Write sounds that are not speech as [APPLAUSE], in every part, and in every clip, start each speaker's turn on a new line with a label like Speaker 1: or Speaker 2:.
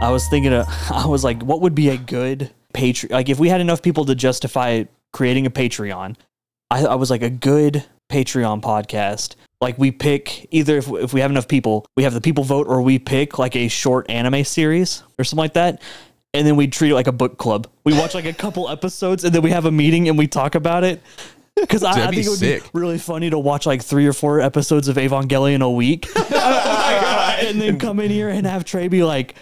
Speaker 1: I was thinking, of, [LAUGHS] I was like, what would be a good Patreon? Like, if we had enough people to justify creating a Patreon, I, I was like, a good Patreon podcast. Like, we pick either if, if we have enough people, we have the people vote, or we pick like a short anime series or something like that. And then we treat it like a book club. We watch like a couple episodes and then we have a meeting and we talk about it. Because I,
Speaker 2: That'd
Speaker 1: I
Speaker 2: be
Speaker 1: think it would
Speaker 2: sick.
Speaker 1: be really funny to watch like three or four episodes of Evangelion a
Speaker 2: [LAUGHS]
Speaker 1: week.
Speaker 2: Oh
Speaker 1: [LAUGHS] and then come in here and have Trey be like,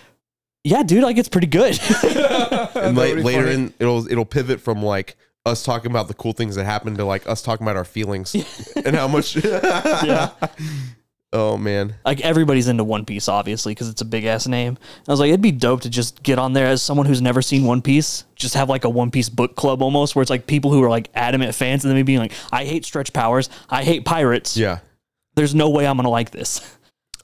Speaker 1: yeah, dude, like it's pretty good. [LAUGHS]
Speaker 2: and
Speaker 3: That
Speaker 2: la-
Speaker 3: would be
Speaker 2: later
Speaker 3: funny.
Speaker 2: in it'll it'll pivot from like us talking about the cool things that happened to like us talking about our feelings [LAUGHS] and how
Speaker 3: [LAUGHS]
Speaker 2: much
Speaker 1: yeah.
Speaker 2: oh man
Speaker 1: Like everybody's into One Piece, obviously, because it's a big ass name. I was like, it'd be dope to just get on there as someone who's never seen One Piece, just have like a One Piece book club almost, where it's like people who are like adamant fans and then me being like, I hate stretch powers, I hate pirates.
Speaker 2: yeah
Speaker 1: There's no way I'm gonna like this.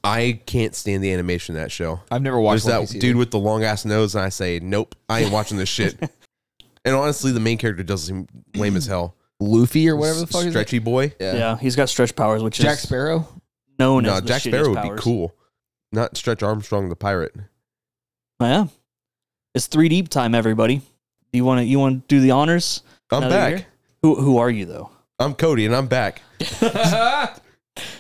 Speaker 2: i can't stand the animation in that show
Speaker 3: I've never watched
Speaker 2: there's
Speaker 3: One
Speaker 2: that
Speaker 3: Piece either.
Speaker 2: dude with the long ass nose and i say nope i ain't watching this
Speaker 3: [LAUGHS]
Speaker 2: shit and honestly the main character does seem lame as hell
Speaker 3: Luffy or whatever the fuck. his name-
Speaker 2: stretchy boy
Speaker 1: Yeah, he's got stretch powers, which
Speaker 3: Jack
Speaker 1: is
Speaker 3: Sparrow.
Speaker 1: known
Speaker 2: no
Speaker 1: as the
Speaker 2: jack
Speaker 1: shittiest
Speaker 2: sparrow would
Speaker 1: powers.
Speaker 2: be cool not stretch armstrong the pirate
Speaker 1: Yeah, it's three deep time, everybody. You want to you want to do the honors?
Speaker 2: i'm
Speaker 1: Another
Speaker 2: back
Speaker 1: year? Who who are you though?
Speaker 2: i'm cody and
Speaker 1: [LAUGHS]
Speaker 2: i'm back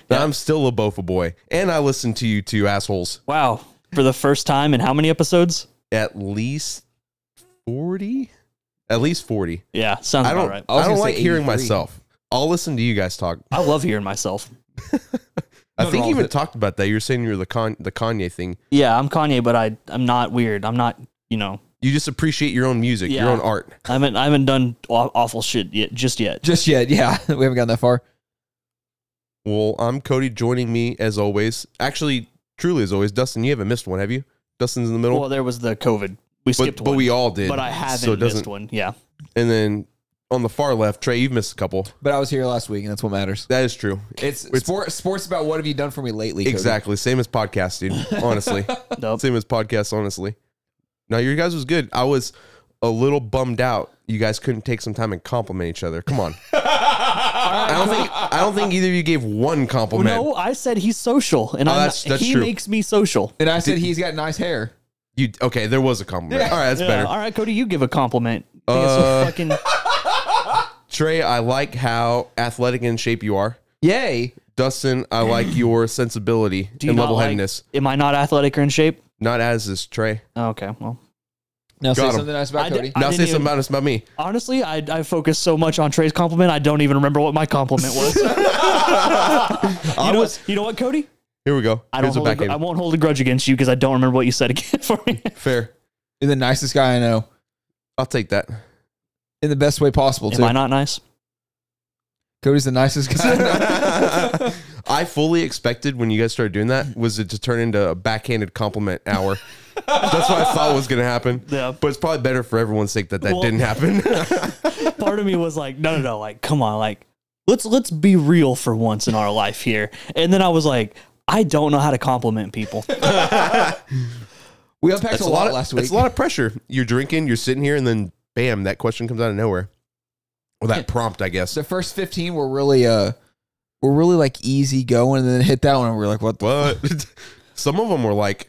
Speaker 2: And i'm still a bofa boy and i listen to you two assholes
Speaker 1: Wow. For the first time in how many episodes?
Speaker 2: at least 40 at least 40
Speaker 1: Yeah, sounds
Speaker 2: i
Speaker 1: about
Speaker 2: don't
Speaker 1: right.
Speaker 3: was
Speaker 2: i don't
Speaker 3: gonna
Speaker 2: like
Speaker 3: say
Speaker 2: hearing
Speaker 3: 83.
Speaker 2: myself i'll listen to you guys talk
Speaker 1: I love hearing myself.
Speaker 2: i
Speaker 3: Nothing
Speaker 2: think
Speaker 3: wrong
Speaker 2: you
Speaker 3: with
Speaker 2: even
Speaker 3: it.
Speaker 2: talked about that you were saying you were the con the kanye thing
Speaker 1: Yeah, I'm Kanye, but I I'm not weird. I'm not you know
Speaker 2: you just appreciate your own music your
Speaker 1: Yeah.
Speaker 2: own art
Speaker 1: I haven't I haven't done aw- awful shit yet just yet.
Speaker 3: Just yet, yeah. [LAUGHS] We haven't gotten that far.
Speaker 2: well i'm cody joining me as always actually truly as always dustin you haven't missed one have you dustin's in the middle
Speaker 1: Well, there was the COVID. We
Speaker 2: but,
Speaker 1: skipped
Speaker 2: but
Speaker 1: one,
Speaker 2: we all did
Speaker 1: but I haven't
Speaker 2: so it doesn't
Speaker 1: missed one. Yeah,
Speaker 2: and then on the far left trey you've missed a couple
Speaker 3: But I was here last week, and that's what matters.
Speaker 2: that is true
Speaker 3: It's, sport, sports about what have you done for me lately? Cody.
Speaker 2: exactly same as
Speaker 1: [LAUGHS]
Speaker 2: podcast dude honestly
Speaker 1: nope.
Speaker 2: same as podcasts, honestly. No, your guys was good. I was a little bummed out. You guys couldn't take some time and compliment each
Speaker 1: [LAUGHS]
Speaker 2: other. Come on. I don't think I don't think either of you gave one compliment.
Speaker 1: No, I said he's social, and I'm
Speaker 2: Oh, that's-
Speaker 1: not-
Speaker 2: that's
Speaker 1: he
Speaker 2: true.
Speaker 1: makes me social.
Speaker 3: And I said he's got nice hair.
Speaker 2: You okay? There was a compliment. All right, that's
Speaker 1: Yeah,
Speaker 2: better.
Speaker 1: All right, Cody, you give a compliment. I think it's so
Speaker 2: Uh,
Speaker 1: fucking,
Speaker 2: Trey, I like how athletic and in shape you are.
Speaker 3: Yay!
Speaker 2: Dustin,
Speaker 1: [CLEARS THROAT]
Speaker 2: I like your sensibility
Speaker 1: do you
Speaker 2: and
Speaker 1: not
Speaker 2: level
Speaker 1: like-
Speaker 2: headedness.
Speaker 1: am I not athletic or in shape? Oh,
Speaker 2: Not as is Trey.
Speaker 1: Okay, well,
Speaker 3: Now say
Speaker 2: Got him.
Speaker 3: something nice about
Speaker 1: I
Speaker 3: Cody.
Speaker 1: did- I-
Speaker 2: Now say
Speaker 1: didn't
Speaker 2: something
Speaker 1: even-
Speaker 2: about us about me.
Speaker 1: honestly, I I focused so much on Trey's compliment, I don't even remember what my compliment
Speaker 2: [LAUGHS]
Speaker 1: was.
Speaker 2: I
Speaker 1: You know,
Speaker 2: was-
Speaker 1: you know what, Cody?
Speaker 2: here we go.
Speaker 1: I don't.
Speaker 2: Here's a
Speaker 1: Hold a
Speaker 2: back
Speaker 1: gr- I
Speaker 2: end.
Speaker 1: won't hold a grudge against you because I don't remember what you said [LAUGHS] again for me.
Speaker 2: Fair.
Speaker 3: You're the nicest guy I know,
Speaker 2: I'll take that.
Speaker 3: in the best way possible
Speaker 1: Am
Speaker 3: too.
Speaker 1: I not nice?
Speaker 3: Cody's the nicest guy. I [LAUGHS] know.
Speaker 2: [LAUGHS] I fully expected when you guys started doing that was it to turn into a backhanded compliment hour. That's what I thought was going to happen.
Speaker 1: Yeah.
Speaker 2: But it's probably better for everyone's sake that that
Speaker 1: Well-
Speaker 2: didn't happen.
Speaker 1: [LAUGHS] Part of me was like, no, no, no. Like, come on. Like, let's let's be real for once in our life here. And then I was like, I don't know how to compliment people.
Speaker 3: we unpacked
Speaker 2: [LAUGHS] That's
Speaker 3: a lot,
Speaker 2: of,
Speaker 3: last week.
Speaker 2: It's a lot of pressure. You're drinking, you're sitting here, and then bam, that question comes out of nowhere. Or that prompt, I guess.
Speaker 3: the first fifteen were really uh, were really like easy going, and then hit that one, and we are like, what? [LAUGHS] the
Speaker 2: What? [LAUGHS] Some of them were like,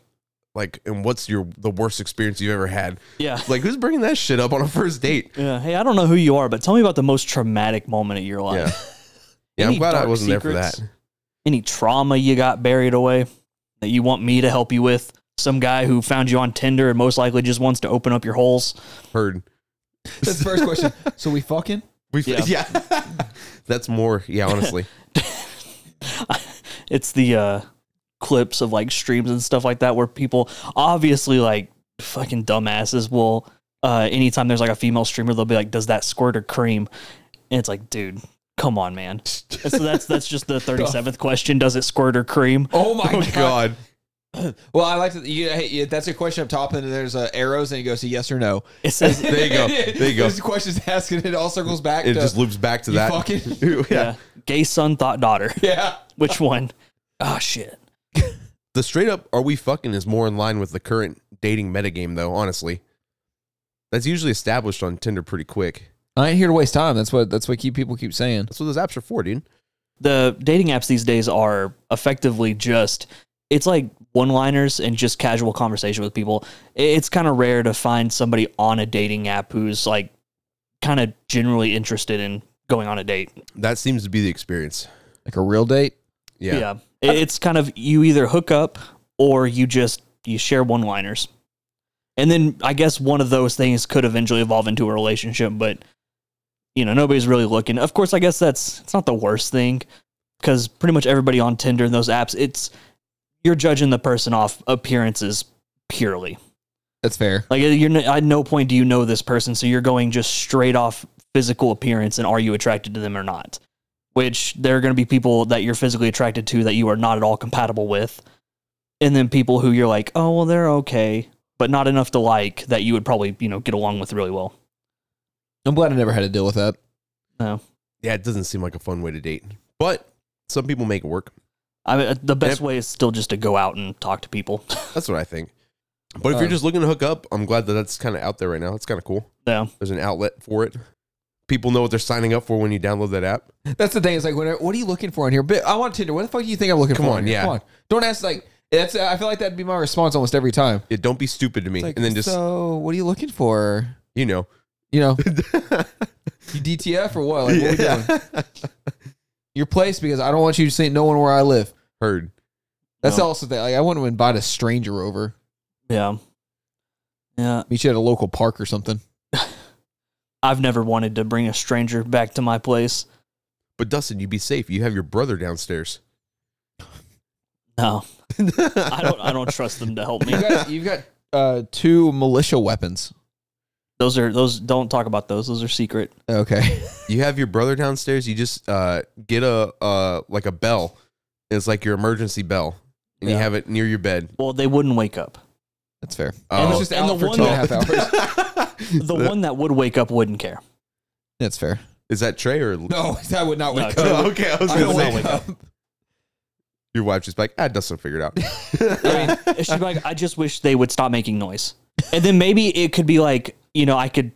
Speaker 2: like, and what's your the worst experience you've ever had?
Speaker 1: [LAUGHS] Yeah.
Speaker 2: Like, who's bringing that shit up on a first date?
Speaker 1: Yeah. Hey, I don't know who you are, but tell me about the most traumatic moment of your life.
Speaker 2: Yeah. Yeah, I'm
Speaker 1: Any
Speaker 2: glad I
Speaker 1: dark
Speaker 2: wasn't there for
Speaker 1: secrets?
Speaker 2: that.
Speaker 1: Any trauma you got buried away that you want me to help you with? Some guy who found you on Tinder and most likely just wants to open up your holes.
Speaker 2: Heard.
Speaker 3: That's the first question. So we fucking?
Speaker 2: We
Speaker 1: Yeah.
Speaker 2: [LAUGHS] yeah. That's more yeah,
Speaker 3: [LAUGHS]
Speaker 2: honestly.
Speaker 1: it's the uh clips of like streams and stuff like that where people obviously like fucking dumbasses will uh anytime there's like a female streamer they'll be like does that squirt or cream and it's like dude come on man And so that's that's just the 37th question does it squirt or cream
Speaker 3: Oh my
Speaker 2: oh god.
Speaker 3: Well, I like to. You, hey, yeah, that's a question up top, and then there's uh, arrows, and it goes to yes or no.
Speaker 1: it
Speaker 3: [LAUGHS]
Speaker 1: says
Speaker 2: There you go. There you go.
Speaker 3: There's questions asking, it all circles back.
Speaker 2: It
Speaker 3: to,
Speaker 2: just loops back to
Speaker 3: you
Speaker 2: that.
Speaker 3: fucking-
Speaker 2: [LAUGHS] yeah.
Speaker 1: yeah gay son thought daughter
Speaker 3: [LAUGHS] yeah.
Speaker 1: which one oh shit
Speaker 2: The straight up are we fucking is more in line with the current dating metagame though, honestly. That's usually established on Tinder pretty quick.
Speaker 3: I ain't here to waste time. That's what that's what keep people keep saying.
Speaker 2: That's what those apps are for, dude.
Speaker 1: the dating apps these days are effectively just it's like one liners and just casual conversation with people. I- It's kind of rare to find somebody on a dating app who's like kind of generally interested in going on a date.
Speaker 2: That seems to be the experience.
Speaker 3: Like a real date?
Speaker 2: Yeah.
Speaker 1: I- It's kind of you either hook up or you just you share one liners. And then I guess one of those things could eventually evolve into a relationship, but you know, nobody's really looking. Of course, I guess that's it's not the worst thing cuz pretty much everybody on Tinder and those apps, it's you're judging the person off appearances purely.
Speaker 3: That's fair.
Speaker 1: Like uh, you're n- at no point do you know this person, so you're going just straight off physical appearance and are you attracted to them or not? Which there are going to be people that you're physically attracted to that you are not at all compatible with, and then people who you're like, oh well, they're okay, but not enough to like that you would probably you know get along with really well.
Speaker 3: I'm glad I never had to deal with that.
Speaker 2: Yeah, it doesn't seem like a fun way to date. But some people make it work.
Speaker 1: I mean, uh, the best
Speaker 2: Yep.
Speaker 1: way is still just to go out and talk to people. [LAUGHS]
Speaker 2: That's what I think. But if
Speaker 3: Um,
Speaker 2: you're just looking to hook up, I'm glad that that's kind of out there right now. It's kind of cool.
Speaker 1: yeah.
Speaker 2: There's an outlet for it. People know what they're signing up for when you download that app.
Speaker 3: That's the thing. It's like, when, what are you looking for in here? But I want Tinder. What the fuck do you think I'm looking
Speaker 2: Come
Speaker 3: for?
Speaker 2: on,
Speaker 3: in here?
Speaker 2: yeah.
Speaker 3: Come on. Don't ask. Like, that's. I feel like that'd be my response almost every time.
Speaker 2: Yeah, don't be stupid to me.
Speaker 3: It's like,
Speaker 2: and then just,
Speaker 3: so what are you looking for?
Speaker 2: you know.
Speaker 3: [LAUGHS] You know, you DTF or what? Like, [LAUGHS] what are we doing? Your place because I don't want you to see no one where I live.
Speaker 2: Heard.
Speaker 3: That's
Speaker 1: No.
Speaker 3: also the, like I wouldn't invite a stranger over.
Speaker 1: Yeah. Yeah.
Speaker 3: Meet you at a local park or something.
Speaker 1: I've never wanted to bring a stranger back to my place.
Speaker 2: But Dustin, you be safe. You have your brother
Speaker 3: [LAUGHS]
Speaker 2: downstairs.
Speaker 1: No. I don't I don't trust them to help me.
Speaker 3: You got, you've got uh, two militia weapons.
Speaker 1: Those are those don't talk about those. Those are secret.
Speaker 3: Okay. [LAUGHS]
Speaker 2: You have your brother downstairs. You just uh, get a uh, like a bell. It's like your emergency bell, and you
Speaker 1: Yeah.
Speaker 2: have it near your bed.
Speaker 1: Well, they wouldldn't wake up.
Speaker 3: That's fair.
Speaker 2: Oh.
Speaker 1: And
Speaker 3: I
Speaker 1: the-
Speaker 3: was just
Speaker 1: and
Speaker 3: out
Speaker 1: the
Speaker 3: for two and a half hours.
Speaker 1: The one that would wake up wouldn't [LAUGHS] care.
Speaker 3: That's fair.
Speaker 2: [LAUGHS] Is that Trey or?
Speaker 3: No, [LAUGHS] that would not
Speaker 1: No,
Speaker 3: wake
Speaker 1: Trey
Speaker 3: up.
Speaker 2: Oh, okay, I was
Speaker 3: I
Speaker 2: gonna
Speaker 3: don't
Speaker 2: say
Speaker 3: wake up.
Speaker 2: your wife just like ah, Dustin figured
Speaker 3: [LAUGHS]
Speaker 2: out. [LAUGHS]
Speaker 1: I mean, she'd be like, I just wish they would stop making noise. And then maybe it could be like, you know, I could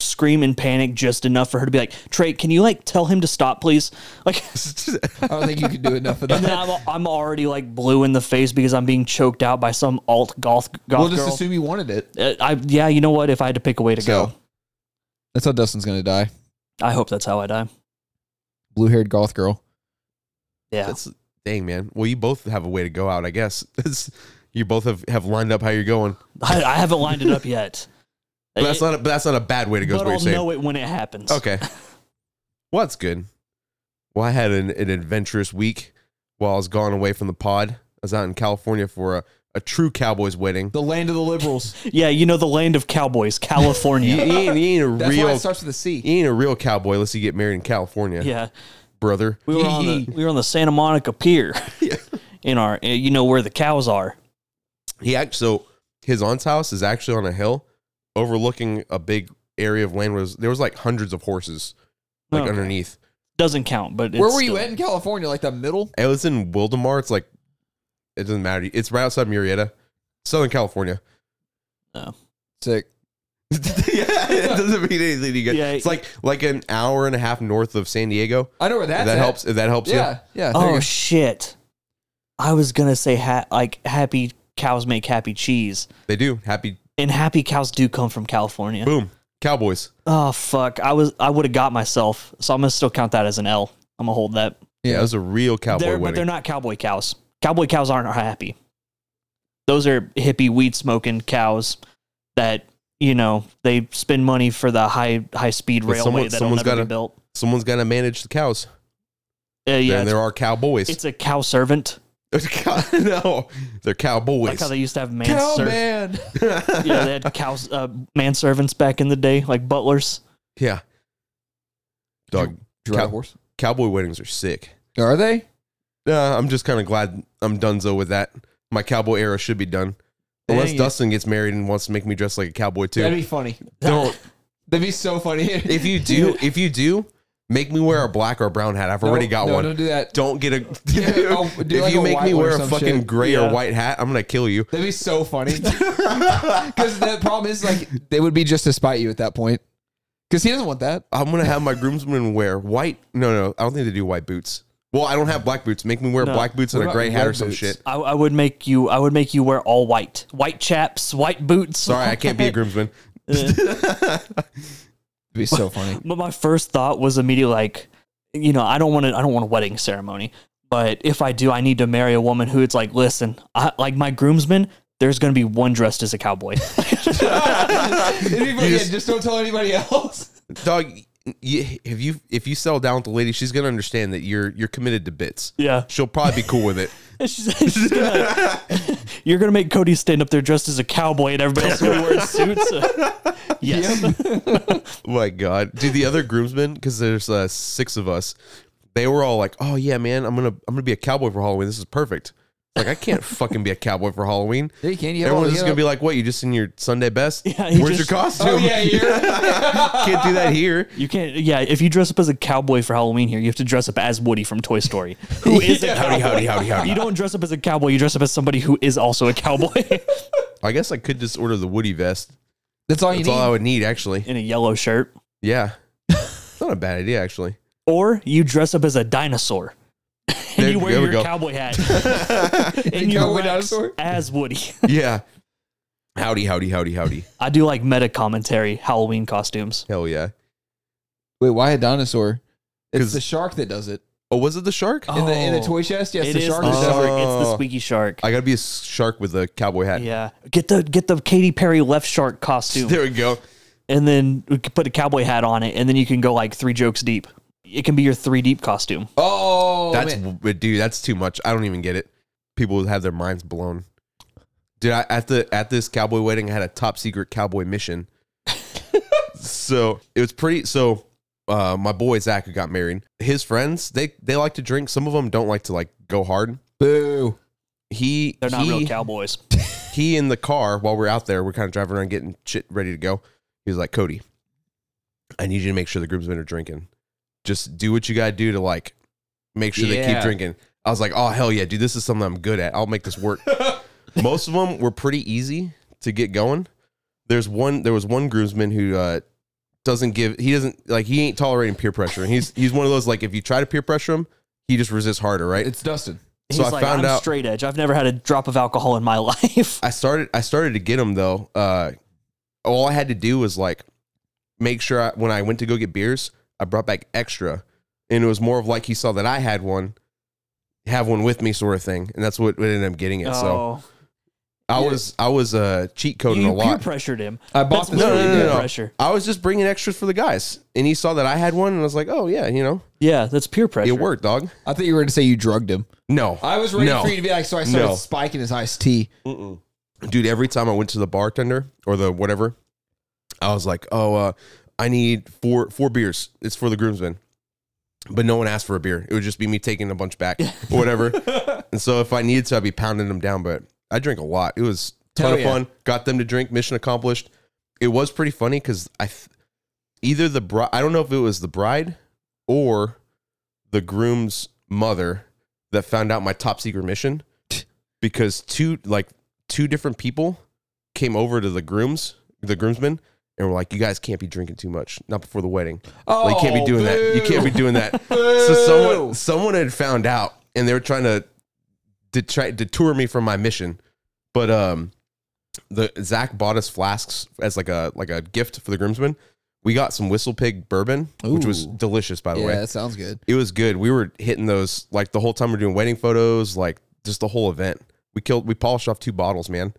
Speaker 1: scream and panic just enough for her to be like, Trey, can you like tell him to stop, please? Like, [LAUGHS]
Speaker 3: I don't think you could do enough of
Speaker 1: and then
Speaker 3: that.
Speaker 1: I'm, I'm already like blue in the face because I'm being choked out by some alt goth goth
Speaker 3: We'll just
Speaker 1: girl.
Speaker 3: assume you wanted it.
Speaker 1: Uh, I yeah, you know what? If I had to pick a way to
Speaker 3: So
Speaker 1: go,
Speaker 3: that's how Dustin's gonna die.
Speaker 1: I hope that's how I die.
Speaker 3: Blue haired goth girl.
Speaker 1: Yeah,
Speaker 2: That's dang man. Well, you both have a way to go out, I guess. [LAUGHS] It's- you both have, have lined up how you're going.
Speaker 1: [LAUGHS] I, I haven't lined it up yet.
Speaker 2: But that's
Speaker 1: It-
Speaker 2: not a, but that's not a bad way to go. Is
Speaker 1: but
Speaker 2: what you're
Speaker 1: I'll
Speaker 2: saying?
Speaker 1: know it when it happens.
Speaker 2: [LAUGHS] Okay. Well, that's good. Well, I had an, an adventurous week while I was gone away from the pod. I was out in California for a, a true Cowboys
Speaker 3: [LAUGHS]
Speaker 2: wedding.
Speaker 3: The land of the liberals.
Speaker 1: Yeah, you know the land of cowboys,
Speaker 3: [LAUGHS]
Speaker 2: You,
Speaker 1: California.
Speaker 2: you ain't, you ain't a
Speaker 3: That's why
Speaker 2: real
Speaker 3: it starts with a C.
Speaker 2: you ain't a real cowboy unless you get married in California,
Speaker 1: yeah,
Speaker 2: brother.
Speaker 1: we were on
Speaker 3: [LAUGHS]
Speaker 1: the we were on the Santa Monica Pier in our you know where the cows are.
Speaker 2: He act so his aunt's house is actually on a hill overlooking a big area of land. Was there was like hundreds of horses like
Speaker 1: Okay.
Speaker 2: underneath.
Speaker 1: Doesn't count, but it's
Speaker 3: Where were you
Speaker 1: still-
Speaker 3: at in California? Like the middle?
Speaker 2: It was in Wildemar. It's like it doesn't matter. It's right outside Murrieta, Southern California.
Speaker 3: Sick.
Speaker 2: [LAUGHS] yeah, it doesn't mean anything to you guys.
Speaker 1: Yeah.
Speaker 2: it's like like an hour and a half north of San Diego.
Speaker 3: I know where
Speaker 2: If
Speaker 3: that's
Speaker 2: that
Speaker 3: at.
Speaker 2: helps. If that helps you.
Speaker 3: Yeah, yeah. there you
Speaker 1: Oh
Speaker 3: go.
Speaker 1: shit! I was gonna say ha- like happy cows make happy cheese,
Speaker 2: They do. Happy
Speaker 1: and happy cows do come from California.
Speaker 2: boom. Cowboys.
Speaker 1: Oh fuck! I was I would have got myself, so I'm gonna still count that as an L. I'm gonna hold that.
Speaker 2: Yeah,
Speaker 3: Yeah.
Speaker 2: it was a real cowboy
Speaker 1: They're, but
Speaker 2: wedding.
Speaker 1: they're not cowboy cows. Cowboy cows aren't happy. Those are hippie weed smoking cows that you know they spend money for the high high speed
Speaker 2: But
Speaker 1: railway
Speaker 2: someone-
Speaker 1: that'll
Speaker 2: someone's
Speaker 1: never
Speaker 2: gotta-
Speaker 1: be built.
Speaker 2: Someone's gotta manage the cows.
Speaker 1: Uh, yeah,
Speaker 2: and
Speaker 1: it's,
Speaker 2: there are cowboys.
Speaker 1: it's a cow servant,
Speaker 2: [LAUGHS] no, they're
Speaker 1: like
Speaker 2: cowboys.
Speaker 1: how they used to have
Speaker 3: Cow
Speaker 1: manservants.
Speaker 3: man.
Speaker 1: Yeah, they had cows uh, manservants back in the day, like butlers.
Speaker 2: yeah. Dog
Speaker 3: Do you ride a
Speaker 2: Cow-
Speaker 3: horse?
Speaker 2: cowboy weddings are sick.
Speaker 3: Are they?
Speaker 2: Uh, I'm just kind of glad I'm donezo with that. My cowboy era should be done. Unless
Speaker 3: Dang it.
Speaker 2: Dustin gets married and wants to make me dress like a cowboy too.
Speaker 3: That'd be funny.
Speaker 2: Don't
Speaker 3: That'd be so funny. [LAUGHS]
Speaker 2: If you do, if you do, make me wear a black or a brown hat. I've already got
Speaker 3: no,
Speaker 2: one.
Speaker 3: Don't do that.
Speaker 2: Don't get a.
Speaker 3: [LAUGHS] Yeah,
Speaker 2: [LAUGHS]
Speaker 3: oh, do
Speaker 2: if
Speaker 3: like
Speaker 2: you
Speaker 3: a
Speaker 2: make
Speaker 3: white
Speaker 2: me
Speaker 3: one or
Speaker 2: wear a
Speaker 3: some
Speaker 2: fucking
Speaker 3: shit.
Speaker 2: gray
Speaker 1: Yeah.
Speaker 2: or white hat, I'm gonna kill you.
Speaker 3: That'd be so [LAUGHS] funny. Because the problem is, like, they would be just to spite you at that point. Because he doesn't want that. [LAUGHS]
Speaker 2: I'm gonna have my groomsmen wear white. No, no, I don't think they do white boots. Well, I don't have black boots. Make me wear
Speaker 1: No.
Speaker 2: black boots and
Speaker 3: What
Speaker 2: a
Speaker 3: about
Speaker 2: gray hat or
Speaker 3: red
Speaker 2: some
Speaker 3: boots?
Speaker 2: shit.
Speaker 1: I, I would make you. I would make you wear all white, white chaps, white boots.
Speaker 2: Sorry, I can't be
Speaker 3: [LAUGHS]
Speaker 2: a groomsman.
Speaker 3: It'd be [LAUGHS] so funny.
Speaker 1: But my first thought was immediately like, you know, I don't want to. I don't want a wedding ceremony. But if I do, I need to marry a woman who it's like, listen, I, like my groomsmen. There's gonna be one dressed as a cowboy. [LAUGHS]
Speaker 3: It'd be funny.
Speaker 2: You
Speaker 3: yeah,
Speaker 2: just-
Speaker 3: just don't tell anybody else. [LAUGHS]
Speaker 2: Dog, you, if you if you settle down with the lady, she's gonna understand that you're you're committed to bits.
Speaker 1: yeah,
Speaker 2: She'll probably be cool with it.
Speaker 1: She's- she's gonna- you're gonna make Cody stand up there dressed as a cowboy, and everybody else will wear suits. yes.
Speaker 2: my god dude the other groomsmen because there's uh, six of us they were all like oh yeah man i'm gonna i'm gonna be a cowboy for halloween this is perfect like i can't fucking be a cowboy for halloween
Speaker 3: Yeah, you can. You have all
Speaker 2: everyone's
Speaker 3: the
Speaker 2: just gonna be
Speaker 3: yellow-
Speaker 2: like what you just in your sunday best
Speaker 1: Yeah, you
Speaker 2: where's
Speaker 1: just-
Speaker 2: your costume
Speaker 3: oh yeah, you're.
Speaker 2: can't do that here
Speaker 1: You can't. Yeah, if you dress up as a cowboy for Halloween here, you have to dress up as Woody from Toy Story, who is a cowboy.
Speaker 2: howdy howdy howdy
Speaker 1: You don't dress up as a cowboy. You dress up as somebody who is also a cowboy [LAUGHS]
Speaker 2: i guess i could just order the woody vest
Speaker 3: [LAUGHS] That's all you
Speaker 2: that's
Speaker 3: need.
Speaker 2: all i would need actually
Speaker 1: in a yellow shirt,
Speaker 2: yeah not a bad idea actually
Speaker 1: or you dress up as a dinosaur [LAUGHS] and
Speaker 2: There-
Speaker 1: you wear
Speaker 2: there we
Speaker 1: your
Speaker 2: go.
Speaker 1: cowboy
Speaker 2: [LAUGHS]
Speaker 1: hat
Speaker 3: [LAUGHS]
Speaker 1: and you
Speaker 3: cowboy
Speaker 1: wax
Speaker 3: dinosaur?
Speaker 1: as Woody. [LAUGHS]
Speaker 2: yeah howdy howdy howdy howdy
Speaker 1: I do like meta commentary Halloween costumes.
Speaker 2: hell yeah
Speaker 3: Wait, why a dinosaur?
Speaker 2: 'Cause-
Speaker 3: It's the shark that does it.
Speaker 2: oh was it the shark
Speaker 1: Oh,
Speaker 3: In the in the toy chest, yes,
Speaker 1: it
Speaker 3: the
Speaker 1: is
Speaker 3: shark
Speaker 1: the
Speaker 3: that does
Speaker 1: shark.
Speaker 3: it.
Speaker 1: It's the
Speaker 2: Oh.
Speaker 1: squeaky shark.
Speaker 2: i gotta be a shark with a cowboy hat
Speaker 1: yeah, get the get the Katy Perry left shark costume.
Speaker 2: there we go
Speaker 1: and then we could put a cowboy hat on it, and then you can go like three jokes deep. It can be your three deep costume.
Speaker 3: Oh,
Speaker 2: That's
Speaker 3: man.
Speaker 2: but dude, that's too much. I don't even get it. People would have their minds blown. Dude, I, at the at this cowboy wedding, I had a top secret cowboy
Speaker 3: [LAUGHS]
Speaker 2: mission. so it was pretty. So uh, my boy Zach, who got married, his friends they they like to drink. Some of them don't like to like go hard.
Speaker 3: boo.
Speaker 2: He
Speaker 1: They're not
Speaker 2: he,
Speaker 1: real cowboys.
Speaker 2: he in the car while we're out there, we're kind of driving around getting shit ready to go. He was like, Cody, I need you to make sure the groomsmen are drinking. Just do what you gotta do to like make sure they keep
Speaker 3: Yeah.
Speaker 2: drinking. I was like, oh hell yeah, dude, this is something I'm good at. I'll make this work. Most of them were pretty easy to get going. There's one. There was one groomsman who uh, doesn't give. He doesn't like. He ain't tolerating peer pressure. He's he's one of those like if you try to peer pressure him, he just resists harder. Right.
Speaker 3: It's Dustin.
Speaker 1: He's
Speaker 2: So I
Speaker 1: like,
Speaker 2: found
Speaker 1: I'm
Speaker 2: out-
Speaker 1: straight edge. I've never had a drop of alcohol in my [LAUGHS] life.
Speaker 2: I started I started to get them though. Uh, all I had to do was like make sure I, when I went to go get beers, I brought back extra, and it was more of like he saw that I had one, have one with me, sort of thing, and that's what what ended up getting it. So
Speaker 1: oh,
Speaker 2: I
Speaker 3: Yeah.
Speaker 2: was I was uh, cheat
Speaker 1: you
Speaker 2: coding a
Speaker 1: peer
Speaker 2: lot.
Speaker 1: pressured him.
Speaker 3: I
Speaker 1: That's
Speaker 3: bought this.
Speaker 2: no,
Speaker 1: literally
Speaker 2: no, no,
Speaker 1: peer
Speaker 2: no.
Speaker 1: pressure.
Speaker 2: I was just bringing extras for the guys, and he saw that I had one, and I was like, oh yeah, you know,
Speaker 1: Yeah, that's peer pressure.
Speaker 2: it worked, dog.
Speaker 3: I thought you were going to say you drugged him.
Speaker 2: No,
Speaker 3: I was ready
Speaker 2: No.
Speaker 3: for you to be like, so I started
Speaker 2: No.
Speaker 3: spiking his iced tea.
Speaker 2: dude every time i went to the bartender or the whatever i was like oh uh i need four four beers it's for the groomsmen but no one asked for a beer it would just be me taking a bunch
Speaker 3: [LAUGHS]
Speaker 2: back or whatever and so if i needed to i'd be pounding them down but i drink a lot it was a ton
Speaker 3: Hell
Speaker 2: of
Speaker 3: yeah.
Speaker 2: fun got them to drink mission accomplished it was pretty funny because i th- either the bride i don't know if it was the bride or the groom's mother that found out my top secret
Speaker 3: [LAUGHS]
Speaker 2: mission because two like two different people came over to the grooms the groomsmen and were like you guys can't be drinking too much not before the wedding
Speaker 3: Oh,
Speaker 2: like you can't be doing that you can't be doing that so someone someone had found out and they were trying to detract, detour me from my mission but um the zach bought us flasks as like a like a gift for the groomsmen we got some whistle pig bourbon which was
Speaker 3: Ooh.
Speaker 2: delicious by the
Speaker 3: Yeah,
Speaker 2: way
Speaker 3: that sounds good.
Speaker 2: it was good. We were hitting those like the whole time we are doing wedding photos, like just the whole event. We killed, we polished off two bottles, man.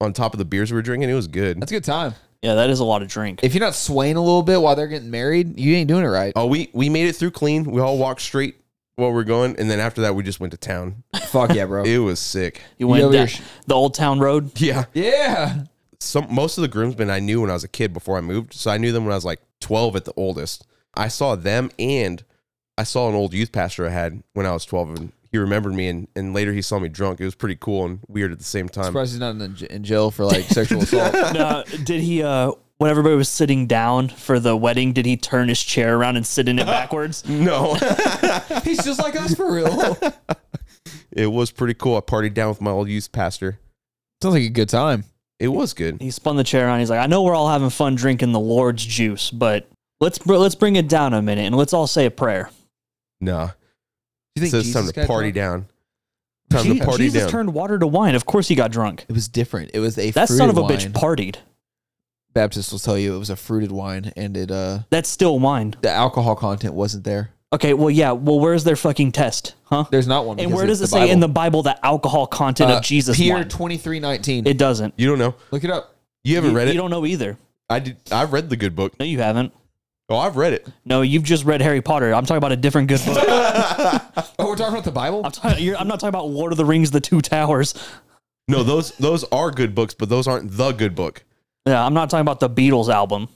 Speaker 2: On top of the beers we were drinking, it was good.
Speaker 3: That's a good time.
Speaker 1: Yeah, that is a lot of drink.
Speaker 3: If you're not swaying a little bit while they're getting married, you ain't doing it right.
Speaker 2: Oh, we we made it through clean. We all walked straight while we are going, and then after that, we just went to town.
Speaker 3: Fuck yeah, bro.
Speaker 2: It was sick.
Speaker 1: you went
Speaker 3: over
Speaker 1: down
Speaker 3: your-
Speaker 1: the old town road. [LAUGHS]
Speaker 2: Yeah,
Speaker 3: [LAUGHS] yeah.
Speaker 2: some most of the groomsmen I knew when I was a kid before I moved, so I knew them when I was like twelve at the oldest. I saw them, and I saw an old youth pastor I had when I was twelve, and he remembered me, and and later he saw me drunk. It was pretty cool and weird at the same time.
Speaker 3: Surprised he's not in, the- in jail for like sexual assault.
Speaker 1: Now, did he? Uh, when everybody was sitting down for the wedding, did he turn his chair around and sit in [LAUGHS] it backwards?
Speaker 2: No.
Speaker 3: [LAUGHS]
Speaker 2: [LAUGHS]
Speaker 3: he's just like us for real. [LAUGHS] sounds
Speaker 2: It was pretty cool. I partied down with my old youth pastor.
Speaker 3: like a good time.
Speaker 2: It was good.
Speaker 1: he spun the chair around. He's like, I know we're all having fun drinking the Lord's juice, but let's br- let's bring it down a minute and let's all say a prayer.
Speaker 2: Nah.
Speaker 3: you think
Speaker 2: so it's time
Speaker 3: Jesus
Speaker 2: to
Speaker 3: got
Speaker 2: party
Speaker 3: drunk?
Speaker 2: down. Time
Speaker 1: Je-
Speaker 2: to party
Speaker 1: Jesus
Speaker 2: down.
Speaker 1: turned water to wine. Of course he got drunk.
Speaker 3: It was different. It was a
Speaker 1: That
Speaker 3: fruited
Speaker 1: son of a
Speaker 3: wine.
Speaker 1: bitch partied.
Speaker 3: Baptist will tell you it was a fruited wine, and it uh
Speaker 1: That's still wine.
Speaker 3: the alcohol content wasn't there.
Speaker 1: Okay, well, yeah. Well, where's their fucking test, huh?
Speaker 3: There's not one.
Speaker 1: And
Speaker 3: because
Speaker 1: where does it
Speaker 3: it's
Speaker 1: say in the
Speaker 3: Bible.
Speaker 1: Bible that alcohol content
Speaker 3: Uh,
Speaker 1: of Jesus
Speaker 3: Peter
Speaker 1: wine?
Speaker 3: twenty three nineteen.
Speaker 1: It doesn't.
Speaker 2: you don't know.
Speaker 3: Look it up.
Speaker 2: You haven't
Speaker 1: you,
Speaker 2: read
Speaker 1: You
Speaker 2: it.
Speaker 1: don't know either.
Speaker 2: I did. I've read the good book.
Speaker 1: No, you haven't.
Speaker 2: Oh, I've read it.
Speaker 1: No, you've just read Harry Potter. I'm talking about a different good book.
Speaker 3: Oh, we're talking about the Bible.
Speaker 1: I'm, talking, you're, I'm not talking about Lord of the Rings, The Two Towers.
Speaker 2: No, those those are good books, but those aren't the good book.
Speaker 1: Yeah, I'm not talking about the Beatles album,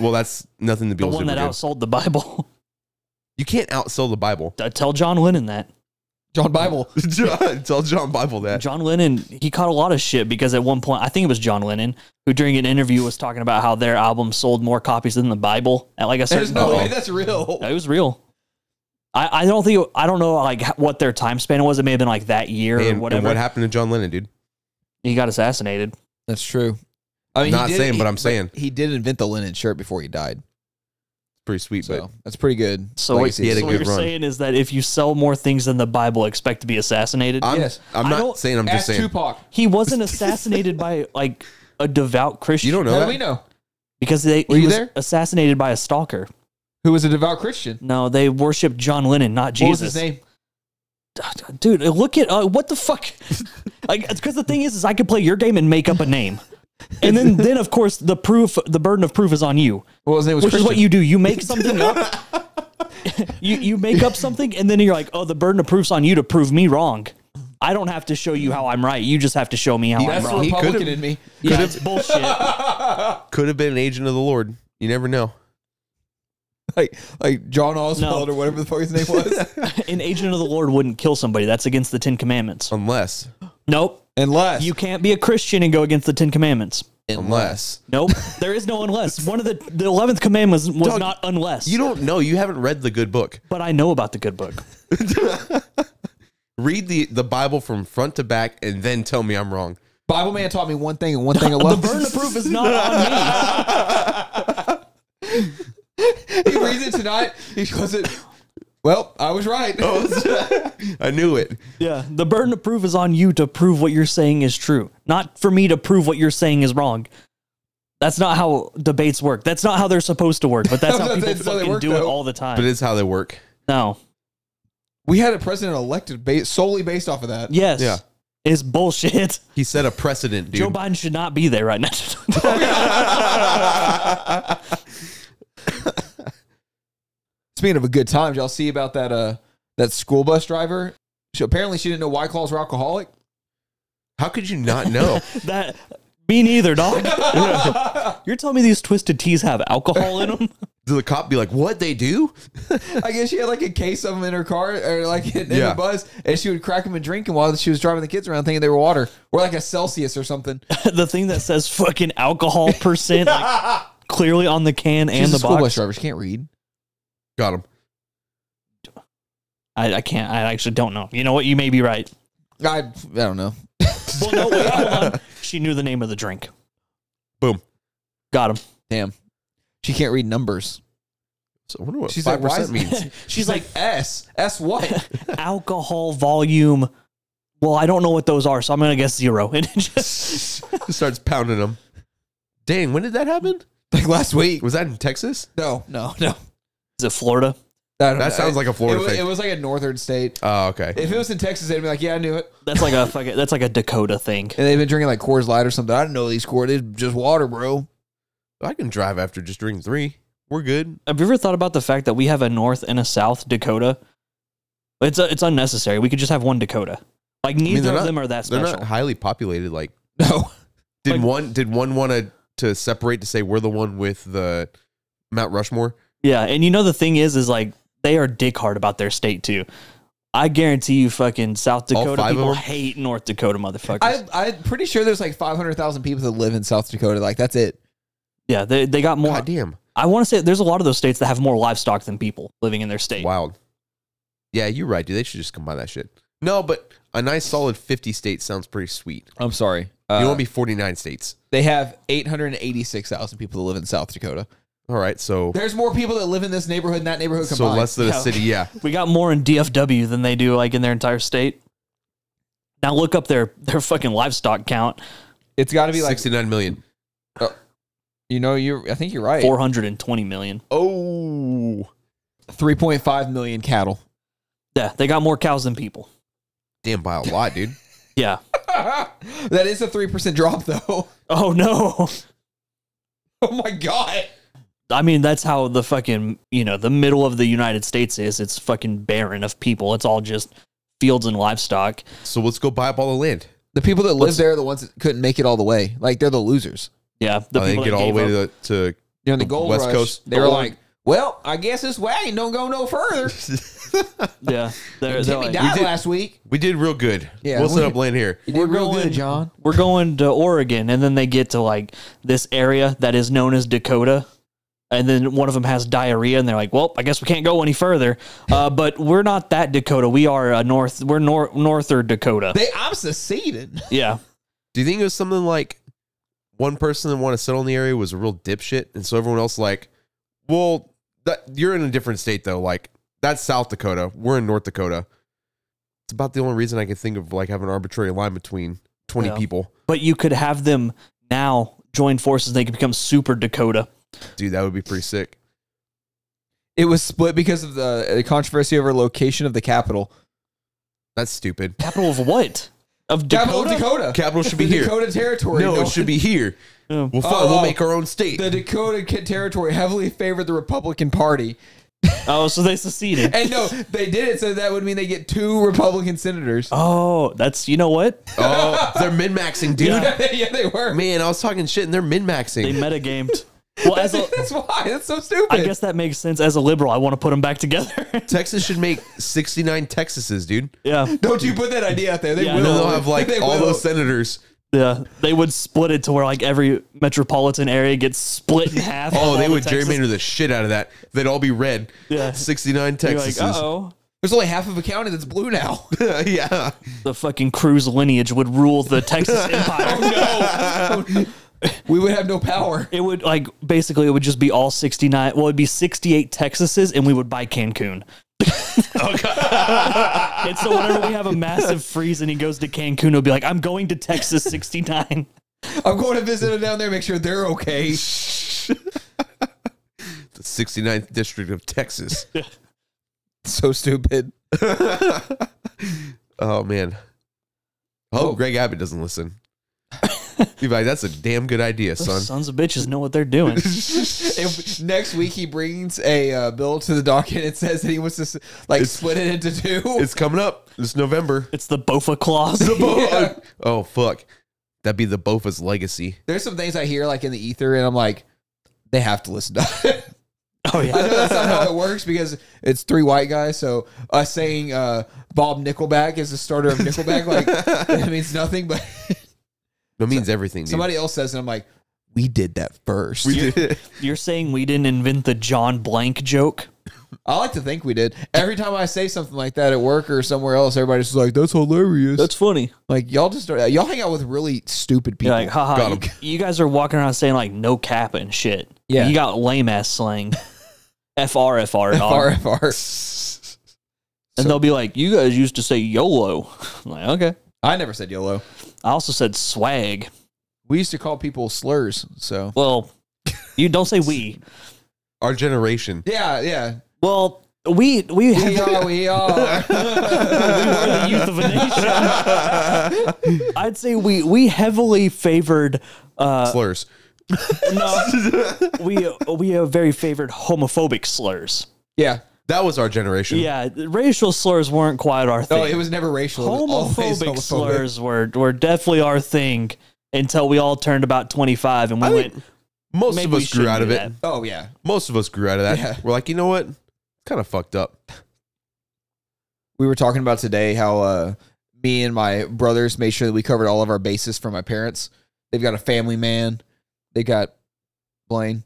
Speaker 2: Well, that's nothing the
Speaker 1: the
Speaker 2: Beatles
Speaker 1: one
Speaker 2: ever
Speaker 1: that
Speaker 2: did.
Speaker 1: outsold the Bible. [LAUGHS] Uh,
Speaker 2: You can't outsell the Bible. [LAUGHS]
Speaker 1: Tell John Lennon that.
Speaker 3: John Bible.
Speaker 2: John, tell John Bible that.
Speaker 1: John Lennon, he caught a lot of shit because at one point, I think it was John Lennon, who during an interview was talking about how their album sold more copies than the Bible at like a
Speaker 3: There's
Speaker 1: certain
Speaker 3: no
Speaker 1: point.
Speaker 3: way that's real.
Speaker 1: No, It was real. I, I don't think I don't know like h- what their time span was. It may have been like that year
Speaker 2: And-
Speaker 1: or
Speaker 2: and
Speaker 1: whatever.
Speaker 2: what happened to John Lennon, dude?
Speaker 1: he got assassinated.
Speaker 3: That's true. I mean, he
Speaker 2: Not
Speaker 3: did-
Speaker 2: saying,
Speaker 3: he-
Speaker 2: but I'm saying.
Speaker 3: he did invent the linen shirt before he died.
Speaker 2: Pretty sweet,
Speaker 3: So that's pretty good.
Speaker 1: So what,
Speaker 3: legacy.
Speaker 2: he had a
Speaker 1: so what
Speaker 2: good
Speaker 1: you're
Speaker 2: run.
Speaker 1: saying is that if you sell more things than the Bible, expect to be assassinated.
Speaker 2: but I'm,
Speaker 3: Yes.
Speaker 2: I'm
Speaker 1: I
Speaker 2: not
Speaker 1: don't-
Speaker 2: saying. I'm just
Speaker 3: Ask
Speaker 2: saying.
Speaker 3: Tupac.
Speaker 1: he wasn't assassinated by like a devout Christian.
Speaker 2: You don't know
Speaker 3: How
Speaker 2: that?
Speaker 3: do we know?
Speaker 1: because they
Speaker 3: Were
Speaker 1: he
Speaker 3: you
Speaker 1: was
Speaker 3: there?
Speaker 1: assassinated by a stalker.
Speaker 3: Who was a devout Christian?
Speaker 1: No, they worshipped John Lennon, not Jesus.
Speaker 3: What was his name?
Speaker 1: dude look at uh, what the fuck [LAUGHS] like because the thing is is i could play your game and make up a name and then then of course the proof the burden of proof is on you
Speaker 3: Well, his name was
Speaker 1: which is
Speaker 3: Christian.
Speaker 1: what you do you make something up [LAUGHS] you, you make up something and then you're like oh the burden of proof's on you to prove me wrong i don't have to show you how i'm right you just have to show me how i'm
Speaker 3: That's the
Speaker 1: wrong
Speaker 2: He could've-
Speaker 3: Republican in me.
Speaker 1: yeah, it's bullshit
Speaker 2: Could have been an agent of the Lord. You never know.
Speaker 3: [LAUGHS] Like like John Oswald
Speaker 1: No.
Speaker 3: or whatever the fuck his name [LAUGHS] was.
Speaker 1: an agent of the lord wouldn't kill somebody that's against the ten commandments
Speaker 2: Unless,
Speaker 1: nope
Speaker 3: Unless
Speaker 1: you can't be a christian and go against the ten commandments
Speaker 2: unless
Speaker 1: Nope. There is no unless. One of the the eleventh commandment was, was
Speaker 2: Dog,
Speaker 1: not unless.
Speaker 2: you don't know. You haven't read the good book.
Speaker 1: but I know about the good book.
Speaker 2: Read the the Bible from front to back, and then tell me I'm wrong.
Speaker 3: Bible man taught me one thing and one thing
Speaker 1: The
Speaker 3: [LAUGHS] alone.
Speaker 1: burden of proof is not on me.
Speaker 3: he reads it tonight. He goes it. Well, I was right.
Speaker 2: I knew it.
Speaker 1: Yeah. The burden of proof is on you to prove what you're saying is true, not for me to prove what you're saying is wrong. That's not how debates work. That's not how they're supposed to work. But that's how
Speaker 3: That's-
Speaker 1: people
Speaker 3: that's how they
Speaker 1: fucking
Speaker 3: work,
Speaker 1: do it
Speaker 3: though.
Speaker 1: all the time.
Speaker 2: But it's how they work.
Speaker 1: no.
Speaker 3: We had a president elected based, solely based off of that.
Speaker 1: Yes.
Speaker 2: Yeah.
Speaker 1: It's bullshit.
Speaker 2: He set a precedent, dude.
Speaker 1: Joe Biden should not be there right now. [LAUGHS]
Speaker 3: Speaking of a good time, y'all see about that uh that school bus driver? She, apparently, she didn't know White Claws were alcoholic.
Speaker 2: How could you not know?
Speaker 1: that me neither, [LAUGHS] dog. You're telling me these twisted teas have alcohol in [LAUGHS] them?
Speaker 2: Did the cop be like, "What they do?"
Speaker 3: I guess she had like a case of them in her car or like [LAUGHS] in, in
Speaker 2: Yeah.
Speaker 3: the bus, and she would crack them and drink them while she was driving the kids around, thinking they were water or like a Celsius or
Speaker 2: [LAUGHS]
Speaker 3: something.
Speaker 1: the thing that says fucking alcohol percent like, clearly on the can and
Speaker 3: She's
Speaker 1: the
Speaker 3: a school
Speaker 1: box.
Speaker 3: bus driver. She can't read.
Speaker 2: Got him.
Speaker 1: I, I can't. I actually don't know. You know what? You may be right.
Speaker 3: I I don't know.
Speaker 1: Well, no, wait, hold on. [LAUGHS] She knew the name of the drink.
Speaker 2: Boom.
Speaker 1: Got him.
Speaker 3: Damn, she can't read numbers.
Speaker 2: So I wonder what
Speaker 3: She's
Speaker 2: five
Speaker 3: like, why
Speaker 2: percent
Speaker 3: is-
Speaker 2: means.
Speaker 3: [LAUGHS]
Speaker 1: She's like
Speaker 3: S
Speaker 1: [LAUGHS]
Speaker 3: S what?
Speaker 1: alcohol volume. Well, I don't know what those are, so I'm gonna guess zero. [LAUGHS] And it just
Speaker 2: Starts pounding them. Dang, when did that happen?
Speaker 3: like last week?
Speaker 2: Was that in Texas?
Speaker 3: No, no, no.
Speaker 1: is it Florida?
Speaker 3: I don't
Speaker 2: That
Speaker 3: know.
Speaker 2: sounds like a Florida
Speaker 3: it was,
Speaker 2: thing.
Speaker 3: It was like a northern state.
Speaker 2: Oh, okay.
Speaker 3: If it was in Texas, they'd be like, "Yeah, I knew it."
Speaker 1: That's like a fucking. That's like a Dakota thing.
Speaker 3: And they've been drinking like Coors Light or something. I didn't know these Coors. It's just water, bro. [LAUGHS]
Speaker 2: I can drive after just drinking three. We're good.
Speaker 1: Have you ever thought about the fact that we have a North and a South Dakota? It's uh, it's unnecessary. We could just have one Dakota. Like neither
Speaker 2: they're
Speaker 1: of
Speaker 2: not-
Speaker 1: them are that
Speaker 2: They're
Speaker 1: special.
Speaker 2: not highly populated. Like,
Speaker 3: No,
Speaker 2: did
Speaker 1: Like-
Speaker 2: one did one want to to separate to say we're the one with the Mount Rushmore?
Speaker 1: Yeah, and you know the thing is, is like they are dick hard about their state too. I guarantee you, fucking South
Speaker 2: All
Speaker 1: Dakota
Speaker 2: five of
Speaker 1: people
Speaker 2: them?
Speaker 1: hate North Dakota motherfuckers.
Speaker 3: I I'm pretty sure there's like 500,000 people that live in South Dakota. Like that's it.
Speaker 1: yeah, they they got more.
Speaker 2: God damn,
Speaker 1: I want to say there's a lot of those states that have more livestock than people living in their state.
Speaker 2: wild. Yeah, you're right, dude. They should just combine that shit. No, but a nice solid 50 states sounds pretty sweet.
Speaker 3: I'm sorry. Uh,
Speaker 2: you want to be 49 states?
Speaker 3: they have 886,000 people that live in South Dakota.
Speaker 2: All right, so
Speaker 3: There's more people that live in this neighborhood and that neighborhood
Speaker 2: so
Speaker 3: combined.
Speaker 2: less than
Speaker 1: Yeah.
Speaker 2: a city.
Speaker 3: [LAUGHS]
Speaker 2: Yeah,
Speaker 1: We got more in DFW than they do like in their entire state. Now look up their their fucking livestock count.
Speaker 3: it's got to be like
Speaker 2: sixty nine million.
Speaker 3: you know you. I think you're right.
Speaker 1: 420 million.
Speaker 2: Oh,
Speaker 3: Three point five million cattle. [LAUGHS]
Speaker 1: Yeah, they got more cows than people.
Speaker 2: damn, by a lot, dude. [LAUGHS]
Speaker 1: Yeah.
Speaker 3: that is a three percent drop though. [LAUGHS]
Speaker 1: Oh no.
Speaker 3: Oh my god.
Speaker 1: I mean, that's how the fucking, you know, the middle of the United States is. It's fucking barren of people. It's all just fields and livestock.
Speaker 2: So let's go buy up all the land.
Speaker 3: The people that live there are the ones that couldn't make it all the way. Like they're the losers.
Speaker 1: Yeah. The
Speaker 2: I
Speaker 1: people
Speaker 2: think Uh, Oh, get
Speaker 1: that
Speaker 2: all the
Speaker 1: gave
Speaker 2: way to,
Speaker 1: up.
Speaker 2: the, to
Speaker 3: You know, in the
Speaker 2: The
Speaker 3: gold
Speaker 2: West
Speaker 3: rush,
Speaker 2: Coast.
Speaker 3: They were
Speaker 1: Gold-
Speaker 3: like, "Well, I guess this wagon don't go
Speaker 2: [LAUGHS]
Speaker 3: no further."
Speaker 1: Yeah. They're, they're
Speaker 3: Timmy
Speaker 1: like,
Speaker 3: died
Speaker 2: did-
Speaker 3: last week.
Speaker 2: we did real good.
Speaker 3: [LAUGHS] Yeah,
Speaker 2: we'll set
Speaker 3: we-
Speaker 2: up land here.
Speaker 3: You
Speaker 1: We're
Speaker 3: did real
Speaker 1: going-
Speaker 3: good, John.
Speaker 1: we're going to Oregon. And then they get to like this area that is known as Dakota. And then one of them has diarrhea, and they're like, "Well, I guess we can't go any further."
Speaker 2: [LAUGHS]
Speaker 1: Uh, but we're not that Dakota. We are a north. We're nor- norther
Speaker 2: [LAUGHS]
Speaker 1: Dakota.
Speaker 3: They, I'm [LAUGHS] seceded.
Speaker 1: Yeah,
Speaker 2: Do you think it was something like one person that wanted to settle in the area was a real dipshit, and so everyone else like, well, that, you're in a different state though. Like that's South Dakota. We're in North Dakota. It's about the only reason I can think of like having an arbitrary line between twenty
Speaker 1: Yeah.
Speaker 2: people.
Speaker 1: but you could have them now join forces. They could become super Dakota.
Speaker 2: Dude, that would be pretty sick.
Speaker 3: It was split because of the, the controversy over location of the capital.
Speaker 2: That's stupid.
Speaker 1: Capital of what? Of
Speaker 3: Capital
Speaker 1: Dakota.
Speaker 3: of Dakota.
Speaker 2: Capital should be
Speaker 3: [LAUGHS] the
Speaker 2: here.
Speaker 3: Dakota territory.
Speaker 2: no, it should be here.
Speaker 1: [LAUGHS] Yeah.
Speaker 2: Well, fine,
Speaker 3: Oh,
Speaker 2: we'll
Speaker 3: oh.
Speaker 2: make our own
Speaker 3: [LAUGHS]
Speaker 2: state.
Speaker 3: The Dakota ca- territory heavily favored the Republican Party,
Speaker 1: Oh, so they seceded.
Speaker 2: [LAUGHS]
Speaker 3: and no, they did it so that would mean they get two Republican senators. [LAUGHS]
Speaker 1: Oh, that's you know what?
Speaker 2: oh, they're min maxing, dude.
Speaker 1: Yeah.
Speaker 3: yeah, they were.
Speaker 2: Man, I was talking shit, and they're min
Speaker 1: They
Speaker 2: maxing.
Speaker 1: metagamed. Well,
Speaker 3: [LAUGHS]
Speaker 1: as a,
Speaker 3: That's why. That's so stupid.
Speaker 1: I guess that makes sense. As a liberal, I want to put them back together. [LAUGHS]
Speaker 2: Texas should make sixty nine Texases, dude.
Speaker 1: yeah,
Speaker 3: Don't you put that idea out there. They
Speaker 1: Yeah,
Speaker 3: will.
Speaker 2: And then they'll have like
Speaker 3: [LAUGHS] They
Speaker 2: all
Speaker 3: will.
Speaker 2: those senators.
Speaker 1: yeah. They would split it to where like every metropolitan area gets split in half.
Speaker 2: Oh, they
Speaker 1: All
Speaker 2: would
Speaker 1: the Texas-
Speaker 2: gerrymander the shit out of that. They'd all be red.
Speaker 1: Yeah.
Speaker 2: 69
Speaker 1: You're
Speaker 2: Texases.
Speaker 1: Like, oh,
Speaker 3: There's only half of a county that's blue now.
Speaker 2: [LAUGHS] yeah.
Speaker 1: the fucking Cruz lineage would rule the Texas empire.
Speaker 3: no. [LAUGHS] we would have no power.
Speaker 1: It would like basically it would just be all sixty nine. Well, it'd be sixty eight Texases, and we would buy Cancun. [LAUGHS] and so whenever we have a massive freeze and he goes to Cancun, he'll be like, "I'm going to Texas sixty nine.
Speaker 3: I'm going to visit them down there, make sure they're okay.
Speaker 2: The 69th district of Texas.
Speaker 3: So stupid.
Speaker 2: oh, man. Oh, Greg Abbott
Speaker 1: [LAUGHS]
Speaker 2: doesn't listen. He's like, that's a damn good idea,
Speaker 1: Those
Speaker 2: son.
Speaker 1: sons of bitches know what they're doing.
Speaker 3: If next week he brings a uh, bill to the docket and says that he wants to s- like split it into two, [LAUGHS]
Speaker 2: It's coming up. It's
Speaker 1: [LAUGHS]
Speaker 2: November.
Speaker 1: It's the Bofa clause.
Speaker 3: Yeah.
Speaker 2: [LAUGHS] Oh, fuck. That'd be the Bofa's legacy.
Speaker 3: there's some things I hear like in the ether, and I'm like, they have to listen to. [LAUGHS] it.
Speaker 1: Oh
Speaker 3: I know
Speaker 1: yeah,
Speaker 3: that's not how it works because it's three white guys. So us saying uh, Bob Nickelback is the starter of Nickelback, like that means nothing. But [LAUGHS]
Speaker 2: That means everything. Dude.
Speaker 3: somebody else says, it, I'm like, we did that first.
Speaker 2: We did-
Speaker 1: you're saying we didn't invent the John Blank joke?
Speaker 3: I like to think we did. Every time I say something like that at work or somewhere else, everybody's just like, "That's hilarious."
Speaker 1: funny.
Speaker 3: like y'all just start, y'all hang out with really stupid
Speaker 1: You're
Speaker 3: people.
Speaker 1: like, haha,
Speaker 2: Got
Speaker 1: you, you guys are walking around saying like no cap and shit.
Speaker 3: Yeah.
Speaker 1: You got lame ass slang. FRFR. [LAUGHS] dog.
Speaker 3: FRFR.
Speaker 1: And
Speaker 3: So-
Speaker 1: they'll be like, you guys used to say YOLO. I'm like, okay.
Speaker 3: I never said YOLO.
Speaker 1: I also said swag.
Speaker 3: We used to call people slurs. So
Speaker 1: Well, you don't say we.
Speaker 2: [LAUGHS] Our generation.
Speaker 3: yeah, yeah.
Speaker 1: Well, we we have
Speaker 3: We
Speaker 1: we
Speaker 3: are. We
Speaker 1: [LAUGHS]
Speaker 3: are.
Speaker 1: are the youth of a nation. [LAUGHS] I'd say we we heavily favored uh
Speaker 2: Slurs.
Speaker 1: no, we we have very favored homophobic slurs.
Speaker 3: yeah.
Speaker 2: That was our generation.
Speaker 1: Yeah, racial slurs weren't quite our thing.
Speaker 3: No, Oh, it was never racial. It was always
Speaker 1: homophobic
Speaker 3: homophobic.
Speaker 1: slurs were were definitely our thing until we all turned about 25 and we
Speaker 2: I
Speaker 1: went
Speaker 2: think most
Speaker 1: maybe
Speaker 2: of
Speaker 1: we
Speaker 2: us grew
Speaker 1: shouldn't
Speaker 2: out
Speaker 1: do
Speaker 2: of it.
Speaker 1: that.
Speaker 3: Oh yeah.
Speaker 2: Most of us grew out of that.
Speaker 3: Yeah.
Speaker 2: We're like, you know what? Kind of fucked up.
Speaker 3: we were talking about today how uh, me and my brothers made sure that we covered all of our bases for my parents. They've got a family man. They got Blaine,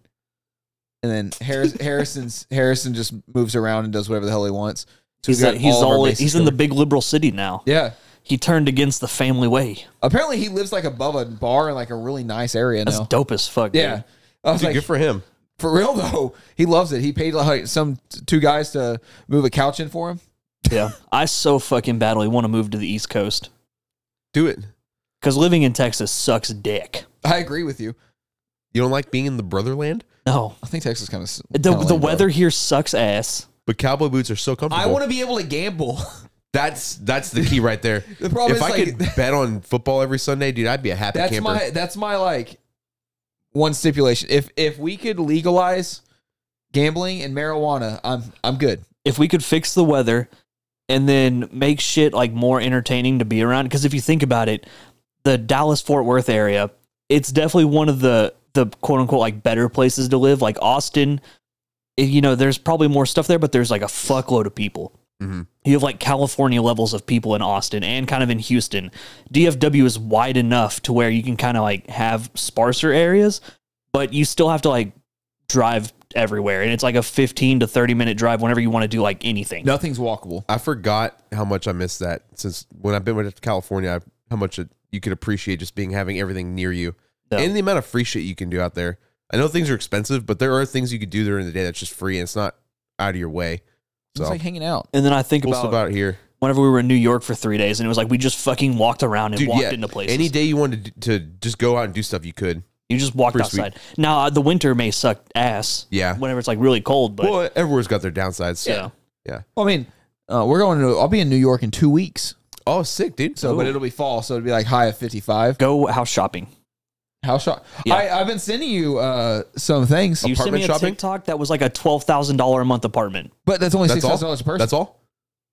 Speaker 3: and then
Speaker 1: [LAUGHS]
Speaker 3: Harris, Harrison's Harrison just moves around and does whatever the hell he wants. So
Speaker 1: he's,
Speaker 3: we've got
Speaker 1: a- he's
Speaker 3: all of our
Speaker 1: all
Speaker 3: bases
Speaker 1: he's in the
Speaker 3: covered.
Speaker 1: big liberal city now
Speaker 3: yeah.
Speaker 1: he turned against the family way
Speaker 3: Apparently, he lives like above a bar in like a really nice area
Speaker 1: that's
Speaker 3: now.
Speaker 1: dope as fuck
Speaker 3: Yeah,
Speaker 1: dude.
Speaker 3: I was
Speaker 2: Dude,
Speaker 3: like,
Speaker 2: good for him.
Speaker 3: For real though, he loves it. He paid like some t- two guys to move a couch in for him.
Speaker 1: [LAUGHS] Yeah. I so fucking badly want to move to the East Coast
Speaker 2: Do it.
Speaker 1: because living in Texas sucks dick.
Speaker 3: I agree with you.
Speaker 2: You don't like being in the brotherland,
Speaker 1: No.
Speaker 3: I think Texas kind of
Speaker 1: The, the weather here sucks ass.
Speaker 2: but cowboy boots are so comfortable.
Speaker 3: I want to be able to gamble. [LAUGHS]
Speaker 2: That's that's the key right there.
Speaker 3: The problem
Speaker 2: if
Speaker 3: is
Speaker 2: I
Speaker 3: like
Speaker 2: could [LAUGHS] bet on football every Sunday, dude, I'd be a happy
Speaker 3: that's
Speaker 2: camper.
Speaker 3: my that's my like one stipulation. If if we could legalize gambling and marijuana, I'm I'm good.
Speaker 1: If we could fix the weather and then make shit like more entertaining to be around, because if you think about it, the Dallas Fort Worth area, it's definitely one of the the quote unquote like better places to live. Like Austin, eh, you know, there's probably more stuff there, but there's like a fuckload of people.
Speaker 2: Mhm.
Speaker 1: You have like California levels of people in Austin and kind of in Houston. DFW is wide enough to where you can kind of like have sparser areas, but you still have to like drive everywhere. And it's like a 15 to 30 minute drive whenever you want to do like anything.
Speaker 3: Nothing's walkable.
Speaker 2: I forgot how much I missed that since when I've been with California, I, how much it, you could appreciate just being having everything near you
Speaker 1: Yeah.
Speaker 2: and the amount of free shit you can do out there. I know things are expensive, but there are things you could do during the day that's just free and it's not out of your way. So
Speaker 3: It's like hanging out.
Speaker 1: And then I think
Speaker 2: cool
Speaker 1: about,
Speaker 2: stuff out here,
Speaker 1: whenever we were in New York for three days and it was like we just fucking walked around and
Speaker 2: dude.
Speaker 1: walked
Speaker 2: Yeah,
Speaker 1: into places.
Speaker 2: any day you wanted to, to just go out and do stuff, you could.
Speaker 1: You just walked
Speaker 2: Pretty sweet.
Speaker 1: outside. Now uh, the winter may suck ass
Speaker 2: Yeah.
Speaker 1: whenever it's like really cold, but
Speaker 2: well, everywhere's got their downsides.
Speaker 1: yeah,
Speaker 3: Well, I mean, uh, we're going to. I'll be in New York in two weeks.
Speaker 2: Oh, sick, dude.
Speaker 3: So, but it'll be fall, so it'll be like high of fifty five.
Speaker 1: go house shopping.
Speaker 3: How shot?
Speaker 1: Yeah.
Speaker 3: I, I've been sending you uh, some things,
Speaker 1: You sent
Speaker 2: Apartment
Speaker 1: me a
Speaker 2: shopping?
Speaker 1: TikTok that was like a twelve thousand dollar a month apartment.
Speaker 3: but that's only six
Speaker 2: That's all?
Speaker 3: thousand dollars a person.
Speaker 2: That's all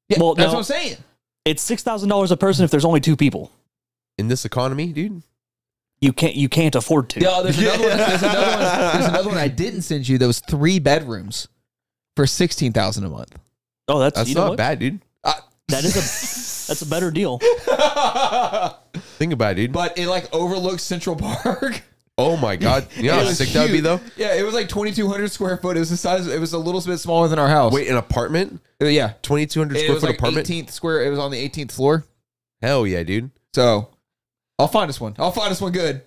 Speaker 3: Yeah,
Speaker 1: Well,
Speaker 3: that's
Speaker 1: no.
Speaker 3: what I'm saying.
Speaker 1: It's six thousand dollars a person if there's only two people.
Speaker 2: in this economy, dude.
Speaker 1: You can't you can't afford to.
Speaker 3: No, there's another one. There's another one.
Speaker 2: [LAUGHS]
Speaker 3: There's another one I didn't send you. That was three bedrooms for sixteen thousand a month. [LAUGHS]
Speaker 1: Oh, that's,
Speaker 2: That's
Speaker 1: you know
Speaker 2: not
Speaker 1: what?
Speaker 2: bad, dude.
Speaker 1: That is a that's a better
Speaker 2: [LAUGHS]
Speaker 1: deal.
Speaker 2: Think about it, dude.
Speaker 3: but it like overlooks Central Park. [LAUGHS]
Speaker 2: Oh my god, you know how
Speaker 3: It was
Speaker 2: sick that would be
Speaker 3: huge.
Speaker 2: though.
Speaker 3: Yeah, it was like twenty two hundred square foot. It was the size. It was a little bit smaller than our house.
Speaker 2: Wait, an apartment,
Speaker 3: Uh, yeah,
Speaker 2: twenty two hundred
Speaker 3: it
Speaker 2: square
Speaker 3: was
Speaker 2: foot
Speaker 3: like
Speaker 2: apartment.
Speaker 3: 18th square. It was on the 18th floor.
Speaker 2: Hell yeah, dude.
Speaker 3: So I'll find us one. I'll find us one good.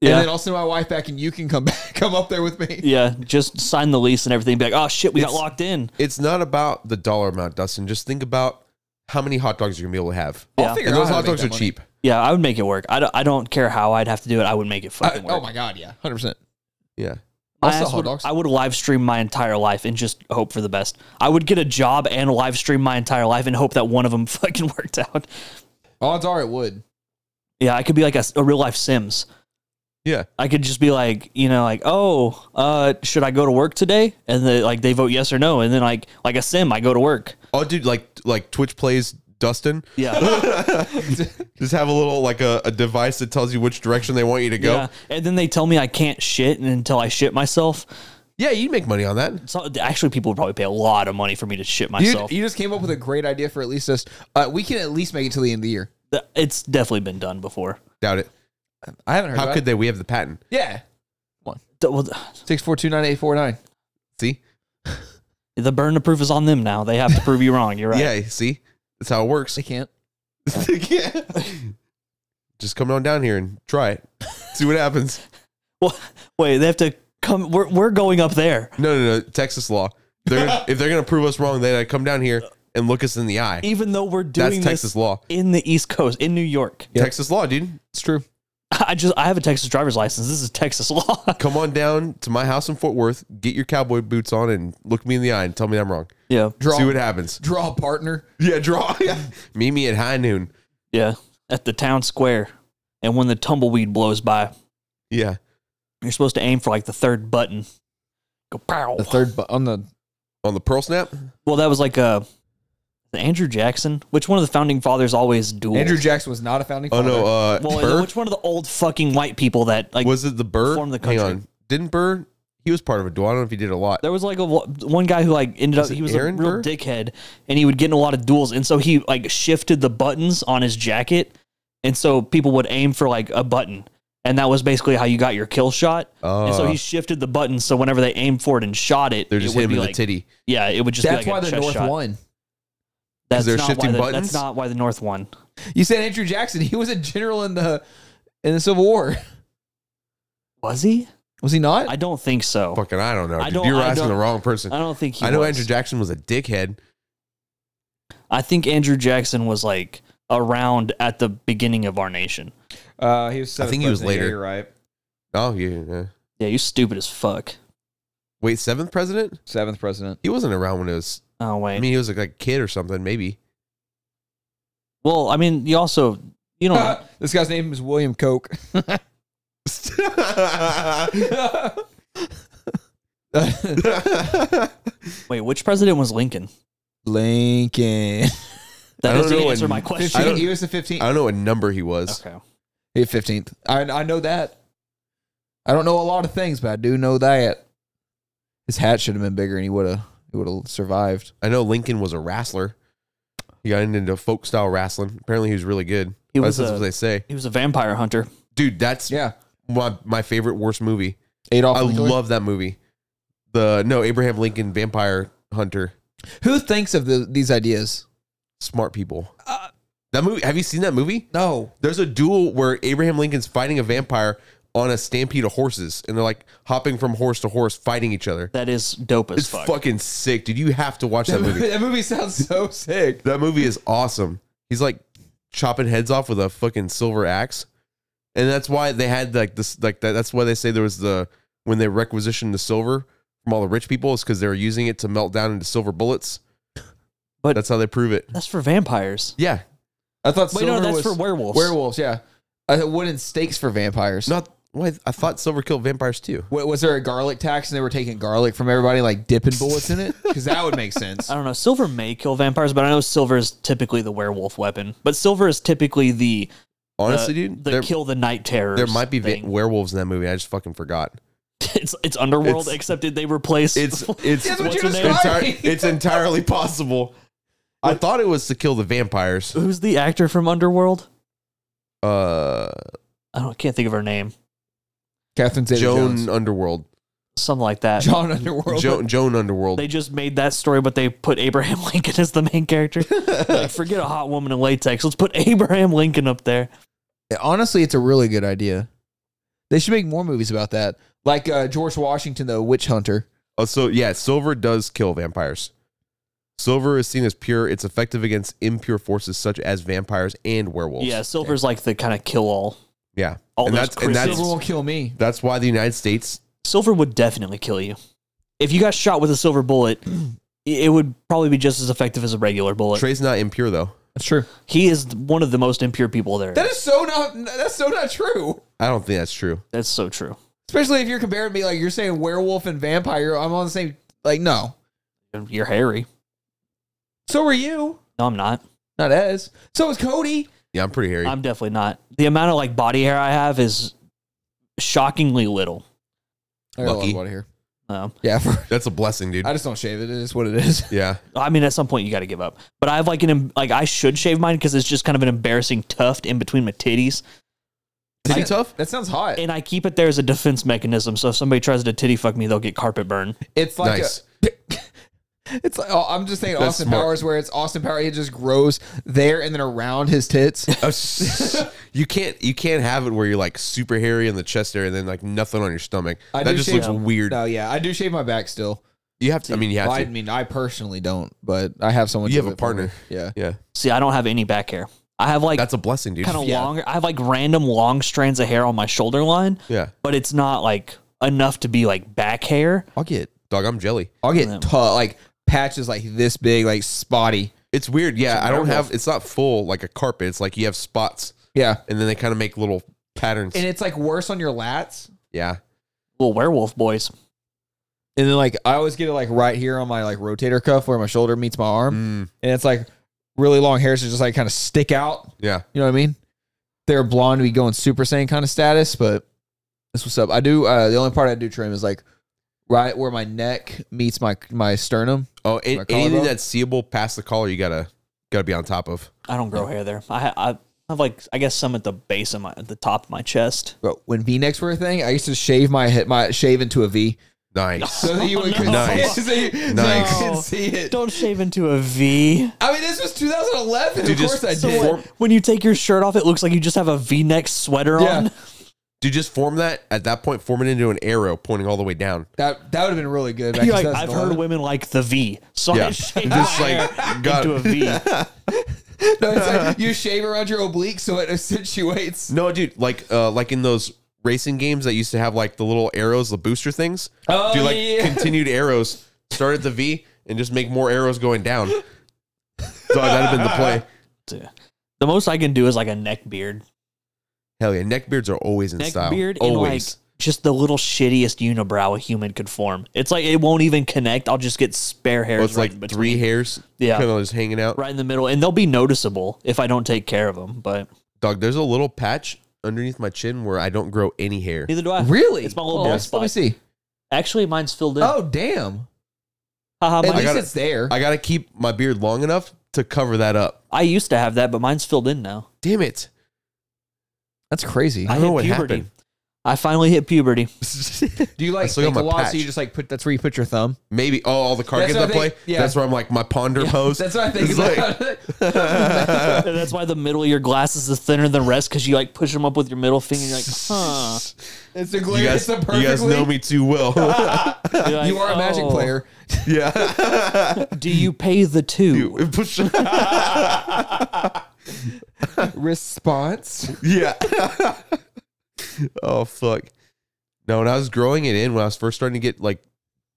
Speaker 1: Yeah.
Speaker 3: And then I'll send my wife back, and you can come [LAUGHS] back, come up there with me.
Speaker 1: Yeah, just sign the lease and everything. Be like, oh shit, we got
Speaker 2: It's-
Speaker 1: locked in.
Speaker 2: It's not about the dollar amount, Dustin. Just think about how many hot dogs you're gonna be able to have.
Speaker 1: Yeah.
Speaker 3: I'll figure
Speaker 2: And
Speaker 3: out
Speaker 2: those
Speaker 3: how
Speaker 2: hot
Speaker 3: to make
Speaker 2: dogs are
Speaker 3: that money.
Speaker 2: cheap.
Speaker 1: Yeah, I would make it work. I don't, I don't care how I'd have to do it. I would make it
Speaker 3: I,
Speaker 1: fucking work.
Speaker 3: oh my god, yeah, hundred percent.
Speaker 2: Yeah.
Speaker 1: My
Speaker 3: I'll sell
Speaker 1: ass
Speaker 3: hot
Speaker 1: would-
Speaker 3: dogs.
Speaker 1: I would live stream my entire life and just hope for the best. I would get a job and live stream my entire life and hope that one of them [LAUGHS] fucking worked out.
Speaker 3: Odds are it would.
Speaker 1: Yeah, I could be like a, a real life Sims.
Speaker 2: Yeah.
Speaker 1: I could just be like, you know, like, oh, uh, should I go to work today? And the, like they vote yes or no, and then like like a sim, I go to work.
Speaker 2: Oh dude, like like Twitch plays Dustin.
Speaker 1: [LAUGHS] Yeah,
Speaker 2: Just have a little like a, a device that tells you which direction they want you to go.
Speaker 1: yeah.
Speaker 2: Yeah,
Speaker 1: And then they tell me I can't shit until I shit myself.
Speaker 2: you make money on that.
Speaker 1: So actually, people would probably pay a lot of money for me to shit
Speaker 3: You,
Speaker 1: myself.
Speaker 3: you just came up with a great idea for at least us. Uh, we can at least make it till the end of the year.
Speaker 1: Th- it's definitely been done before.
Speaker 2: Doubt it.
Speaker 3: I haven't heard.
Speaker 2: How
Speaker 3: about
Speaker 2: could they? We have the patent.
Speaker 3: it. yeah
Speaker 1: The, well,
Speaker 3: six four two nine eight four nine.
Speaker 2: See?
Speaker 1: the burden of proof is on them now. They have to prove you wrong. You're right.
Speaker 2: Yeah, see? That's how it
Speaker 1: [LAUGHS]
Speaker 2: works.
Speaker 3: They can't.
Speaker 2: yeah. Just come on down here and try it. See what happens.
Speaker 1: Well, [LAUGHS] wait, they have to come. We're, we're going up there.
Speaker 2: No, no, no. Texas law. They're gonna, if they're going to prove us wrong, they gotta come down here and look us in the eye.
Speaker 1: Even though we're doing
Speaker 2: That's
Speaker 1: this
Speaker 2: Texas law.
Speaker 1: in the East Coast, in New York.
Speaker 2: Texas law, dude.
Speaker 3: It's true.
Speaker 1: [LAUGHS] I just I have a Texas driver's license. This is Texas [LAUGHS] law.
Speaker 2: Come on down to my house in Fort Worth, get your cowboy boots on, and look me in the eye and tell me I'm wrong.
Speaker 1: yeah,
Speaker 3: Draw.
Speaker 2: See what happens.
Speaker 3: Draw partner.
Speaker 2: Yeah, draw. [LAUGHS] Yeah. Meet me at high noon.
Speaker 1: yeah. At the town square, and when the tumbleweed blows by,
Speaker 2: Yeah.
Speaker 1: you're supposed to aim for like the third button. Go pow.
Speaker 3: The third bu- on the
Speaker 2: On the pearl snap?
Speaker 1: Well, that was like uh, Andrew Jackson. Which one of the founding fathers always dueled?
Speaker 3: Andrew Jackson was not a founding.
Speaker 2: Oh,
Speaker 3: Father.
Speaker 2: no. Uh,
Speaker 1: Well,
Speaker 2: Burr?
Speaker 1: which one of the old fucking white people that like
Speaker 2: was it the Burr?
Speaker 1: formed the
Speaker 2: Hang
Speaker 1: country.
Speaker 2: on. Didn't Burr? He was part of a duel. I don't know if he did a lot.
Speaker 1: There was like a wa- one guy who like ended
Speaker 2: Was
Speaker 1: up
Speaker 2: it
Speaker 1: he was
Speaker 2: Aaron
Speaker 1: a real
Speaker 2: Burr?
Speaker 1: dickhead and he would get in a lot of duels and so he like shifted the buttons on his jacket and so people would aim for like a button and that was basically how you got your kill shot and so
Speaker 2: Uh.
Speaker 1: he shifted the button so whenever they aimed for it and shot it
Speaker 2: They're just
Speaker 1: it would
Speaker 2: hitting
Speaker 1: be
Speaker 2: him in
Speaker 1: like
Speaker 2: the titty.
Speaker 1: yeah it would just
Speaker 3: That's
Speaker 1: be
Speaker 3: why
Speaker 1: like a
Speaker 3: the
Speaker 1: chest
Speaker 3: North
Speaker 1: shot.
Speaker 3: won.
Speaker 1: that's
Speaker 2: they're
Speaker 1: not why
Speaker 2: shifting
Speaker 1: the,
Speaker 2: buttons?
Speaker 1: that's not why the North won
Speaker 3: You said Andrew [LAUGHS] Jackson. He was a general in the in the Civil War.
Speaker 2: [LAUGHS]
Speaker 1: was he
Speaker 3: [LAUGHS] Was he not?
Speaker 1: I don't think so.
Speaker 2: Oh. Fucking, I don't know.
Speaker 1: I
Speaker 2: dude.
Speaker 1: don't-
Speaker 2: You're
Speaker 1: I
Speaker 2: asking
Speaker 1: don't-
Speaker 2: the wrong person.
Speaker 1: I don't think he
Speaker 2: I know
Speaker 1: was.
Speaker 2: Andrew Jackson was a dickhead.
Speaker 1: I think Andrew Jackson was like around at the beginning of our nation.
Speaker 4: Uh, he was.
Speaker 2: I
Speaker 4: Seventh
Speaker 2: think he was
Speaker 4: president. Yeah,
Speaker 2: later.
Speaker 4: You're right.
Speaker 2: Oh yeah. yeah.
Speaker 1: Yeah, you stupid as fuck.
Speaker 2: Wait, seventh president?
Speaker 4: Seventh president.
Speaker 2: He wasn't around when it was.
Speaker 1: Oh wait.
Speaker 2: I mean, he was like a kid or something, maybe. [LAUGHS]
Speaker 1: well, I mean, you also you don't
Speaker 3: Uh, [LAUGHS]
Speaker 1: know.
Speaker 4: this guy's name is William
Speaker 1: [LAUGHS]
Speaker 4: Coke.
Speaker 1: wait, which president was Lincoln?
Speaker 3: Lincoln.
Speaker 1: That
Speaker 2: I don't
Speaker 1: doesn't
Speaker 2: know
Speaker 1: answer
Speaker 2: when-
Speaker 1: my question.
Speaker 2: I don't-
Speaker 3: He was the 15th.
Speaker 2: I don't know what number he was.
Speaker 1: Okay.
Speaker 3: He was 15th. I, I know that. I don't know a lot of things, but I do know that. His hat should have been bigger and he would have he would have survived.
Speaker 2: I know Lincoln was a wrestler. He got into folk style wrestling. Apparently, he was really good.
Speaker 1: He
Speaker 2: Well,
Speaker 1: was
Speaker 2: that's what
Speaker 1: a
Speaker 2: they say,
Speaker 1: he was a vampire hunter.
Speaker 2: dude. That's
Speaker 3: Yeah.
Speaker 2: my my favorite worst movie.
Speaker 3: Adolf
Speaker 2: I
Speaker 3: Hitler.
Speaker 2: love that movie. The no Abraham Lincoln Vampire Hunter.
Speaker 3: Who thinks of the, these ideas?
Speaker 2: Smart people.
Speaker 3: Uh,
Speaker 2: that movie. Have you seen that movie?
Speaker 3: No.
Speaker 2: There's a duel where Abraham Lincoln's fighting a vampire on a stampede of horses, and they're like hopping from horse to horse, fighting each other.
Speaker 1: That is dope as
Speaker 2: It's
Speaker 1: fuck.
Speaker 2: fucking sick, dude. You have to watch that movie.
Speaker 3: [LAUGHS] that movie sounds so sick.
Speaker 2: that movie is awesome. He's like chopping heads off with a fucking silver axe, and that's why they had like this like that. That's why they say there was the when they requisitioned the silver from all the rich people is because they were using it to melt down into silver bullets.
Speaker 1: But-
Speaker 2: that's how they prove it.
Speaker 1: That's for vampires.
Speaker 2: Yeah,
Speaker 3: I thought
Speaker 1: Wait, no,
Speaker 3: silver
Speaker 1: that's for
Speaker 3: was
Speaker 1: werewolves.
Speaker 3: werewolves, yeah. I thought wooden stakes for vampires.
Speaker 2: not. Why I thought silver killed vampires too.
Speaker 3: Wa- was there a garlic tax and they were taking garlic from everybody, like dipping bullets in it? Because that would
Speaker 2: [LAUGHS]
Speaker 3: make sense.
Speaker 1: I don't know. Silver may kill vampires, but I know silver is typically the werewolf weapon. But silver is typically the
Speaker 2: Honestly,
Speaker 1: the,
Speaker 2: dude,
Speaker 1: the
Speaker 2: there,
Speaker 1: kill the night terrors.
Speaker 2: there might be va-
Speaker 1: thing. [LAUGHS]
Speaker 2: werewolves in that movie. I just fucking forgot.
Speaker 1: it's it's underworld,
Speaker 2: It's-
Speaker 1: except did they replace
Speaker 2: It's it's
Speaker 3: That's
Speaker 1: what you
Speaker 2: it's
Speaker 1: described.
Speaker 2: entir- it's entirely possible. I thought it was to kill the
Speaker 1: [LAUGHS]
Speaker 2: vampires.
Speaker 1: who's the actor from Underworld?
Speaker 2: Uh,
Speaker 1: I don't can't think of her name.
Speaker 3: Catherine Zeta
Speaker 2: Joan
Speaker 3: Jones.
Speaker 2: Underworld.
Speaker 1: Something like that.
Speaker 3: John Underworld.
Speaker 2: Joan, Joan Underworld.
Speaker 1: They just made that story, but they put Abraham [LAUGHS] Lincoln as the main character. like, forget a hot woman in latex. Let's put Abraham Lincoln up there.
Speaker 3: Honestly, it's a really good idea. They should make more movies about that. Like uh, George Washington, the witch hunter.
Speaker 2: Oh, so yeah, silver does kill vampires. Silver is seen as pure. It's effective against impure forces such as vampires and werewolves.
Speaker 1: Yeah, silver's like the kind of kill all.
Speaker 2: Yeah.
Speaker 1: All
Speaker 2: And
Speaker 1: those
Speaker 2: that's- and that's-
Speaker 1: Chris's-
Speaker 3: Silver won't kill me.
Speaker 2: That's why the United States.
Speaker 1: silver would definitely kill you. If you got shot with a silver bullet, [CLEARS THROAT] it would probably be just as effective as a regular bullet.
Speaker 2: Trey's not impure though.
Speaker 3: That's true.
Speaker 1: He is one of the most impure people there.
Speaker 3: That is so not. That's so not true.
Speaker 2: I don't think that's true.
Speaker 1: That's so true.
Speaker 3: Especially if you're comparing me, like you're saying werewolf and vampire. I'm on the same. Like no.
Speaker 1: You're hairy.
Speaker 3: So are you?
Speaker 1: No, I'm not.
Speaker 3: Not as. So is Cody.
Speaker 2: Yeah, I'm pretty hairy.
Speaker 1: I'm definitely not. The amount of like body hair I have is shockingly little.
Speaker 3: I got a lot
Speaker 2: Lucky.
Speaker 3: of water here.
Speaker 1: Um,
Speaker 2: [LAUGHS]
Speaker 3: Yeah. For,
Speaker 2: that's a blessing, dude.
Speaker 3: I just don't shave it. It is what it is. [LAUGHS]
Speaker 2: [LAUGHS] yeah.
Speaker 1: I mean, at some point you got to give up. But I have like an em- like I should shave mine because it's just kind of an embarrassing tuft in between my titties,
Speaker 2: Titty
Speaker 3: I-
Speaker 2: tough?
Speaker 3: That sounds hot.
Speaker 1: and I keep it there as a defense mechanism. So if somebody tries to titty fuck me, they'll get carpet burn.
Speaker 3: It's like
Speaker 2: Nice.
Speaker 3: a, [LAUGHS] it's like oh, I'm just saying
Speaker 2: That's
Speaker 3: Austin
Speaker 2: smart.
Speaker 3: Powers where it's Austin Powers it just grows there and then around his
Speaker 2: [LAUGHS]
Speaker 3: tits.
Speaker 2: Oh, s- [LAUGHS] you can't you can't have it where you're like super hairy in the chest area and then like nothing on your stomach.
Speaker 3: I
Speaker 2: that
Speaker 3: do
Speaker 2: just
Speaker 3: shave-
Speaker 2: looks weird.
Speaker 3: no, yeah, I do shave my back still.
Speaker 2: You have to. I mean, you have
Speaker 3: I
Speaker 2: to.
Speaker 3: mean, I personally don't, but I have someone.
Speaker 2: You
Speaker 3: do
Speaker 2: have a
Speaker 3: it for me.
Speaker 2: partner.
Speaker 3: Yeah,
Speaker 2: Yeah,
Speaker 1: See, I don't have any back hair. I have like
Speaker 2: that's a blessing, dude.
Speaker 1: kind of
Speaker 3: yeah.
Speaker 1: longer. I have like random long strands of hair on my shoulder line,
Speaker 2: yeah,
Speaker 1: but it's not like enough to be like back hair.
Speaker 3: I'll get,
Speaker 2: dog. I'm jelly.
Speaker 3: I'll
Speaker 1: Yeah.
Speaker 3: get tough like patches like this big, like spotty.
Speaker 2: It's weird. Yeah, I don't
Speaker 1: werewolf.
Speaker 2: have. It's not full like a carpet. It's like you have spots,
Speaker 3: Yeah,
Speaker 2: and then they kind of make little patterns.
Speaker 3: and it's like worse on your lats.
Speaker 2: yeah,
Speaker 1: Little werewolf boys.
Speaker 3: And then like I always get it like right here on my like rotator cuff where my shoulder meets my arm,
Speaker 2: Mm,
Speaker 3: and it's like really long hairs that just like kind of stick out.
Speaker 2: yeah.
Speaker 3: You know what I mean? They're blonde, we going Super Saiyan kind of status, but that's what's up. I do. Uh, the only part I do trim is like right where my neck meets my my sternum.
Speaker 2: Oh,
Speaker 3: My
Speaker 2: and anything
Speaker 3: collarbone?
Speaker 2: that's seeable past the collar, you gotta gotta be on top of.
Speaker 1: I don't grow hair there. I ha- I have like I guess some at the base of my at the top of my chest.
Speaker 3: But when V necks were a thing, I used to shave my hit my shave into a V,
Speaker 2: Nice.
Speaker 3: [LAUGHS] so that you would could
Speaker 2: Oh, Nice.
Speaker 3: see it. so you- so you
Speaker 2: Nice.
Speaker 3: could see it.
Speaker 1: Don't shave into a V.
Speaker 3: I mean, this was 2011.
Speaker 2: Dude,
Speaker 3: of
Speaker 2: just
Speaker 3: course I
Speaker 2: so
Speaker 3: did.
Speaker 2: what-
Speaker 1: When you take your shirt off, it looks like you just have a V-neck sweater
Speaker 3: Yeah.
Speaker 1: on.
Speaker 2: Dude, just form that at that point, form it into an arrow pointing all the way down.
Speaker 3: That that would have been really good. Back
Speaker 1: You're
Speaker 3: in
Speaker 1: like, I've heard
Speaker 3: 2011.
Speaker 1: women like the V. So I
Speaker 2: Yeah.
Speaker 1: shaved
Speaker 2: Just
Speaker 1: my
Speaker 2: like,
Speaker 1: hair
Speaker 2: got-
Speaker 1: into a
Speaker 2: [LAUGHS]
Speaker 1: V.
Speaker 3: No, [LAUGHS] it's like you shave around your oblique so it accentuates.
Speaker 2: No, dude, like uh like in those racing games that used to have like the little arrows, the booster things.
Speaker 3: Oh,
Speaker 2: Do like
Speaker 3: yeah.
Speaker 2: continued arrows. Start at the V and just make more arrows going down. So that'd have been the play.
Speaker 1: The most I can do is like a neck beard.
Speaker 2: Hell yeah, neck beards are always in
Speaker 1: Neck
Speaker 2: style.
Speaker 1: beard and like
Speaker 2: always.
Speaker 1: just the little shittiest unibrow a human could form. It's like it won't even connect. I'll just get spare hairs.
Speaker 2: Oh, it's
Speaker 1: right
Speaker 2: like
Speaker 1: in
Speaker 2: three
Speaker 1: between.
Speaker 2: hairs
Speaker 1: Yeah.
Speaker 2: kind of just hanging out.
Speaker 1: right in the middle, and they'll be noticeable if I don't take care of them. But
Speaker 2: Dog, there's a little patch underneath my chin where I don't grow any hair.
Speaker 1: neither do I.
Speaker 3: Really?
Speaker 1: It's my little
Speaker 3: Oh,
Speaker 1: bald
Speaker 3: Let me
Speaker 1: spot.
Speaker 3: see.
Speaker 1: Actually, mine's filled in.
Speaker 3: Oh damn!
Speaker 1: Haha,
Speaker 3: At
Speaker 1: mine-
Speaker 3: least
Speaker 2: gotta-
Speaker 3: it's there.
Speaker 2: I gotta keep my beard long enough to cover that up.
Speaker 1: I used to have that, but mine's filled in now.
Speaker 2: Damn it.
Speaker 3: That's crazy.
Speaker 1: I,
Speaker 2: don't
Speaker 1: hit
Speaker 2: know what
Speaker 1: puberty.
Speaker 2: happened.
Speaker 1: I finally hit puberty.
Speaker 3: Do you
Speaker 2: I
Speaker 3: like
Speaker 2: still got
Speaker 3: think a
Speaker 2: my
Speaker 3: lot?
Speaker 2: patch.
Speaker 3: So you just like put that's where you put your thumb.
Speaker 2: Maybe oh all the card
Speaker 3: That's
Speaker 2: games I
Speaker 3: what I
Speaker 2: play.
Speaker 3: think- yeah.
Speaker 2: That's where I'm like my ponder pose.
Speaker 3: That's what I think
Speaker 2: It's
Speaker 3: about.
Speaker 2: [LAUGHS] like-
Speaker 1: And that's why the middle of your glasses is thinner than the rest because you like push them up with your middle finger. You're like, huh?
Speaker 3: [LAUGHS] it's a glare.
Speaker 2: you
Speaker 3: it's
Speaker 2: guys,
Speaker 3: a perfectly.
Speaker 2: you guys know me too
Speaker 3: [LAUGHS]
Speaker 2: well. [LAUGHS]
Speaker 1: You're like,
Speaker 3: You are a magic
Speaker 1: "Oh,
Speaker 3: player.
Speaker 2: yeah. [LAUGHS]
Speaker 1: Do you pay the two?
Speaker 2: You- push-
Speaker 3: Response.
Speaker 2: yeah. [LAUGHS] oh fuck. No, when I was growing it in, when I was first starting to get like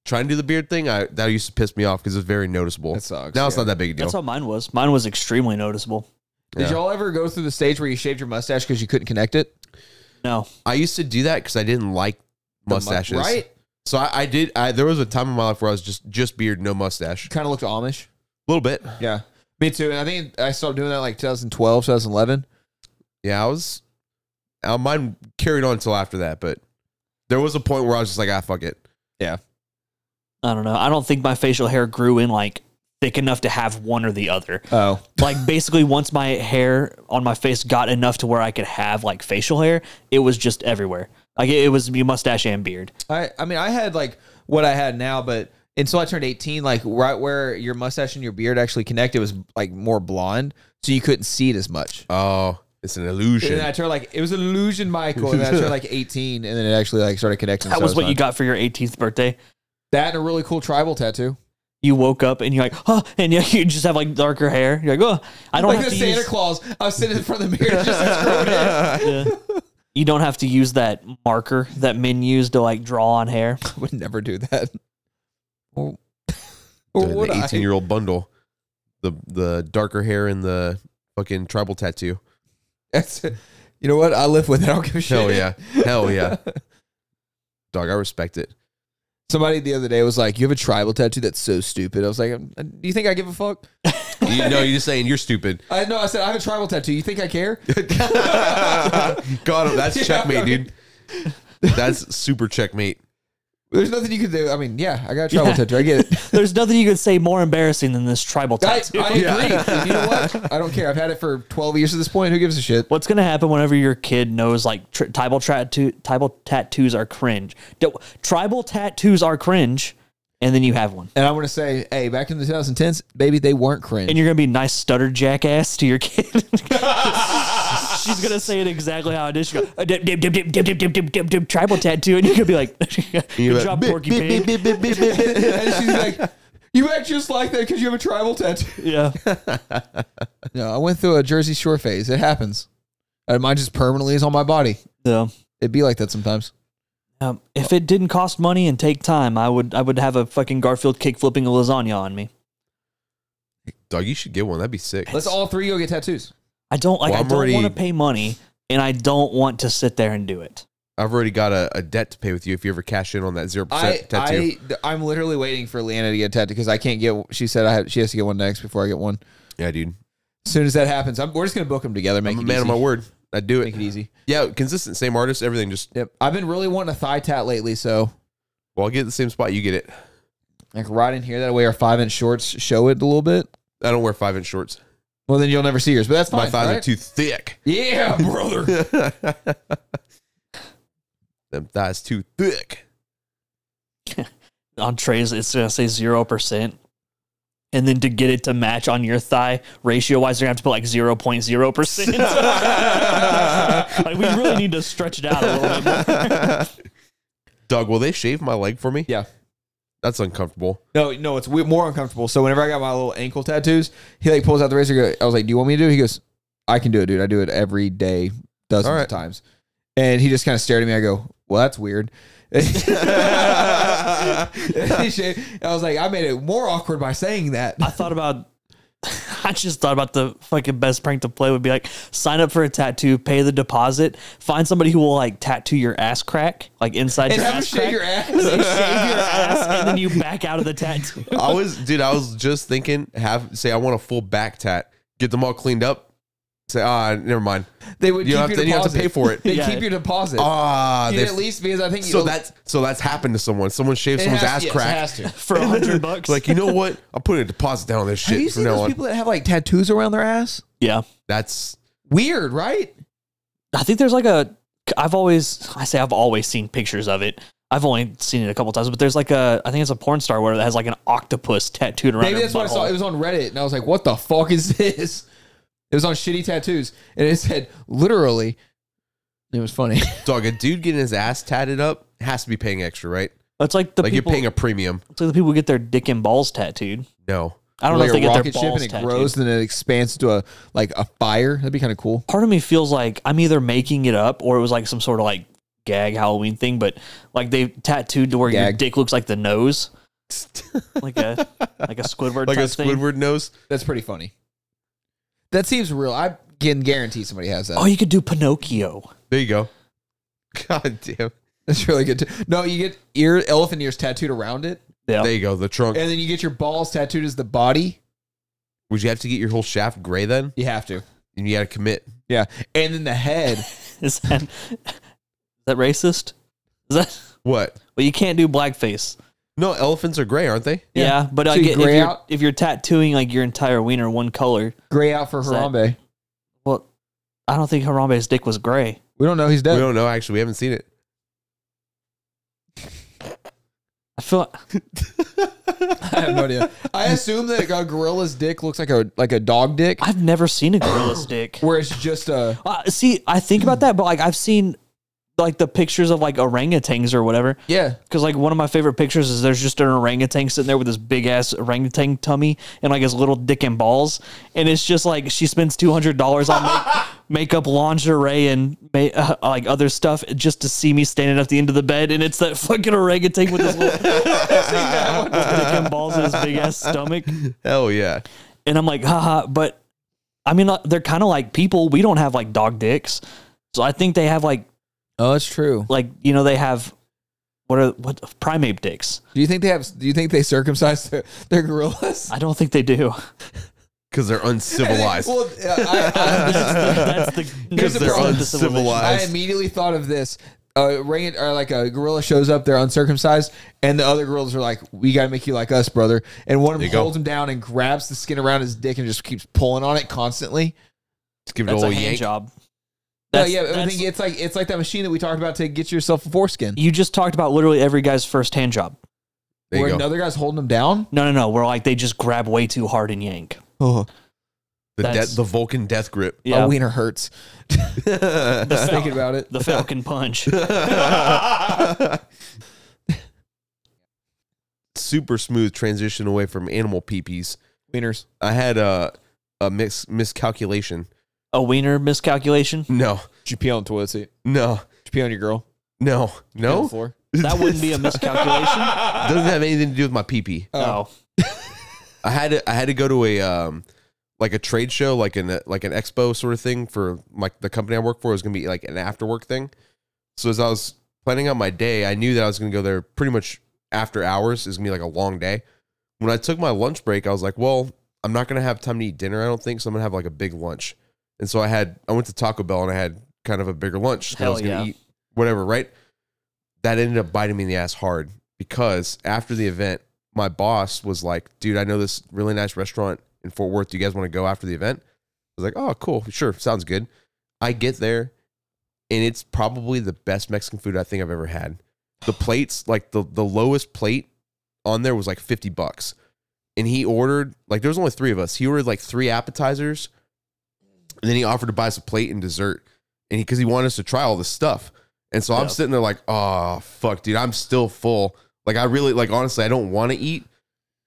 Speaker 2: trying to do the beard thing, I that used to piss me off because it's very noticeable.
Speaker 3: That sucks,
Speaker 2: Now it's
Speaker 3: yeah.
Speaker 2: not that big a deal.
Speaker 1: That's how mine was. Mine was extremely noticeable.
Speaker 2: Yeah.
Speaker 3: Did y'all ever go through the stage where you shaved your mustache because you couldn't connect it?
Speaker 1: No,
Speaker 2: I used to do that because I didn't like
Speaker 3: The mu-
Speaker 2: mustaches.
Speaker 3: right?
Speaker 2: So I, I did. I there was a time in my life where I was just just beard, no mustache.
Speaker 3: Kind of looked Amish.
Speaker 2: A little bit.
Speaker 3: Yeah, me too. And I think I stopped doing that like 2012, 2011.
Speaker 2: Yeah, I was. Uh, mine carried on until after that, but there was a point where I was just like, ah, fuck it.
Speaker 1: I don't know. I don't think my facial hair grew in like thick enough to have one or the other.
Speaker 3: Oh, [LAUGHS]
Speaker 1: Like basically, once my hair on my face got enough to where I could have like facial hair, it was just everywhere. Like it, it was your mustache and beard.
Speaker 3: I I mean I had like what I had now, but until I turned 18, like right where your mustache and your beard actually connected was like more blonde, so you couldn't see it as much.
Speaker 2: Oh, it's an
Speaker 3: And
Speaker 2: illusion.
Speaker 3: then I turned like it was an illusion, Michael. And then I
Speaker 1: [LAUGHS]
Speaker 3: turned like 18, and then it actually like started connecting.
Speaker 1: That
Speaker 3: so
Speaker 1: was
Speaker 3: it
Speaker 1: what you
Speaker 3: fun.
Speaker 1: got for your 18th birthday.
Speaker 3: That and a really cool tribal tattoo.
Speaker 1: You woke up and you're like, huh, and [LAUGHS] you, you just have like darker hair. You're like, oh, I don't
Speaker 3: Like
Speaker 1: have
Speaker 3: the
Speaker 1: to
Speaker 3: Santa
Speaker 1: use,
Speaker 3: Claus. I was sitting in front of the mirror
Speaker 1: [LAUGHS]
Speaker 3: just like, screwing it.
Speaker 1: Yeah. you don't have to use that marker that men use to like draw on hair.
Speaker 3: I [LAUGHS] would never do that. Or, or
Speaker 2: Dude,
Speaker 3: would
Speaker 2: the
Speaker 3: I?
Speaker 2: eighteen-year old bundle, the the darker hair and the fucking tribal tattoo.
Speaker 3: [LAUGHS] That's- you know what? I live with it. I don't give a shit.
Speaker 2: Hell yeah, hell yeah. [LAUGHS] Dog, I respect it.
Speaker 3: [LAUGHS] Somebody the other day was like, "You have a tribal tattoo. That's so stupid." I was like, "Um, "Do you think I give a fuck?"
Speaker 2: You know, you're just saying you're stupid.
Speaker 3: I know. I said, "I have a tribal tattoo. You think I care?"
Speaker 2: Got him. That's
Speaker 3: [LAUGHS] Yeah,
Speaker 2: checkmate,
Speaker 3: I
Speaker 2: dude.
Speaker 3: mean-
Speaker 2: That's super checkmate.
Speaker 3: There's nothing you can do. I mean, yeah, I got a tribal tattoo. I
Speaker 1: [LAUGHS]
Speaker 3: get it.
Speaker 1: There's nothing you could say more embarrassing than this tribal
Speaker 3: I,
Speaker 1: tattoo.
Speaker 3: I agree. You know what? I don't care. I've had it for 12 years at this point. Who gives a shit?
Speaker 1: What's gonna happen whenever your kid knows like tri- tribal tattoo tribal tattoos are cringe? Do- tribal tattoos are cringe, and then you have one,
Speaker 3: And I'm gonna say, hey, back in the 2010s, baby, they weren't cringe.
Speaker 1: and you're gonna be nice stutter jackass to your kid. [LAUGHS] She's gonna say it exactly how it is. She goes, "Uh, dip, dip, dip, dip, dip, dip, dip, dip, dip, dip, tribal tattoo, and you're gonna be like, [LAUGHS] "Good
Speaker 2: You're like,
Speaker 1: job,
Speaker 2: "Bip,
Speaker 1: Porky
Speaker 2: bip,
Speaker 1: Pig."
Speaker 2: bip, bip, bip, bip, bip, bip.
Speaker 3: [LAUGHS] and she's like, "You act just like that because you have a tribal tattoo."
Speaker 1: Yeah,
Speaker 3: No, I went through a Jersey Shore phase. It happens. And mine just permanently is on my body.
Speaker 1: yeah.
Speaker 3: It'd be like that sometimes.
Speaker 1: Um, if it didn't cost money and take time, I would I would have a fucking Garfield kick flipping a lasagna on me.
Speaker 2: Dog, you should get one. That'd be sick.
Speaker 3: Let's all three go get tattoos.
Speaker 1: I don't like.
Speaker 2: Well,
Speaker 1: I
Speaker 2: I'm
Speaker 1: don't
Speaker 2: already-
Speaker 1: want to pay money, and I don't want to sit there and do it.
Speaker 2: I've already got a, a debt to pay with you if you ever cash in on that zero
Speaker 3: I,
Speaker 2: percent tattoo.
Speaker 3: I I'm literally waiting for Leanna to get a tattoo because I can't get. She said I have, she has to get one next before I get one.
Speaker 2: yeah, dude.
Speaker 3: As soon as that happens, I'm, we're just gonna book them together. Make
Speaker 2: I'm a
Speaker 3: it
Speaker 2: man
Speaker 3: easy.
Speaker 2: of my word. I do
Speaker 3: Make it
Speaker 2: it.
Speaker 3: easy.
Speaker 2: Yeah, consistent, same artist, everything. Just
Speaker 3: Yep. I've been really wanting a thigh tat lately, so
Speaker 2: well, I'll get the same spot. You get it.
Speaker 3: like right in here. That way, our five inch shorts show it a little bit.
Speaker 2: I don't wear five inch shorts.
Speaker 3: Well, then you'll never see yours, but that's fine.
Speaker 2: My thighs are
Speaker 3: right?
Speaker 2: too thick. [LAUGHS]
Speaker 3: Yeah, [LAUGHS] brother.
Speaker 2: Them thighs too thick.
Speaker 1: on trays it's gonna say zero percent and then to get it to match on your thigh ratio wise, you're gonna have to put like zero point zero percent. [LAUGHS] Like we really need to stretch it out a little bit more.
Speaker 2: Doug, will they shave my leg for me?
Speaker 3: Yeah.
Speaker 2: That's
Speaker 3: [LAUGHS]
Speaker 2: uncomfortable.
Speaker 3: No, no, it's w- more uncomfortable. So whenever I got my little ankle tattoos, he like pulls out the razor. Go, I was like, "Do you want me to do?" it? He goes, "I can do it, dude. I do it every day, dozens
Speaker 2: All right.
Speaker 3: of times." And he just kind of stared at me. I go, "Well, that's weird." [LAUGHS] And he shaved. And I was like, "I made it more awkward by saying [LAUGHS] that."
Speaker 1: I thought about. [LAUGHS] I just thought about the fucking best prank to play would be like sign up for a tattoo, pay the deposit, find somebody who will like tattoo your ass crack, like inside
Speaker 3: And
Speaker 1: your
Speaker 3: have him
Speaker 1: ass crack.
Speaker 3: shave [LAUGHS] your ass.
Speaker 1: They shave your ass, and then [LAUGHS] you back out of the [LAUGHS] tattoo.
Speaker 2: I was, dude, I was just thinking, have say I want a full back tat, get them all cleaned up, say, ah, never mind.
Speaker 3: They would
Speaker 2: You
Speaker 3: keep
Speaker 2: have
Speaker 3: your
Speaker 2: to- you have to
Speaker 3: deposit.
Speaker 2: pay for it.
Speaker 3: They
Speaker 1: Yeah.
Speaker 3: keep your deposit.
Speaker 2: Ah,
Speaker 3: You'd
Speaker 2: they,
Speaker 3: at least because I think
Speaker 2: so
Speaker 3: you'll-
Speaker 2: that's so that's happened to someone. Someone shaved
Speaker 3: it
Speaker 2: someone's ass
Speaker 3: has- yes, it
Speaker 2: crack.
Speaker 3: has to.
Speaker 1: for a hundred bucks.
Speaker 2: Like, you know
Speaker 3: [LAUGHS]
Speaker 2: what? I'm putting a deposit down on this
Speaker 3: Have you
Speaker 2: shit from
Speaker 3: seen
Speaker 2: now
Speaker 3: those
Speaker 2: on.
Speaker 3: people that have like tattoos around their ass?
Speaker 1: yeah,
Speaker 2: That's
Speaker 3: Weird, right?
Speaker 1: I think there's like a. I've always, I say I've always seen pictures of it. I've only seen it a couple times, but there's like a, I think it's a porn star where that has like an octopus tattooed around.
Speaker 3: Maybe
Speaker 1: her
Speaker 3: that's what I saw.
Speaker 1: butthole.
Speaker 3: It was on Reddit, and I was like, "What the fuck is this?" It was on shitty tattoos, and it said literally. It was funny.
Speaker 2: dog. A dude getting his ass tatted up has to be paying extra, right?
Speaker 1: It's like the
Speaker 2: like
Speaker 1: people.
Speaker 2: you're paying a premium.
Speaker 1: it's like the people get their dick and balls tattooed.
Speaker 2: No,
Speaker 1: I don't know
Speaker 3: like
Speaker 1: if they
Speaker 3: a
Speaker 1: get their
Speaker 3: rocket ship,
Speaker 1: balls
Speaker 3: and it
Speaker 1: tattooed.
Speaker 3: grows, and then it expands to a like a fire. That'd be kind of cool.
Speaker 1: part of me feels like I'm either making it up or it was like some sort of like gag Halloween thing, but like they tattooed to where your
Speaker 3: Gag.
Speaker 1: dick looks like the nose, like a like a Squidward
Speaker 2: like a
Speaker 1: type thing.
Speaker 2: Squidward nose.
Speaker 3: That's pretty funny. That seems real. I can guarantee somebody has that.
Speaker 1: Oh, you could do Pinocchio. [LAUGHS]
Speaker 2: There you go. God damn.
Speaker 3: That's really good. too. no, you get ear elephant ears tattooed around it,
Speaker 1: Yeah,
Speaker 2: There you go. The trunk.
Speaker 3: and then you get your balls tattooed as the body.
Speaker 2: Would you have to get your whole shaft gray then?
Speaker 3: You have to.
Speaker 2: And you got to commit.
Speaker 3: Yeah, and then the head.
Speaker 1: is that is that racist? Is that
Speaker 2: What?
Speaker 1: well? You can't do blackface.
Speaker 2: No, elephants are gray, aren't they?
Speaker 1: Yeah,
Speaker 3: Yeah.
Speaker 1: but
Speaker 3: So
Speaker 1: I
Speaker 3: you
Speaker 1: get if
Speaker 3: gray
Speaker 1: you're,
Speaker 3: out?
Speaker 1: if you're tattooing like your entire wiener one color,
Speaker 3: Gray out for
Speaker 1: Is that-
Speaker 3: Harambe.
Speaker 1: well, I don't think Harambe's dick was gray.
Speaker 3: We don't know he's
Speaker 2: We
Speaker 3: dead.
Speaker 2: don't know. Actually, we haven't seen it.
Speaker 1: I feel
Speaker 3: I have no idea. I assume that a gorilla's dick looks like a like a dog dick,
Speaker 1: I've never seen a gorilla's dick.
Speaker 3: where it's just a
Speaker 1: Uh, see, I think about that, but like I've seen like the pictures of like orangutans or whatever.
Speaker 3: yeah.
Speaker 1: Because like one of my favorite pictures is there's just an orangutan sitting there with his big ass orangutan tummy and like his little dick and balls, and it's just like she spends two hundred dollars on make, makeup, lingerie, and ma- uh, like other stuff just to see me standing at the end of the bed, and it's that fucking orangutan with his little [LAUGHS] dick and balls and his big ass stomach,
Speaker 2: Hell yeah.
Speaker 1: and I'm like, haha. But I mean, uh, they're kind of like people. We don't have like dog dicks, so I think they have like
Speaker 3: Oh, that's true.
Speaker 1: like you know they have what are what primate dicks?
Speaker 3: Do you think they have? Do you think they circumcise their, their gorillas?
Speaker 1: I don't think they do. [LAUGHS]
Speaker 2: Because they're [LAUGHS] uncivilized.
Speaker 3: Well, uh, I, I,
Speaker 1: That's the that's
Speaker 3: Here's the
Speaker 1: the
Speaker 2: they're
Speaker 3: problem.
Speaker 1: concept of civilization.
Speaker 3: I
Speaker 2: uncivilized.
Speaker 3: immediately thought of this. Uh, ring or like a gorilla shows up, they're uncircumcised, and the other gorillas are like, "We gotta make you like us, brother." And one of
Speaker 2: There
Speaker 3: them
Speaker 2: you go.
Speaker 3: holds him down and grabs the skin around his dick and just keeps pulling on it constantly.
Speaker 2: Just give it a
Speaker 1: That's a
Speaker 2: little
Speaker 1: hand
Speaker 2: yank.
Speaker 1: job.
Speaker 3: No,
Speaker 1: That's,
Speaker 3: yeah, I
Speaker 1: that's-
Speaker 3: think it's like it's like that machine that we talked about to get yourself a foreskin.
Speaker 1: you just talked about literally every guy's first hand job.
Speaker 2: There you
Speaker 3: where
Speaker 2: go.
Speaker 3: another guy's holding him down.
Speaker 1: No, no, no. Where like they just grab way too hard and yank.
Speaker 3: Oh,
Speaker 2: the, de-
Speaker 1: that's-
Speaker 2: the Vulcan death grip.
Speaker 1: Yeah,
Speaker 3: my wiener [LAUGHS] hurts.
Speaker 1: the, fal-
Speaker 3: Thinking about it.
Speaker 1: the Falcon punch. [LAUGHS]
Speaker 2: [LAUGHS] Super smooth transition away from animal peepees.
Speaker 3: Wieners.
Speaker 2: I had a, a mis- miscalculation.
Speaker 1: A wiener miscalculation.
Speaker 2: No,
Speaker 4: Did you pee on the toilet seat?
Speaker 2: no,
Speaker 4: Did you pee on your girl?
Speaker 2: no,
Speaker 4: Pee on the
Speaker 2: no.
Speaker 4: floor?
Speaker 1: That wouldn't be a [LAUGHS] miscalculation.
Speaker 2: Doesn't have anything to do with my peepee.
Speaker 3: Oh.
Speaker 1: No.
Speaker 2: I had to, I had to go to a um like a trade show, like an like an expo sort of thing for like the company I work for It was gonna be like an after work thing. So as I was planning out my day, I knew that I was gonna go there pretty much after hours. It's gonna be like a long day. When I took my lunch break, I was like, well, I'm not gonna have time to eat dinner. I don't think so. I'm gonna have like a big lunch. And so I had I went to Taco Bell and I had kind of a bigger lunch. 'cause I
Speaker 1: Hell
Speaker 2: was gonna
Speaker 1: yeah.
Speaker 2: eat whatever, right? That ended up biting me in the ass hard because after the event, my boss was like, dude, I know this really nice restaurant in Fort Worth. Do you guys want to go after the event? I was like, oh, cool. Sure. Sounds good. I get there and it's probably the best Mexican food I think I've ever had. The plates, like the, the lowest plate on there was like 50 bucks. and he ordered like there was only three of us. He ordered like three appetizers, and then he offered to buy us a plate and dessert, and because he, wanted us to try all this stuff. And so I'm
Speaker 1: Yeah.
Speaker 2: sitting there like, oh fuck, dude, I'm still full. Like I really like honestly, I don't want to eat,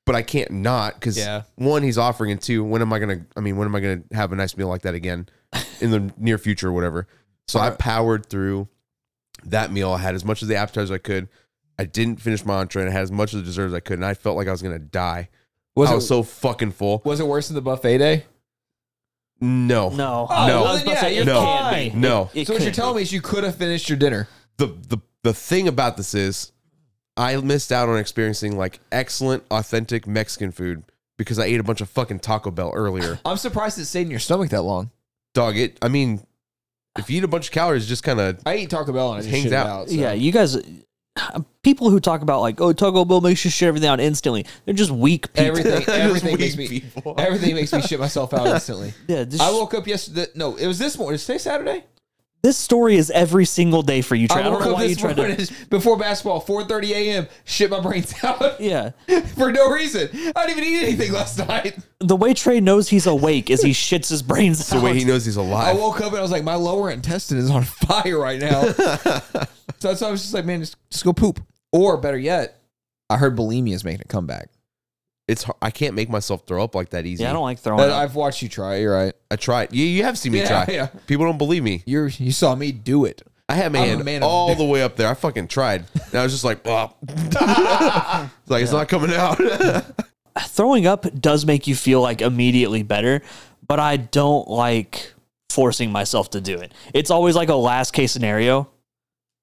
Speaker 2: but I can't not because
Speaker 3: Yeah.
Speaker 2: one, he's offering, and two, when am I gonna? I mean, when am I gonna have a nice meal like that again in
Speaker 3: [LAUGHS]
Speaker 2: the near future or whatever? So I
Speaker 3: Alright.
Speaker 2: powered through that meal. I had as much of the appetizer as I could. I didn't finish my entree, and I had as much of the dessert as I could, and I felt like I was gonna die.
Speaker 3: Was
Speaker 2: I
Speaker 3: it
Speaker 2: was so fucking full.
Speaker 3: was it worse than the buffet day?
Speaker 2: No,
Speaker 1: No.
Speaker 3: Oh,
Speaker 2: No.
Speaker 1: I was about to say,
Speaker 3: yeah,
Speaker 1: it
Speaker 2: you're
Speaker 1: can't
Speaker 3: fine.
Speaker 1: be.
Speaker 2: No.
Speaker 1: It- it
Speaker 3: so what you're
Speaker 1: couldn't
Speaker 3: telling
Speaker 1: be.
Speaker 3: me is you could have finished your dinner.
Speaker 2: the the the thing about this is, I missed out on experiencing like excellent, authentic Mexican food because I ate a bunch of fucking Taco Bell
Speaker 3: [LAUGHS]
Speaker 2: earlier.
Speaker 3: I'm surprised it stayed in your stomach that long.
Speaker 2: Dog, it. I mean, if you eat a bunch of calories, just kind of
Speaker 3: I eat Taco Bell and I
Speaker 2: It
Speaker 3: just
Speaker 2: hangs
Speaker 3: shit it
Speaker 2: out.
Speaker 3: out. so.
Speaker 1: Yeah, you guys, people who talk about like, oh, Taco Bell makes you shit everything out instantly, they're just weak people.
Speaker 2: [LAUGHS]
Speaker 3: everything everything makes me
Speaker 2: people. [LAUGHS]
Speaker 3: everything makes me shit myself out instantly.
Speaker 1: yeah, this,
Speaker 3: I woke up yesterday. No, it was this morning. Is today Saturday?
Speaker 1: [LAUGHS] this story is every single day for you. Trey. I,
Speaker 3: I
Speaker 1: don't
Speaker 3: woke
Speaker 1: know
Speaker 3: up
Speaker 1: why you
Speaker 3: this
Speaker 1: tried to.
Speaker 3: morning [LAUGHS] before basketball, 4:30 a.m. Shit my brains [LAUGHS]
Speaker 1: [LAUGHS]
Speaker 3: out
Speaker 1: Yeah,
Speaker 3: for no reason. I didn't even eat anything last night.
Speaker 1: the way Trey knows he's awake is he shits his brains
Speaker 2: the
Speaker 1: out.
Speaker 2: way
Speaker 3: [LAUGHS]
Speaker 2: he knows he's
Speaker 3: I
Speaker 2: alive.
Speaker 3: woke up and I was like, my lower intestine is on [LAUGHS] fire
Speaker 1: [LAUGHS]
Speaker 3: right now. so that's why I was just like, man, just, just go poop. Or better yet, I heard bulimia is making a comeback.
Speaker 2: It's har- I can't make myself throw up like that easy.
Speaker 1: Oh, yeah, I don't like throwing.
Speaker 3: But
Speaker 1: up.
Speaker 3: I've watched you try. You're right.
Speaker 2: I tried. You, you have seen me
Speaker 3: Yeah,
Speaker 2: try.
Speaker 3: yeah.
Speaker 2: People don't believe me.
Speaker 3: You you saw me do it.
Speaker 2: I had my
Speaker 3: I'm a
Speaker 2: hand
Speaker 3: man of-
Speaker 2: all the way up there. I fucking
Speaker 3: [LAUGHS]
Speaker 2: tried. And I was just like, "Blah." it's like it's not coming out. [LAUGHS]
Speaker 1: throwing up does make you feel like immediately better, but I don't like forcing myself to do it. It's always like a last case scenario,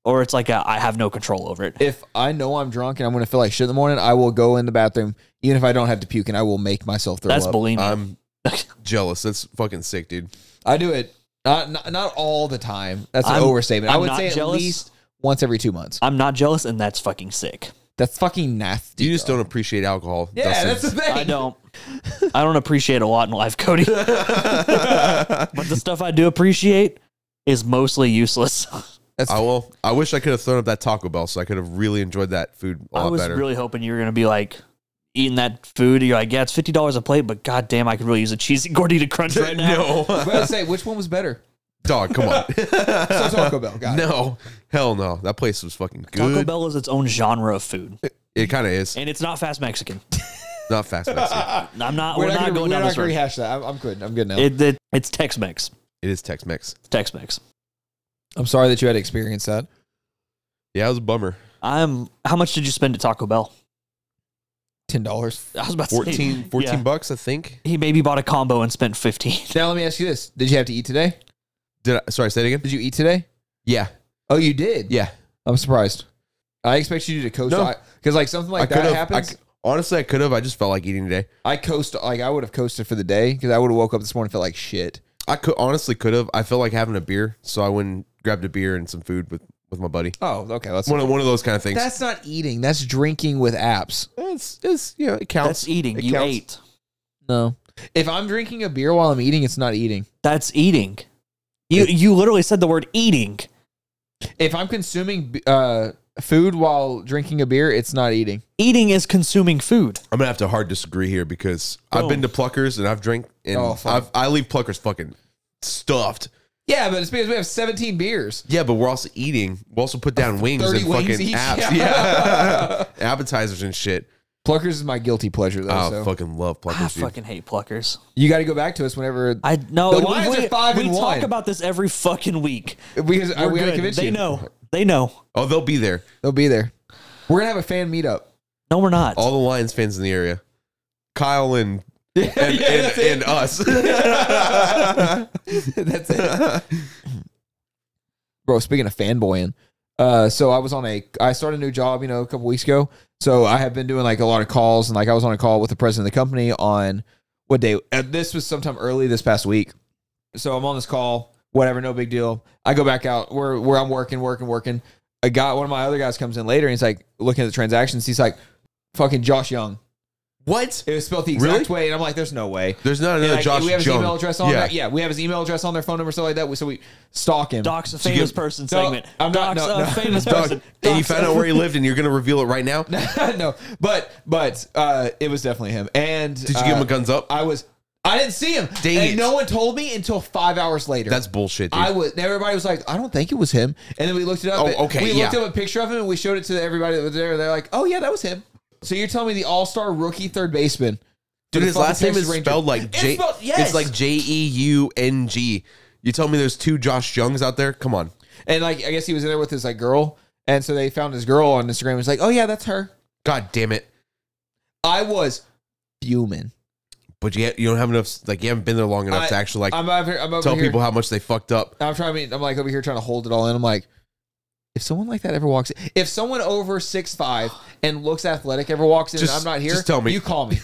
Speaker 1: or it's like a, I have no control over it.
Speaker 3: If I know I'm drunk and I'm going to feel like shit in the morning, I will go in the bathroom, even if I don't have to puke, and I will make myself throw
Speaker 1: That's
Speaker 3: up.
Speaker 1: bulimia.
Speaker 2: I'm [LAUGHS] jealous. That's fucking sick, dude.
Speaker 3: I do it not, not not all the time. That's an
Speaker 1: I'm-
Speaker 3: overstatement. i
Speaker 1: I'm
Speaker 3: would
Speaker 1: not
Speaker 3: say at
Speaker 1: jealous.
Speaker 3: least once every two months.
Speaker 1: I'm not jealous, and that's fucking sick.
Speaker 3: That's fucking nasty.
Speaker 2: You just don't appreciate alcohol.
Speaker 3: Yeah,
Speaker 2: Dustin.
Speaker 3: that's the thing.
Speaker 1: I don't. I don't appreciate a lot in life,
Speaker 2: [LAUGHS]
Speaker 1: Cody. but the stuff I do appreciate is mostly useless.
Speaker 2: I will. I wish I could have thrown up that Taco Bell, so I could have really enjoyed that food a
Speaker 1: I
Speaker 2: lot
Speaker 1: was
Speaker 2: better. [LAUGHS]
Speaker 1: really hoping you were gonna be like eating that food. You're like, yeah, it's fifty dollars a plate, but goddamn, I could really use a cheesy gordita crunch
Speaker 2: [LAUGHS]
Speaker 1: right now.
Speaker 2: no,
Speaker 3: [LAUGHS] But I'd say which one was better?
Speaker 2: dog,
Speaker 3: [LAUGHS]
Speaker 2: come on.
Speaker 3: So Taco Bell. Got [LAUGHS] it.
Speaker 2: no, hell no. That place was fucking good.
Speaker 1: Taco Bell is its own genre of food,
Speaker 2: It kind of is.
Speaker 1: and it's not fast Mexican.
Speaker 2: Not fast. Mexican.
Speaker 1: I'm not.
Speaker 3: We're,
Speaker 1: We're, not,
Speaker 3: not, gonna,
Speaker 1: going
Speaker 3: we're
Speaker 1: down
Speaker 3: not
Speaker 1: this
Speaker 3: gonna
Speaker 1: road.
Speaker 3: rehash that. I'm, I'm good. I'm good now.
Speaker 1: It, it- it's Tex-Mex.
Speaker 2: It is Tex-Mex.
Speaker 1: It's Tex-Mex.
Speaker 3: I'm sorry that you had to experience that.
Speaker 2: Yeah, it was a bummer.
Speaker 1: I'm. How much did you spend at Taco Bell? [LAUGHS]
Speaker 3: Ten dollars.
Speaker 1: I was about to
Speaker 2: 14,
Speaker 1: Say,
Speaker 2: 14
Speaker 1: yeah.
Speaker 2: bucks, I think.
Speaker 1: He maybe bought a combo and spent fifteen.
Speaker 3: Now let me ask you this: Did you have to eat today?
Speaker 2: Did I, sorry, say it again?
Speaker 3: Did you eat today?
Speaker 2: Yeah,
Speaker 3: Oh, you did.
Speaker 2: yeah.
Speaker 3: I'm surprised. I expect you to coast
Speaker 2: No.
Speaker 3: because like something like
Speaker 2: I could
Speaker 3: that
Speaker 2: have. I,
Speaker 3: happens.
Speaker 2: c- honestly, I could have. I just felt like eating today.
Speaker 3: I, coast like I would have coasted for the day because I would have woke up this morning and felt like shit.
Speaker 2: I could honestly could have. I felt like having a beer, so I went and grabbed a beer and some food with with my buddy.
Speaker 3: Oh, okay. That's
Speaker 2: One of one of those kind of things.
Speaker 3: that's not eating. That's drinking with apps.
Speaker 2: it's, it's you know it counts.
Speaker 1: That's eating.
Speaker 2: It
Speaker 1: You
Speaker 2: counts.
Speaker 1: ate.
Speaker 3: No. If I'm drinking a beer while I'm eating, it's not eating.
Speaker 1: That's eating. You you literally said the word eating.
Speaker 3: If I'm consuming b- uh, food while drinking a beer, it's not eating.
Speaker 1: Eating is consuming food.
Speaker 2: I'm gonna have to hard disagree here because I've been to Pluckers and I've drank and
Speaker 3: Oh, fuck.
Speaker 2: I've, I leave Pluckers fucking stuffed.
Speaker 3: Yeah, but it's because we have 17 beers.
Speaker 2: Yeah, but we're also eating. We also put down wings
Speaker 3: 30
Speaker 2: and
Speaker 3: wings
Speaker 2: fucking
Speaker 3: each,
Speaker 2: apps. [LAUGHS]
Speaker 3: yeah.
Speaker 2: Yeah, appetizers and shit.
Speaker 3: Pluckers is my guilty pleasure though.
Speaker 2: I
Speaker 3: so
Speaker 2: fucking love Pluckers.
Speaker 1: I
Speaker 3: Ah,
Speaker 2: dude.
Speaker 1: fucking hate pluckers.
Speaker 3: you got to go back to us whenever
Speaker 1: I know.
Speaker 3: The
Speaker 1: and
Speaker 3: Lions
Speaker 1: we,
Speaker 3: are five
Speaker 1: we
Speaker 3: and
Speaker 1: talk
Speaker 3: one.
Speaker 1: about this every fucking week.
Speaker 3: because
Speaker 1: We're
Speaker 3: we got to
Speaker 1: good.
Speaker 3: convince
Speaker 1: they
Speaker 3: you.
Speaker 1: know. They know.
Speaker 2: Oh, they'll be there.
Speaker 3: They'll be there. We're gonna have a fan meetup.
Speaker 1: No, we're not.
Speaker 2: All the Lions fans in the area. Kyle [LAUGHS] and
Speaker 3: [LAUGHS]
Speaker 2: and,
Speaker 3: that's
Speaker 2: and,
Speaker 3: it.
Speaker 2: and us. [LAUGHS]
Speaker 3: [LAUGHS] That's it. Bro, speaking of fanboying, uh, so I was on a I started a new job, you know, a couple weeks ago. So I have been doing like a lot of calls and like I was on a call with the president of the company on what day uh, this was sometime early this past week. So I'm on this call, whatever, no big deal. I go back out where where I'm working, working, working. I got one of my other guys comes in later and he's like looking at the transactions, he's like, fucking Josh Young.
Speaker 2: What?
Speaker 3: It was spelled the exact
Speaker 2: Really?
Speaker 3: way, and I'm like, "There's no way."
Speaker 2: There's not
Speaker 3: And
Speaker 2: another
Speaker 3: like,
Speaker 2: Josh
Speaker 3: we have his
Speaker 2: Jones.
Speaker 3: email address on
Speaker 2: yeah.
Speaker 3: there. Yeah, we have his email address on their phone number, stuff like that. So we stalk him.
Speaker 1: Doc's a
Speaker 3: So you
Speaker 1: famous
Speaker 3: get-
Speaker 1: person
Speaker 3: No,
Speaker 1: segment.
Speaker 3: I'm not-
Speaker 1: Doc's
Speaker 3: no,
Speaker 1: a
Speaker 3: no.
Speaker 1: famous
Speaker 3: Doc- [LAUGHS]
Speaker 1: person.
Speaker 2: Uh, And you
Speaker 1: Doc's
Speaker 2: found
Speaker 1: a-
Speaker 2: out where he lived, and you're gonna reveal it right [LAUGHS] now. Did
Speaker 3: no, but but uh, it was definitely him. And
Speaker 2: you give him a
Speaker 3: gun?
Speaker 2: guns up?
Speaker 3: I was. I didn't see him.
Speaker 2: Dang
Speaker 3: and
Speaker 2: it.
Speaker 3: no one told me until five hours later.
Speaker 2: That's bullshit, dude.
Speaker 3: I was. and Everybody was like, "I don't think it was him." And then we looked it up.
Speaker 2: Oh,
Speaker 3: and
Speaker 2: okay,
Speaker 3: We looked
Speaker 2: yeah.
Speaker 3: up a picture of him and we showed it to everybody that was there. They're like, "Oh yeah, that was him." So you're telling me the All Star rookie third baseman,
Speaker 2: Dude,
Speaker 3: for the
Speaker 2: his
Speaker 3: fucking
Speaker 2: last name
Speaker 3: Texas
Speaker 2: is
Speaker 3: Rangers-
Speaker 2: spelled like J.
Speaker 3: It's, spelled, yes.
Speaker 2: it's like J E U N G. You tell me there's two Josh Youngs out there? Come on,
Speaker 3: and like I guess he was in there with his like girl, and so they found his girl on Instagram. It was like, "Oh yeah, that's her."
Speaker 2: God damn it!
Speaker 3: I was fuming.
Speaker 2: But you, you don't have enough. Like you haven't been there long enough
Speaker 3: I-
Speaker 2: to actually like
Speaker 3: I'm over. I'm over
Speaker 2: tell
Speaker 3: here.
Speaker 2: people how much they fucked up.
Speaker 3: I'm trying. to be- I'm like over here trying to hold it all in. I'm like, if someone like that ever walks, if someone over six
Speaker 2: [GASPS]
Speaker 3: five and looks athletic ever walks in,
Speaker 2: Just-
Speaker 3: and I'm not here.
Speaker 2: just tell me.
Speaker 3: You call
Speaker 2: [LAUGHS]
Speaker 3: me.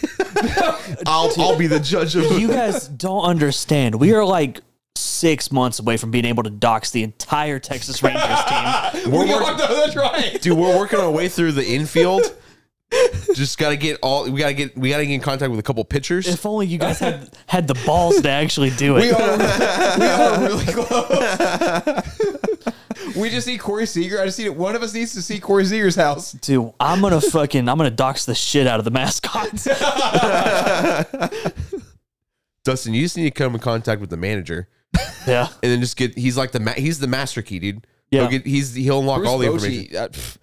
Speaker 2: I'll I'll be the judge
Speaker 3: [LAUGHS]
Speaker 2: of
Speaker 1: [LAUGHS] you guys don't understand. We are like six months away from being able to dox the entire Texas Rangers
Speaker 3: [LAUGHS]
Speaker 1: team.
Speaker 2: We're
Speaker 3: We are,
Speaker 2: working-
Speaker 3: though, that's
Speaker 2: [LAUGHS]
Speaker 3: right.
Speaker 2: dude. We're working our way through the infield. Just gotta get all. We gotta get. We gotta get in contact with a couple pitchers.
Speaker 1: If only you guys had had the balls to actually do
Speaker 3: We
Speaker 1: it.
Speaker 3: [LAUGHS] are, we are really close. [LAUGHS] we just need Corey Seager. I just need one of us needs to see Corey Seager's house.
Speaker 1: Dude, I'm gonna fucking I'm gonna dox the shit out of the
Speaker 2: [LAUGHS]
Speaker 1: mascots.
Speaker 2: Dustin, you just need to come in contact with the manager,
Speaker 1: Yeah.
Speaker 2: and then just get. He's like the ma- he's the master key, dude.
Speaker 1: Yeah.
Speaker 2: He'll get, he's he'll unlock
Speaker 3: Bruce
Speaker 2: all the
Speaker 3: Bochy,
Speaker 2: information.
Speaker 3: uh, pff,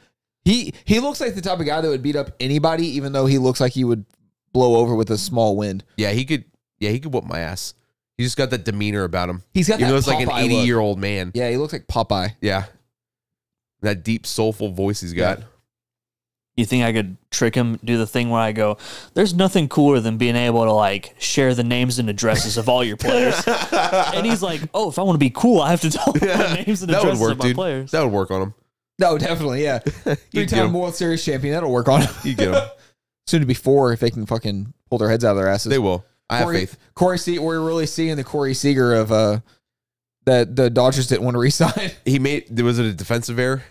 Speaker 3: he he looks like the type of guy that would beat up anybody, even though he looks like he would blow over with a small wind.
Speaker 2: Yeah, he could. Yeah, he could whoop my ass. He just got that demeanor about him.
Speaker 3: He's got
Speaker 2: Even
Speaker 3: that
Speaker 2: though it's like an
Speaker 3: Popeye look.
Speaker 2: eighty-year-old man. Yeah.
Speaker 3: Yeah, he looks like Popeye.
Speaker 2: that deep, soulful voice he's got.
Speaker 1: You think I could trick him, do the thing where I go, there's nothing cooler than being able to like share the names and addresses of all your
Speaker 2: [LAUGHS]
Speaker 1: players. and he's like, Oh, if I want to be cool, I have to tell them the names and
Speaker 2: That would
Speaker 1: addresses
Speaker 2: work,
Speaker 1: of my
Speaker 2: dude.
Speaker 1: players.
Speaker 2: That would work on
Speaker 3: [LAUGHS]
Speaker 2: him.
Speaker 3: No, definitely, yeah.
Speaker 2: [LAUGHS] You
Speaker 3: Three
Speaker 2: get
Speaker 3: time
Speaker 2: him.
Speaker 3: World Series champion. That'll work on him. [LAUGHS]
Speaker 2: You get him.
Speaker 3: Soon to be four if they can fucking pull their heads out of their asses.
Speaker 2: They will. I have
Speaker 3: Corey,
Speaker 2: faith.
Speaker 3: Corey Se- we're really seeing the Corey Seager of uh that the Dodgers didn't want to [LAUGHS] resign.
Speaker 2: He made. There was it a defensive error.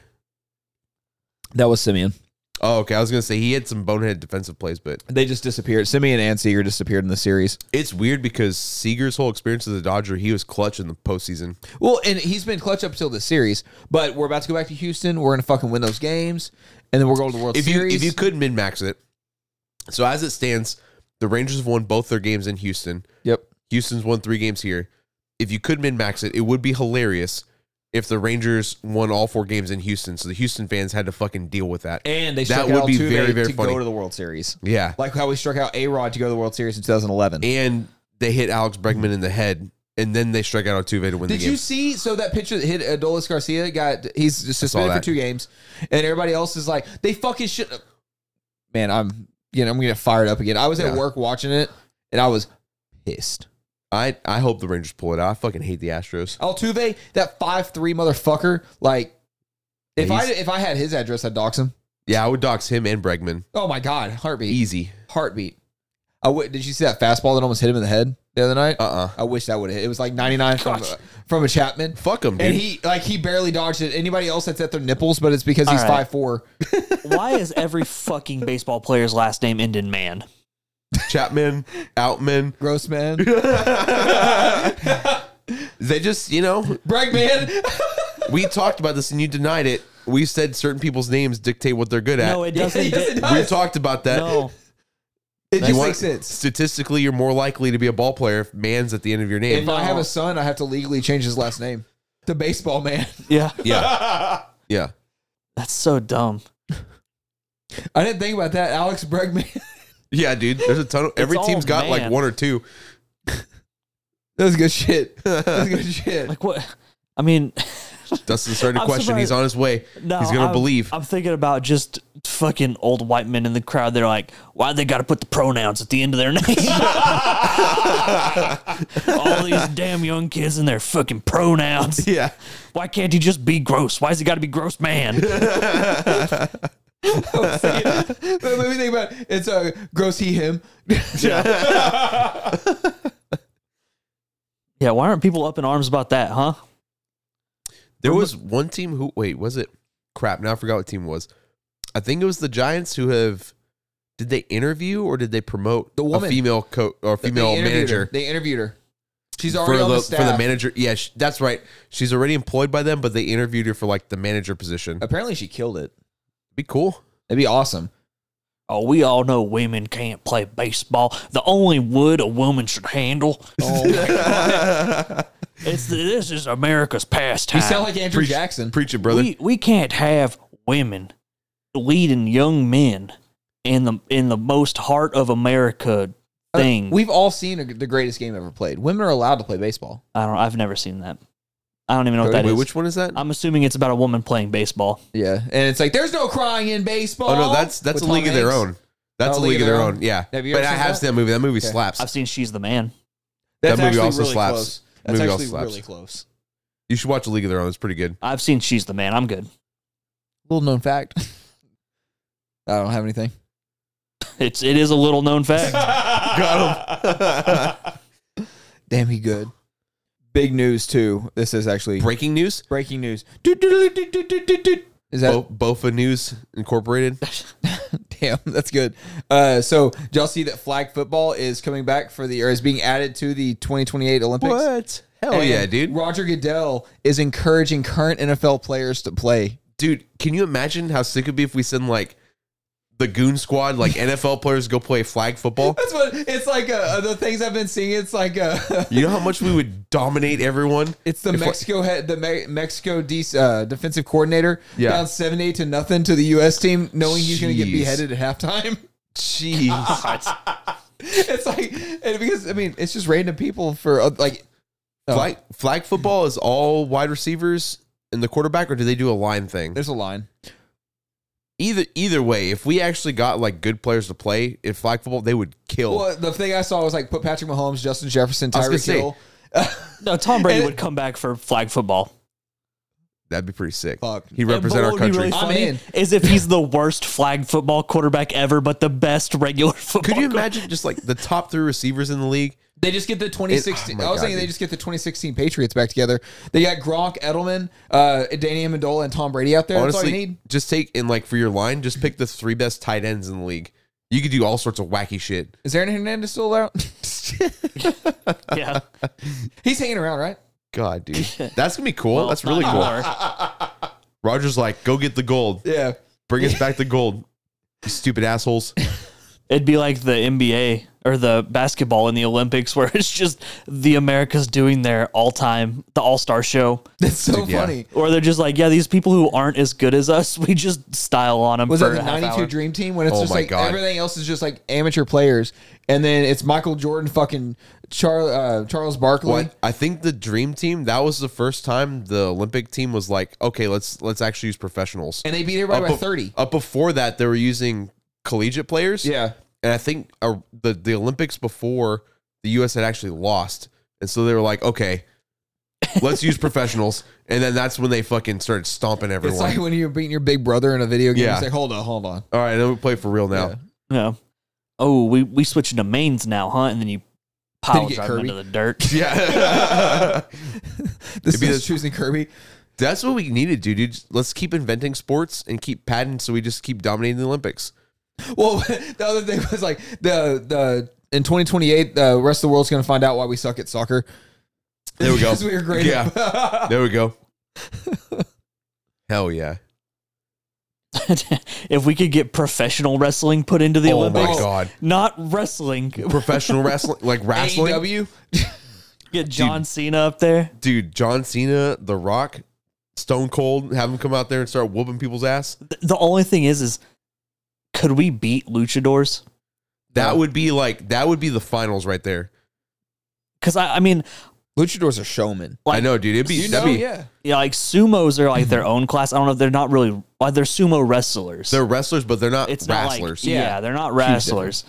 Speaker 3: That was Simeon.
Speaker 2: Oh, okay. I was gonna say he had some bonehead defensive plays, but
Speaker 3: They just disappeared. Simeon and Seager disappeared in the series.
Speaker 2: it's weird because Seager's whole experience as a Dodger, he was clutch in the postseason.
Speaker 3: Well, and he's been clutch up till the series, but we're about to go back to Houston. We're gonna fucking win those games, and then we're going to the World
Speaker 2: if
Speaker 3: Series.
Speaker 2: you if you could min max it, so as it stands, the Rangers have won both their games in Houston.
Speaker 3: yep.
Speaker 2: Houston's won three games here. If you could min max it, it would be hilarious if the Rangers won all four games in Houston. So the Houston fans had to fucking deal with that.
Speaker 3: And they
Speaker 2: That
Speaker 3: struck
Speaker 2: would
Speaker 3: out
Speaker 2: be
Speaker 3: Altuve
Speaker 2: very, very
Speaker 3: to
Speaker 2: funny.
Speaker 3: go to the World Series,
Speaker 2: Yeah.
Speaker 3: like how we struck out A Rod to go to the World Series in 2011.
Speaker 2: And they hit Alex Bregman in the head, and then they strike out Altuve to win the
Speaker 3: Did
Speaker 2: game.
Speaker 3: you see? So that pitcher that hit Adolis Garcia got he's just suspended for
Speaker 2: that.
Speaker 3: two games, and everybody else is like, they fucking should. Man, I'm you know I'm gonna get fired up again. I was at
Speaker 2: Yeah.
Speaker 3: work watching it, and I was pissed.
Speaker 2: I, I hope the Rangers pull it out. I fucking hate the Astros.
Speaker 3: Altuve, that five three motherfucker. Like, if
Speaker 2: Yeah,
Speaker 3: I
Speaker 2: he's-
Speaker 3: if I had his address, I'd dox him.
Speaker 2: Yeah, I would dox him and Bregman.
Speaker 3: Oh my god, heartbeat,
Speaker 2: Easy.
Speaker 3: heartbeat. I w- did you see that fastball that almost hit him in the head the other night?
Speaker 2: Uh uh
Speaker 3: I wish that would have hit. It was like 99 from, uh,
Speaker 1: Gosh.
Speaker 3: from a Chapman.
Speaker 2: Fuck him, dude.
Speaker 3: And he like he barely dodged it. Anybody else that's at their nipples, but it's because he's
Speaker 1: All right.
Speaker 3: five four.
Speaker 1: Why is every fucking baseball player's last name end in man?
Speaker 2: [LAUGHS] Chapman, Outman.
Speaker 3: Gross man.
Speaker 2: They just, you know,
Speaker 3: Brag man. [LAUGHS]
Speaker 2: we talked about this and you denied it. We said certain people's names dictate what they're good at.
Speaker 1: No, it
Speaker 2: [LAUGHS]
Speaker 1: doesn't.
Speaker 3: Yes, it
Speaker 1: di-
Speaker 3: does.
Speaker 2: we talked about that.
Speaker 1: no.
Speaker 3: It
Speaker 2: You
Speaker 3: just
Speaker 2: want-
Speaker 3: makes sense.
Speaker 2: Statistically, you're more likely to be a ball player if man's at the end of your name.
Speaker 3: If I have a son, I have to legally change his last name to baseball man. [LAUGHS]
Speaker 1: Yeah. [LAUGHS]
Speaker 2: yeah.
Speaker 1: That's so dumb.
Speaker 3: I didn't think about that. Alex Bregman. [LAUGHS]
Speaker 2: Yeah, dude. There's a ton of every
Speaker 1: all
Speaker 2: team's got like
Speaker 1: man.
Speaker 2: one or two.
Speaker 3: That's good shit. That's good shit.
Speaker 1: Like what? I mean,
Speaker 2: Dustin's starting
Speaker 1: [LAUGHS]
Speaker 2: to
Speaker 1: I'm
Speaker 2: question. He's
Speaker 1: surprised-
Speaker 2: on his way.
Speaker 1: no.
Speaker 2: He's gonna
Speaker 1: I'm-
Speaker 2: believe.
Speaker 1: I'm thinking about just fucking old white men in the crowd. They're like, why they got to put the pronouns at the end of their [LAUGHS] name? All these damn young kids and their fucking pronouns.
Speaker 2: [LAUGHS] yeah.
Speaker 1: Why can't you just be gross? Why's it got to be gross man?
Speaker 3: But [LAUGHS] let me think about it. It's a gross he him. [LAUGHS]
Speaker 1: Yeah. Why aren't people up in arms about that, huh?
Speaker 2: There was one team who wait, was it crap, now I forgot what team it was. I think it was the Giants who have Did they interview or did they promote
Speaker 3: The
Speaker 2: a
Speaker 3: woman.
Speaker 2: female co- or [LAUGHS]
Speaker 3: They
Speaker 2: female
Speaker 3: interviewed her.
Speaker 2: manager?
Speaker 3: They interviewed her. She's
Speaker 2: for
Speaker 3: already
Speaker 2: the,
Speaker 3: on the,
Speaker 2: for
Speaker 3: staff.
Speaker 2: the manager. Yeah, sh that's right. She's already employed by them, but they interviewed her for like the manager position.
Speaker 3: Apparently, she killed it.
Speaker 2: Be cool.
Speaker 3: That'd be awesome.
Speaker 1: Oh, we all know women can't play baseball. The only wood a woman should handle. Oh,
Speaker 2: [LAUGHS]
Speaker 1: It's this is America's pastime.
Speaker 3: You
Speaker 2: Ah.
Speaker 3: sound like Andrew
Speaker 2: Preach-
Speaker 3: Jackson.
Speaker 2: Preach it, brother.
Speaker 1: We we can't have women leading young men in the in the most heart of America
Speaker 2: Uh,
Speaker 1: thing.
Speaker 3: We've all seen a, the greatest game ever played. Women are allowed to play baseball.
Speaker 1: I don't. I've never seen that. I don't even know what that
Speaker 2: Wait,
Speaker 1: is.
Speaker 2: which one is that?
Speaker 1: I'm assuming it's about a woman playing baseball.
Speaker 3: Yeah, and it's like there's no crying in baseball.
Speaker 2: oh no, that's that's
Speaker 3: With
Speaker 2: a
Speaker 3: Tom
Speaker 2: league of their
Speaker 3: Hanks.
Speaker 2: own. That's
Speaker 3: Oh,
Speaker 2: a league of their own. Yeah,
Speaker 3: Have you
Speaker 2: but
Speaker 3: ever
Speaker 2: I
Speaker 3: seen
Speaker 2: have
Speaker 3: that?
Speaker 2: seen that movie. That movie
Speaker 3: Okay.
Speaker 2: slaps.
Speaker 1: I've seen She's the Man.
Speaker 3: That's
Speaker 2: movie
Speaker 3: actually
Speaker 2: also
Speaker 3: really
Speaker 2: slaps.
Speaker 3: Close. That's
Speaker 2: Movie also
Speaker 3: actually
Speaker 2: slaps.
Speaker 3: really close.
Speaker 2: you should watch a league of their own. It's pretty good.
Speaker 1: I've seen She's the Man. I'm good.
Speaker 3: Little known fact. [LAUGHS] I don't have anything.
Speaker 1: It's it is a little known [LAUGHS] fact.
Speaker 3: Ah.
Speaker 2: Got him.
Speaker 3: Damn, he good. Big news too. This is actually
Speaker 2: Breaking news:
Speaker 3: breaking news. Is that
Speaker 2: Bo- Bofa News Incorporated.
Speaker 3: [LAUGHS] Damn, that's good. Uh, so, did y'all see that flag football is coming back for the or is being added to the 2028 Olympics?
Speaker 2: What? Hell
Speaker 3: And
Speaker 2: yeah, dude!
Speaker 3: Roger Goodell is encouraging current NFL players to play.
Speaker 2: Dude, can you imagine how sick it'd be if we send like the Goon Squad,
Speaker 3: [LAUGHS]
Speaker 2: like NFL players, go play flag football?
Speaker 3: That's what it's like. Uh, the things I've been seeing, it's like uh, [LAUGHS]
Speaker 2: You know how much we would dominate everyone.
Speaker 3: it's the
Speaker 2: If I-
Speaker 3: Mexico head, the Me- Mexico de- uh, defensive coordinator
Speaker 2: Yeah.
Speaker 3: down 78 to nothing to the U.S. team, knowing he's going to get
Speaker 2: Jeez.
Speaker 3: beheaded at halftime. [LAUGHS] Ah.
Speaker 2: Jeez.
Speaker 3: it's like and because I mean, it's just random people for uh, like Oh.
Speaker 2: Flag, flag football is all wide receivers and the quarterback, or do they do a line thing?
Speaker 3: there's a line.
Speaker 2: Either either way, if we actually got like good players to play in flag football, they would kill.
Speaker 3: Well, the thing I saw was like put Patrick Mahomes, Justin Jefferson,
Speaker 2: I was gonna
Speaker 3: Tyreek
Speaker 2: say-
Speaker 3: Hill.
Speaker 1: no, Tom Brady
Speaker 3: And-
Speaker 1: would come back for flag football.
Speaker 2: That'd be pretty sick.
Speaker 3: Fuck.
Speaker 2: He represent
Speaker 1: But
Speaker 2: our
Speaker 1: what would be
Speaker 2: country.
Speaker 1: really
Speaker 3: I'm
Speaker 1: funny
Speaker 3: in.
Speaker 1: Is if he's the worst flag football quarterback ever, but the best regular football.
Speaker 2: Could you
Speaker 1: quarterback.
Speaker 2: imagine just like the top three receivers in the league?
Speaker 3: They just get the 2016.
Speaker 2: my
Speaker 3: I was
Speaker 2: God,
Speaker 3: thinking they
Speaker 2: dude.
Speaker 3: just get the 2016 Patriots back together. They got Gronk, Edelman, uh, Danny Amendola, and Tom Brady out there. [LAUGHS] That's all you
Speaker 2: Honestly,
Speaker 3: need.
Speaker 2: just take and like for your line, just pick the three best tight ends in the league. You could do all sorts of wacky shit.
Speaker 3: Is Aaron Hernandez still out?
Speaker 1: Yeah,
Speaker 3: [LAUGHS] He's hanging around, right?
Speaker 2: God,
Speaker 3: [LAUGHS]
Speaker 2: dude, that's gonna be cool.
Speaker 1: Well,
Speaker 2: that's really
Speaker 1: not
Speaker 2: cool.
Speaker 1: anymore.
Speaker 2: Rogers like, go get the gold.
Speaker 3: Yeah.
Speaker 2: Bring
Speaker 3: [LAUGHS]
Speaker 2: us back the gold. You stupid assholes.
Speaker 1: It'd be like the NBA or the basketball in the Olympics, [LAUGHS] where it's just the Americas doing their all-time the All-Star show,
Speaker 3: That's so
Speaker 2: Dude, yeah.
Speaker 3: funny.
Speaker 1: or they're just like, yeah, these people who aren't as good as us, [LAUGHS] we just style on them
Speaker 3: Was
Speaker 1: for
Speaker 3: that the
Speaker 1: a half
Speaker 3: 92
Speaker 1: hour.
Speaker 3: Dream Team when it's
Speaker 2: Oh
Speaker 3: just
Speaker 2: my
Speaker 3: like
Speaker 2: God.
Speaker 3: everything else is just like amateur players? And then it's Michael Jordan, fucking Char- uh, Charles Barkley.
Speaker 2: Well, I, I think the dream team that was the first time the Olympic team was like, okay, let's let's actually use professionals.
Speaker 3: And they beat everybody by
Speaker 2: bef-
Speaker 3: 30.
Speaker 2: Up before that, they were using collegiate players.
Speaker 3: Yeah.
Speaker 2: and I think uh, the the Olympics before the U.S. had actually lost, and so they were like, okay, let's
Speaker 3: [LAUGHS]
Speaker 2: use professionals, and then that's when they fucking started stomping
Speaker 3: It's
Speaker 2: everyone.
Speaker 3: like when you're beating your big brother in a video game.
Speaker 2: Yeah.
Speaker 3: It's like, hold on, hold on.
Speaker 2: All right, then we play for real now.
Speaker 3: Yeah.
Speaker 1: Yeah. Oh, we we switching to mains now, huh? And then you pile
Speaker 3: Then you get
Speaker 1: drive
Speaker 3: Kirby.
Speaker 1: into the dirt. [LAUGHS]
Speaker 2: Yeah, [LAUGHS]
Speaker 3: This
Speaker 2: be
Speaker 3: is
Speaker 2: the-
Speaker 3: choosing Kirby.
Speaker 2: that's what we needed, dude. dude. Just- Let's keep inventing sports and keep padding, so we just keep dominating the Olympics.
Speaker 3: Well, [LAUGHS] the other thing was like the the in 2028, the rest of the world's going to find out why we suck at soccer.
Speaker 2: There we
Speaker 3: [LAUGHS]
Speaker 2: go.
Speaker 3: Because we were great.
Speaker 2: Yeah.
Speaker 3: [LAUGHS] at-
Speaker 2: There we go. Hell yeah!
Speaker 1: if we could get professional wrestling put into the
Speaker 2: oh my
Speaker 1: Olympics,
Speaker 2: god,
Speaker 1: not wrestling,
Speaker 2: professional wrestling,
Speaker 3: [LAUGHS]
Speaker 2: like
Speaker 3: E
Speaker 2: wrestling,
Speaker 3: AEW.
Speaker 1: get John Cena up there.
Speaker 2: dude. John Cena, The Rock, Stone Cold, have them come out there and start whooping people's ass.
Speaker 1: Th- The only thing is, is could we beat luchadors?
Speaker 2: That would be like that would be the finals right there.
Speaker 1: Because I, I mean,
Speaker 3: Luchador's a showman.
Speaker 1: Like-
Speaker 2: I know, dude. It'd be
Speaker 3: You
Speaker 2: that'd
Speaker 3: know,
Speaker 2: be
Speaker 3: yeah.
Speaker 1: yeah, like sumos are like their own class. I don't know. They're not really. Well, they're sumo wrestlers.
Speaker 2: Mm-hmm. they're wrestlers, but they're not
Speaker 1: it's not like-
Speaker 2: wrestlers.
Speaker 1: yeah.
Speaker 3: Yeah.
Speaker 1: they're not
Speaker 3: difference.
Speaker 1: wrestlers.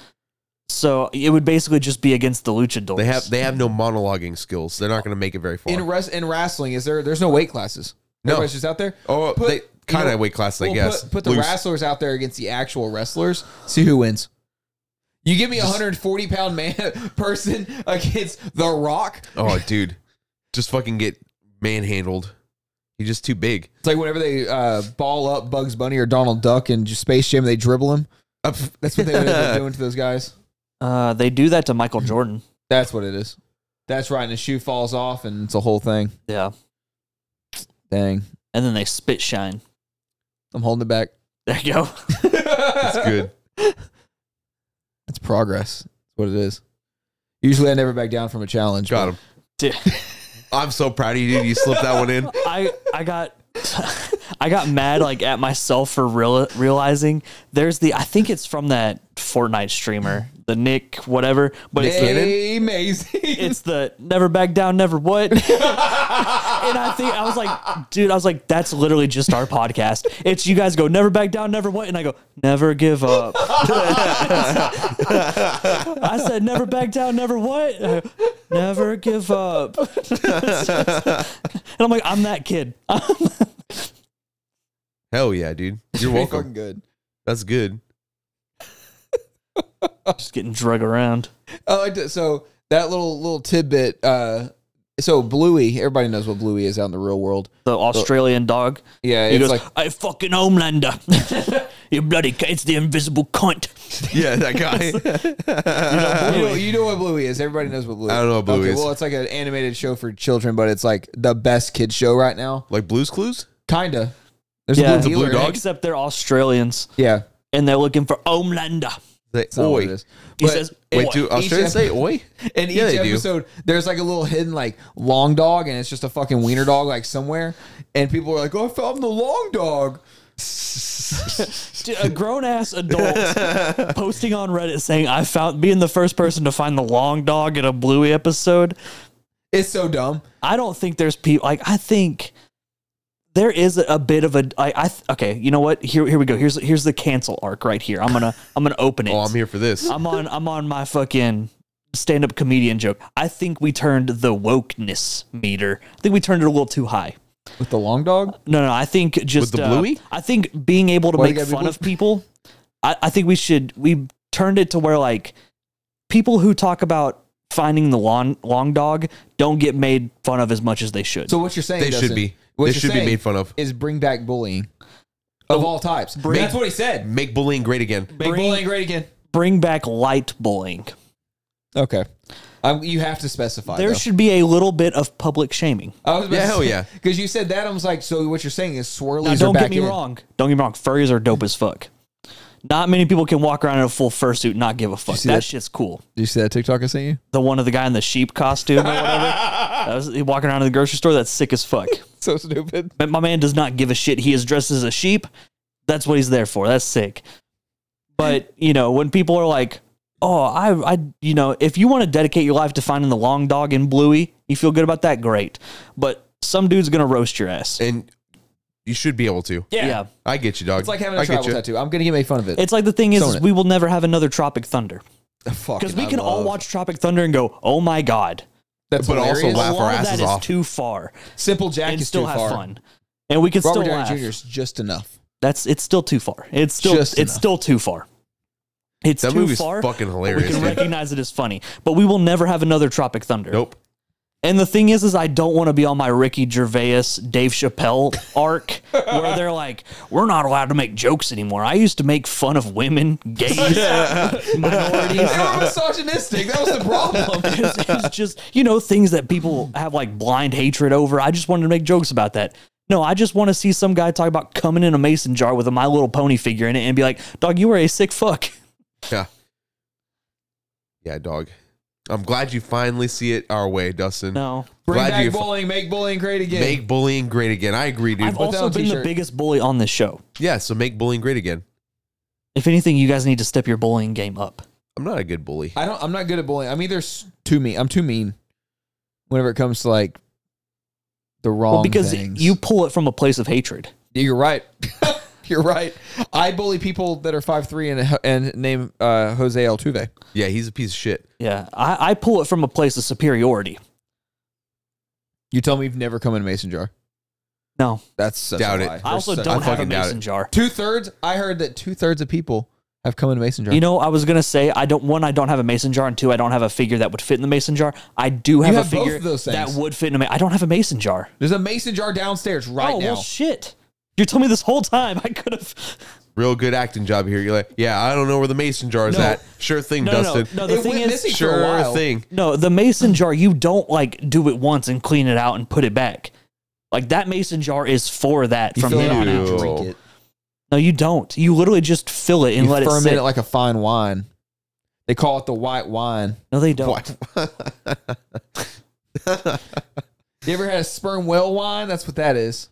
Speaker 1: So it would basically just be against the luchadors.
Speaker 2: They have they have no monologuing skills. They're not going to make it very far.
Speaker 3: In res- in wrestling, is there? There's no weight classes.
Speaker 2: No.
Speaker 3: Everybody's just out there.
Speaker 2: oh,
Speaker 3: put-
Speaker 2: they kind
Speaker 3: you
Speaker 2: of
Speaker 3: know,
Speaker 2: weight class, I
Speaker 3: We'll
Speaker 2: guess.
Speaker 3: Put, put the
Speaker 2: Loose.
Speaker 3: wrestlers out there against the actual wrestlers. See who wins. You give me a 140 pound man [LAUGHS] person against The Rock.
Speaker 2: Oh, dude, just fucking get manhandled. He's just too big.
Speaker 3: It's like whenever they uh, ball up Bugs Bunny or Donald Duck and just Space Jam, they dribble him. That's what they would end up doing to those guys.
Speaker 1: Uh, they do that to Michael
Speaker 2: Mm-hmm.
Speaker 1: Jordan.
Speaker 3: That's what it is. That's right. And his shoe falls off, and it's a whole thing.
Speaker 1: Yeah,
Speaker 3: Dang.
Speaker 1: and then they spit shine.
Speaker 3: I'm holding
Speaker 1: [LAUGHS]
Speaker 3: it back.
Speaker 1: There you go.
Speaker 3: That's
Speaker 2: It's
Speaker 3: [LAUGHS]
Speaker 2: good.
Speaker 3: That's progress. That's what it is. Usually, I never back down from a challenge.
Speaker 2: Got him.
Speaker 1: Dude,
Speaker 2: I'm so proud of you, dude. You slipped that one
Speaker 3: [LAUGHS]
Speaker 2: in.
Speaker 1: I I got [LAUGHS] I got mad like at myself for real, realizing there's the I think it's from that Fortnite streamer, the Nick whatever, but it's the,
Speaker 3: Hey, amazing.
Speaker 1: it's the never back down, never what. and I think I was like, dude, I was like, that's literally just our podcast. It's you guys go never back down, never what, and I go never give up. I said never back down, never what, Uh, never give up. and I'm like, I'm that kid.
Speaker 2: Hell yeah, dude. You're
Speaker 3: Pretty
Speaker 2: welcome.
Speaker 3: fucking good.
Speaker 2: That's good.
Speaker 1: just getting drug around.
Speaker 3: Oh, I liked it. So that little little tidbit. Uh, so Bluey, everybody knows what Bluey is out in the real world.
Speaker 1: The Australian dog.
Speaker 3: Yeah,
Speaker 1: He
Speaker 3: it's
Speaker 1: goes,
Speaker 3: like
Speaker 1: I fucking Homelander. [LAUGHS] you bloody, c- it's the invisible cunt.
Speaker 2: Yeah, that guy.
Speaker 3: [LAUGHS] you know, you know what Bluey is. Everybody knows what Bluey.
Speaker 2: I don't know what Bluey is.
Speaker 3: Well, it's like an animated show for children, but it's like the best kid show right now.
Speaker 2: like Blues Clues?
Speaker 3: Kinda. There's
Speaker 1: Yeah.
Speaker 3: a
Speaker 1: It's a
Speaker 3: blue
Speaker 2: blue
Speaker 3: dealer.
Speaker 2: dog?
Speaker 1: Except they're Australians
Speaker 3: Yeah,
Speaker 1: and they're looking for Homelander.
Speaker 2: They,
Speaker 3: that's not what it
Speaker 2: oi.
Speaker 3: is.
Speaker 1: He
Speaker 3: But-
Speaker 1: says,
Speaker 2: Wait,
Speaker 1: "Oi."
Speaker 2: do Australians say oi?
Speaker 3: And
Speaker 2: Yeah,
Speaker 3: each
Speaker 2: they do.
Speaker 3: episode, there's like a little hidden like long dog, and it's just a fucking wiener dog like somewhere, and people are like, "Oh, I found the long dog."
Speaker 1: Dude, a grown ass
Speaker 2: [LAUGHS]
Speaker 1: adult posting on Reddit saying, I found being the first person to find the long dog in a Bluey episode.
Speaker 3: It's so dumb.
Speaker 1: I don't think there's people like I think there is a bit of a I, I th- okay you know what here here we go here's here's the cancel arc right here I'm gonna I'm gonna open it
Speaker 2: Oh, I'm here for this.
Speaker 1: I'm on I'm on my fucking stand up comedian joke I think we turned the wokeness meter I think we turned it a little too high
Speaker 3: With the long dog,
Speaker 1: no no I think just
Speaker 2: the
Speaker 1: uh,
Speaker 2: Bluey?
Speaker 1: I think being able to
Speaker 3: Why you
Speaker 1: make
Speaker 3: gotta be
Speaker 1: fun
Speaker 3: blue?
Speaker 1: of people I, I think we should we turned it to where like people who talk about finding the long long dog don't get made fun of as much as they should
Speaker 3: So what you're saying?
Speaker 2: They should
Speaker 3: Dustin,
Speaker 2: be.
Speaker 3: What
Speaker 2: They
Speaker 3: you're
Speaker 2: should be
Speaker 3: saying
Speaker 2: made fun of.
Speaker 3: Is bring back bullying of all types. That's what he said.
Speaker 2: Make bullying great again.
Speaker 3: Make
Speaker 1: Bring-
Speaker 3: bullying great again.
Speaker 1: bring back light bullying.
Speaker 3: Okay, um, you have to specify.
Speaker 1: There
Speaker 3: though.
Speaker 1: should be a little bit of public shaming.
Speaker 3: I was about
Speaker 2: Yeah,
Speaker 3: to
Speaker 2: hell
Speaker 3: say-
Speaker 2: yeah.
Speaker 3: Because you said that, I was like, so what you're saying is swirlies
Speaker 1: Now,
Speaker 3: are
Speaker 1: don't
Speaker 3: back
Speaker 1: get me
Speaker 3: in.
Speaker 1: wrong. Don't get me wrong. Furries are dope as fuck. Not many people can walk around in a full fursuit and not give a fuck.
Speaker 3: see
Speaker 1: That,
Speaker 3: that?
Speaker 1: shit's cool.
Speaker 3: Did you see that TikTok I sent you?
Speaker 1: The one of the guy in the sheep costume or whatever.
Speaker 3: [LAUGHS]
Speaker 1: that was he walking around in the grocery store. That's sick as fuck.
Speaker 3: So stupid.
Speaker 1: But my man does not give a shit. He is dressed as a sheep. That's what he's there for. That's sick. But you know, when people are like, "Oh, I, I, you know, if you want to dedicate your life to finding the long dog in Bluey, you feel good about that, great. But some dude's gonna roast your ass.
Speaker 2: And you should be able to.
Speaker 3: Yeah.
Speaker 2: I get you, dog.
Speaker 3: It's like having
Speaker 2: a
Speaker 3: a tribal tattoo. I'm gonna get made fun of it.
Speaker 1: It's like the thing is,
Speaker 3: Selling
Speaker 1: is
Speaker 3: it.
Speaker 1: we will never have another Tropic Thunder because
Speaker 3: Because
Speaker 1: we can all watch Tropic Thunder and go, "Oh my god!"
Speaker 3: That's
Speaker 2: but also
Speaker 1: A
Speaker 3: hilarious.
Speaker 2: laugh our
Speaker 1: lot of that
Speaker 2: asses
Speaker 1: is
Speaker 2: off.
Speaker 1: too far,
Speaker 3: Simple Jack
Speaker 1: and
Speaker 3: is
Speaker 1: still
Speaker 3: too
Speaker 1: have
Speaker 3: far.
Speaker 1: fun, and we can
Speaker 3: Robert
Speaker 1: still
Speaker 3: Downey
Speaker 1: laugh.
Speaker 3: Jr. is
Speaker 1: [LAUGHS]
Speaker 3: just enough.
Speaker 1: That's it's still too far. It's still
Speaker 3: Just
Speaker 1: it's
Speaker 3: enough.
Speaker 1: still too far. It's
Speaker 2: That
Speaker 1: too
Speaker 2: movie's
Speaker 1: far.
Speaker 2: fucking
Speaker 1: but we
Speaker 2: hilarious.
Speaker 1: can
Speaker 2: dude.
Speaker 1: recognize it as funny, but we will never have another Tropic Thunder.
Speaker 2: Nope.
Speaker 1: And the thing is, is I don't want to be on my Ricky Gervais, Dave Chappelle [LAUGHS] arc where they're like, we're not allowed to make jokes anymore. I used to make fun of women,
Speaker 2: [LAUGHS]
Speaker 1: gays, minorities.
Speaker 3: They were misogynistic. That was the
Speaker 2: [LAUGHS]
Speaker 3: problem.
Speaker 1: it's, it's just you know things that people have like blind hatred over. I just wanted to make jokes about that. No, I just want to see some guy talk about coming in a mason jar with a My Little Pony figure in it and be like, "Dog, you are a sick fuck."
Speaker 2: Mm-hmm. Yeah. Yeah, dog. I'm glad you finally see it our way, Dustin.
Speaker 1: No,
Speaker 3: Bring
Speaker 2: Glad you
Speaker 3: back
Speaker 2: f-
Speaker 3: bullying. Make bullying great again.
Speaker 2: Make bullying great again. I agree, dude.
Speaker 1: I've also
Speaker 3: on a
Speaker 1: been the
Speaker 3: t-shirt.
Speaker 1: biggest bully on this show.
Speaker 2: yeah, so make bullying great again.
Speaker 1: If anything, you guys need to step your bullying game up.
Speaker 2: I'm not a good bully.
Speaker 3: I don't. I'm not good at bullying. I'm either s- too mean. I'm too mean. Whenever it comes to like the wrong
Speaker 1: Well, because
Speaker 3: things.
Speaker 1: you pull it from a place of hatred.
Speaker 3: You're right. [LAUGHS] You're right. I bully people that are five three and and name uh, Jose Altuve.
Speaker 2: Yeah, he's a piece of shit.
Speaker 1: Yeah, I, I pull it from a place of superiority.
Speaker 3: You tell me you've never come in a mason jar.
Speaker 1: No,
Speaker 3: That's such
Speaker 2: Doubt
Speaker 3: a
Speaker 2: it.
Speaker 3: lie.
Speaker 1: I also
Speaker 2: I
Speaker 1: don't have a
Speaker 2: fucking doubt
Speaker 1: mason
Speaker 2: it.
Speaker 1: jar.
Speaker 3: Two thirds. I heard that two thirds of people have come in a mason jar.
Speaker 1: You know, I was gonna say I don't. One, I don't have a mason jar, and two, I don't have a figure that would fit in the mason jar. I do have,
Speaker 3: have
Speaker 1: a
Speaker 3: both
Speaker 1: figure
Speaker 3: of those
Speaker 1: that
Speaker 3: things.
Speaker 1: would fit in a. Ma- I don't have a mason jar.
Speaker 3: There's a mason jar downstairs right
Speaker 1: oh
Speaker 3: now.
Speaker 1: well, shit! You told me this whole time. I could have. [LAUGHS]
Speaker 2: real good acting job here. You're like, yeah, I don't know where the mason jar is
Speaker 1: No.
Speaker 2: at. Sure thing,
Speaker 1: No, no, no,
Speaker 2: Dustin.
Speaker 1: no, the
Speaker 3: It
Speaker 1: thing
Speaker 3: went
Speaker 1: is,
Speaker 3: missing for a
Speaker 2: Sure
Speaker 3: while.
Speaker 2: thing.
Speaker 1: no, the mason jar, you don't like do it once and clean it out and put it back. Like that mason jar is for that
Speaker 3: You
Speaker 1: from
Speaker 3: fill it
Speaker 1: here
Speaker 3: up
Speaker 1: on
Speaker 3: and
Speaker 1: out.
Speaker 2: Ew.
Speaker 3: you drink it.
Speaker 1: No, you don't. You literally just fill it and
Speaker 3: you
Speaker 1: let it
Speaker 3: ferment
Speaker 1: sit.
Speaker 3: it like a fine wine. They call it the white wine.
Speaker 1: no, they don't.
Speaker 3: You ever had a sperm whale wine? That's what that is.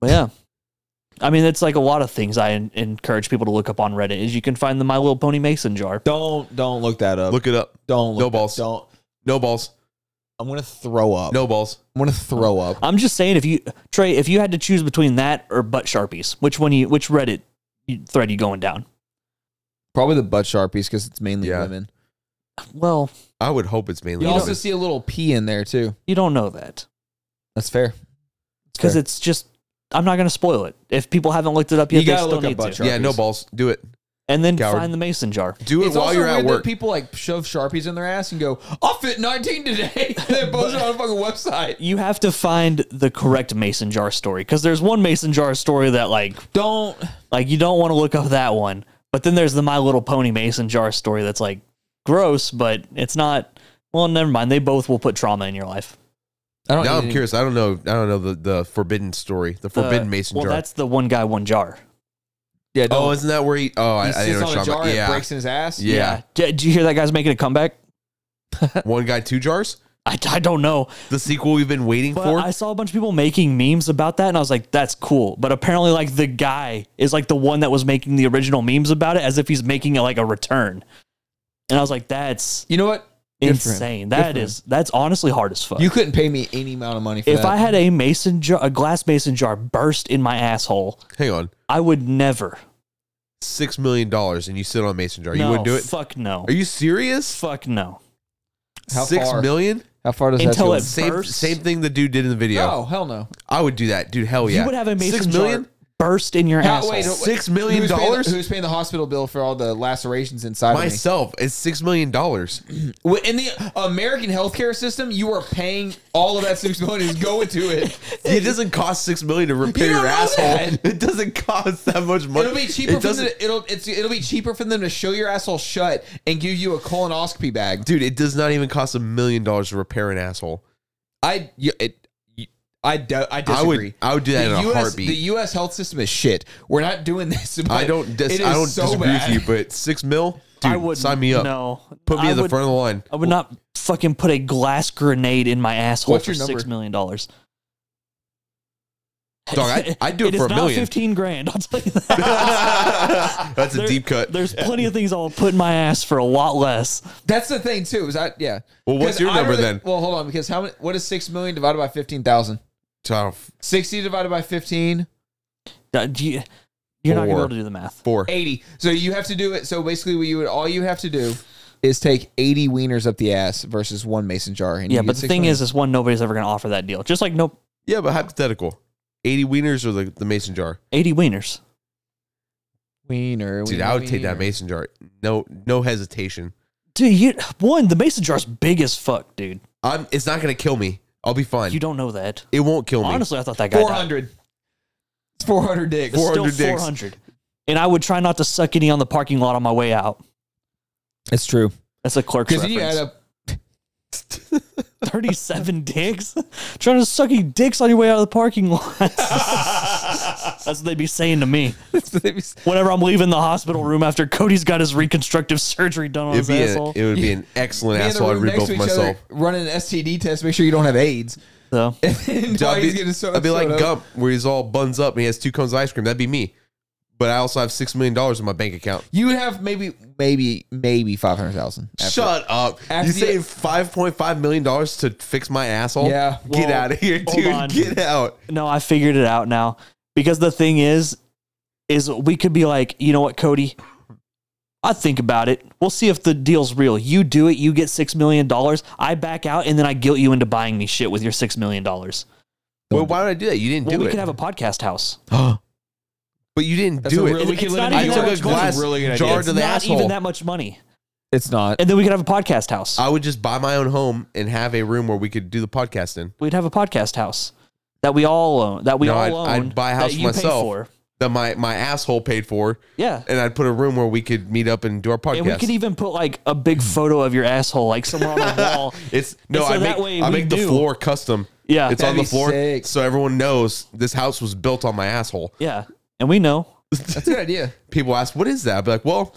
Speaker 1: But yeah. I mean, it's like a lot of things I en- encourage people to look up on Reddit is you can find the My Little Pony Mason jar.
Speaker 3: Don't don't look that up.
Speaker 2: Look it up.
Speaker 3: don't look
Speaker 2: no
Speaker 3: that-
Speaker 2: balls.
Speaker 3: Don't.
Speaker 2: No balls.
Speaker 3: I'm gonna throw up.
Speaker 2: No balls.
Speaker 3: I'm gonna throw up.
Speaker 1: I'm just saying, if you Trey, if you had to choose between that or butt sharpies, which one you, which Reddit thread you going down?
Speaker 3: Probably the butt sharpies because it's mainly
Speaker 2: Yeah.
Speaker 3: women.
Speaker 1: Well,
Speaker 2: I would hope it's mainly.
Speaker 3: You also
Speaker 2: women.
Speaker 3: see a little pee in there too.
Speaker 1: you don't know that
Speaker 3: That's fair.
Speaker 1: because
Speaker 3: Fair.
Speaker 1: it's just. I'm not going to spoil it. If people haven't looked it up yet,
Speaker 3: You
Speaker 1: they
Speaker 3: gotta
Speaker 1: still
Speaker 3: look up
Speaker 1: need
Speaker 3: butt
Speaker 1: to.
Speaker 3: sharp-
Speaker 2: yeah, no
Speaker 3: Sharpies.
Speaker 2: balls. Do it.
Speaker 1: And then
Speaker 2: Coward.
Speaker 1: find the mason jar.
Speaker 2: Do it
Speaker 3: It's
Speaker 2: while
Speaker 3: also
Speaker 2: you're at
Speaker 3: weird that
Speaker 2: work.
Speaker 3: people like shove sharpies in their ass and go, "I fit 19 today." [LAUGHS] They post it on a fucking website.
Speaker 1: You have to find the correct mason jar story because there's one mason jar story that like
Speaker 3: Don't.
Speaker 1: Like you don't want to look up that one. But then there's the My Little Pony Mason jar story that's like gross, but it's not well, never mind. They both will put trauma in your life.
Speaker 3: I don't.
Speaker 2: now
Speaker 3: need
Speaker 2: I'm
Speaker 3: any-
Speaker 2: curious. I don't know. I don't know the, the forbidden story, the
Speaker 1: The-
Speaker 2: forbidden mason
Speaker 1: Well,
Speaker 2: jar.
Speaker 1: that's the one guy, one jar.
Speaker 3: Yeah. Don't.
Speaker 2: oh, isn't that where he? Oh,
Speaker 3: he
Speaker 2: I, I
Speaker 3: sits
Speaker 2: didn't know
Speaker 3: on
Speaker 2: what you're
Speaker 3: a
Speaker 2: talking
Speaker 3: jar
Speaker 2: about.
Speaker 3: and
Speaker 2: Yeah,
Speaker 3: breaks [LAUGHS] in his ass.
Speaker 2: yeah.
Speaker 1: D- Did you hear that guy's making a comeback?
Speaker 2: One guy, two jars.
Speaker 1: I, I don't know.
Speaker 2: The sequel we've been waiting
Speaker 1: But
Speaker 2: for.
Speaker 1: I saw a bunch of people making memes about that, and I was like, that's cool. But apparently, like, the guy is like the one that was making the original memes about it as if he's making it like a return. And I was like, that's
Speaker 3: You know what? Good for him.
Speaker 1: insane.
Speaker 3: Good
Speaker 1: That
Speaker 3: for him.
Speaker 1: is, that's honestly hard as fuck.
Speaker 3: You couldn't pay me any amount of money for
Speaker 1: If
Speaker 3: that.
Speaker 1: I had a mason jar, a glass mason jar burst in my asshole,
Speaker 2: Hang on,
Speaker 1: I would never.
Speaker 2: six million dollars, and you sit on a mason jar. you
Speaker 1: No,
Speaker 2: wouldn't do it.
Speaker 1: Fuck no.
Speaker 2: Are you serious?
Speaker 1: Fuck no.
Speaker 3: How
Speaker 2: Six
Speaker 3: far?
Speaker 2: million?
Speaker 3: How far does
Speaker 1: Until
Speaker 3: that
Speaker 1: it
Speaker 3: go?
Speaker 2: Same,
Speaker 1: bursts?
Speaker 2: same thing the dude did in the video.
Speaker 3: Oh hell no!
Speaker 2: I would do that, dude. Hell yeah.
Speaker 1: You would have a mason
Speaker 2: Six
Speaker 1: jar
Speaker 2: million?
Speaker 1: burst in your
Speaker 3: How-
Speaker 1: asshole.
Speaker 3: wait, wait.
Speaker 2: Six million
Speaker 3: Who's paying the-
Speaker 2: dollars?
Speaker 3: Who's paying the hospital bill for all the lacerations inside of
Speaker 2: Myself, it's six million dollars.
Speaker 3: me? In the American healthcare system, you are paying all of that six [LAUGHS] million is going to it.
Speaker 2: It doesn't cost six million to repair
Speaker 3: You don't
Speaker 2: your
Speaker 3: know
Speaker 2: asshole.
Speaker 3: [LAUGHS] that.
Speaker 2: It doesn't cost that much money.
Speaker 3: It'll be cheaper
Speaker 2: It
Speaker 3: for
Speaker 2: doesn't,
Speaker 3: them. To, it'll it's it'll be cheaper for them to show your asshole shut and give you a colonoscopy bag.
Speaker 2: dude. It does not even cost a million dollars to repair an asshole.
Speaker 3: I you, it you- I do, I disagree.
Speaker 2: I would, I would do that in a
Speaker 3: US,
Speaker 2: heartbeat.
Speaker 3: The U.S. health system is shit. We're not doing this. [LAUGHS] but
Speaker 2: I don't, dis-
Speaker 3: it is
Speaker 2: I don't
Speaker 3: so
Speaker 2: disagree
Speaker 3: bad.
Speaker 2: with you, but six mil, dude,
Speaker 1: I would
Speaker 2: sign me up.
Speaker 1: No.
Speaker 2: Put me
Speaker 1: I
Speaker 2: at the
Speaker 1: would,
Speaker 2: front of the line.
Speaker 1: I would not fucking put a glass grenade in my asshole
Speaker 3: What's
Speaker 1: for
Speaker 3: your number?
Speaker 1: six million dollars.
Speaker 2: Dog,
Speaker 3: [LAUGHS]
Speaker 2: I- I'd do it for a
Speaker 1: is not
Speaker 2: million.
Speaker 1: Fifteen grand. I'll tell you that.
Speaker 2: [LAUGHS] That's a
Speaker 1: There-
Speaker 2: deep cut.
Speaker 1: There's plenty of things I'll put in my ass for a lot less.
Speaker 3: That's the thing too. Is that yeah?
Speaker 2: Well, what's
Speaker 3: 'Cause
Speaker 2: your
Speaker 3: I'd
Speaker 2: number
Speaker 3: rather-
Speaker 2: then?
Speaker 3: Well, hold on, because how many? What is six million divided by fifteen thousand?
Speaker 2: Tough.
Speaker 3: Sixty divided by 15,
Speaker 1: Uh, do You, you're not gonna be
Speaker 2: Four.
Speaker 1: able to do the math.
Speaker 2: Four.
Speaker 3: 80. So you have to do it. So basically, what you would all you have to do is take eighty wieners up the ass versus one mason jar. And
Speaker 1: Yeah,
Speaker 3: you get
Speaker 1: but the
Speaker 3: six
Speaker 1: thing
Speaker 3: million.
Speaker 1: is, is one nobody's ever gonna offer that deal. Just like no
Speaker 2: Yeah, but hypothetical. 80 wieners or the, the mason jar?
Speaker 1: eighty wieners.
Speaker 3: wiener.
Speaker 2: Dude,
Speaker 3: wiener,
Speaker 2: I would take that
Speaker 3: wiener.
Speaker 2: mason jar. No no hesitation.
Speaker 1: Dude, you one, the mason jar's big as fuck, dude.
Speaker 2: I'm, it's not going to kill me. I'll be fine.
Speaker 1: You don't know that.
Speaker 2: it won't kill me.
Speaker 1: Honestly, I thought that guy
Speaker 3: Four
Speaker 1: died.
Speaker 3: hundred. It's four hundred dicks.
Speaker 1: It's still
Speaker 2: 400 dicks.
Speaker 1: 400. And I would try not to suck any on the parking lot on my way out.
Speaker 3: It's true.
Speaker 1: That's a clerk's
Speaker 3: Because then
Speaker 1: reference.
Speaker 3: you add up.
Speaker 1: 37 [LAUGHS] dicks? Trying to suck any dicks on your way out of the parking lot. [LAUGHS] That's what they'd be saying to me. Whenever I'm leaving the hospital room after Cody's got his reconstructive surgery done on
Speaker 2: It'd
Speaker 1: his
Speaker 2: be a-
Speaker 1: asshole.
Speaker 2: it would be [LAUGHS] an excellent
Speaker 3: Be in the
Speaker 2: asshole. I'd
Speaker 3: room
Speaker 2: read
Speaker 3: next
Speaker 2: both for
Speaker 3: to each
Speaker 2: myself.
Speaker 3: other, running an STD test, make sure you don't have AIDS. [LAUGHS]
Speaker 1: so,
Speaker 3: And
Speaker 2: Dude, I'd
Speaker 3: he's
Speaker 2: be,
Speaker 3: getting so-
Speaker 2: I'd be like
Speaker 3: so-
Speaker 2: Gump, where he's all buns up and he has two cones of ice cream. That'd be me. But I also have $6 million dollars in my bank account.
Speaker 3: You would have maybe, maybe, maybe five hundred thousand.
Speaker 2: Shut up.
Speaker 3: after
Speaker 2: you
Speaker 3: the-
Speaker 2: saved $5.5 million dollars to fix my asshole?
Speaker 3: Yeah.
Speaker 2: Get
Speaker 1: Well,
Speaker 2: out of here,
Speaker 1: hold
Speaker 2: dude.
Speaker 1: on.
Speaker 2: Get out.
Speaker 1: no, I figured it out now. Because the thing is, is we could be like, you know what, Cody? I think about it. We'll see if the deal's real. You do it, you get $6 million. I back out, and then I guilt you into buying me shit with your $6 million. Well,
Speaker 2: Well, why did I do that? You didn't do
Speaker 1: we
Speaker 2: it.
Speaker 1: could have a podcast house.
Speaker 2: [GASPS] but you didn't
Speaker 3: That's
Speaker 2: do
Speaker 3: a
Speaker 2: it.
Speaker 3: really- We
Speaker 1: It's
Speaker 3: could
Speaker 1: not
Speaker 3: literally
Speaker 2: I
Speaker 1: even that
Speaker 2: took
Speaker 3: do
Speaker 2: a
Speaker 1: much money.
Speaker 2: glass
Speaker 3: really good idea.
Speaker 2: jar
Speaker 1: It's
Speaker 2: to the
Speaker 1: not
Speaker 2: asshole.
Speaker 1: even that much money.
Speaker 3: It's not.
Speaker 1: And then we could have a podcast house.
Speaker 2: I would just buy my own home and have a room where we could do the podcast in.
Speaker 1: We'd have a podcast house that we all own. That we
Speaker 2: No,
Speaker 1: all
Speaker 2: I'd-
Speaker 1: own.
Speaker 2: I'd buy a house
Speaker 1: that
Speaker 2: for
Speaker 1: you pay
Speaker 2: myself.
Speaker 1: for.
Speaker 2: that my my asshole paid for,
Speaker 1: Yeah.
Speaker 2: and I'd put a room where we could meet up and do our podcast.
Speaker 1: And we could even put like a big photo of your asshole, like somewhere on
Speaker 2: [LAUGHS]
Speaker 1: the wall.
Speaker 2: it's no,
Speaker 1: so
Speaker 2: I
Speaker 1: that
Speaker 2: make
Speaker 1: way
Speaker 2: I
Speaker 1: we
Speaker 2: make the
Speaker 1: do.
Speaker 2: floor custom.
Speaker 1: Yeah.
Speaker 2: It's on
Speaker 3: That'd
Speaker 2: the
Speaker 3: be
Speaker 2: floor,
Speaker 3: sick.
Speaker 2: so everyone knows this house was built on my asshole.
Speaker 1: yeah. And we know.
Speaker 3: That's a good idea.
Speaker 2: [LAUGHS] People ask, "What is that?" I'd be like, "Well,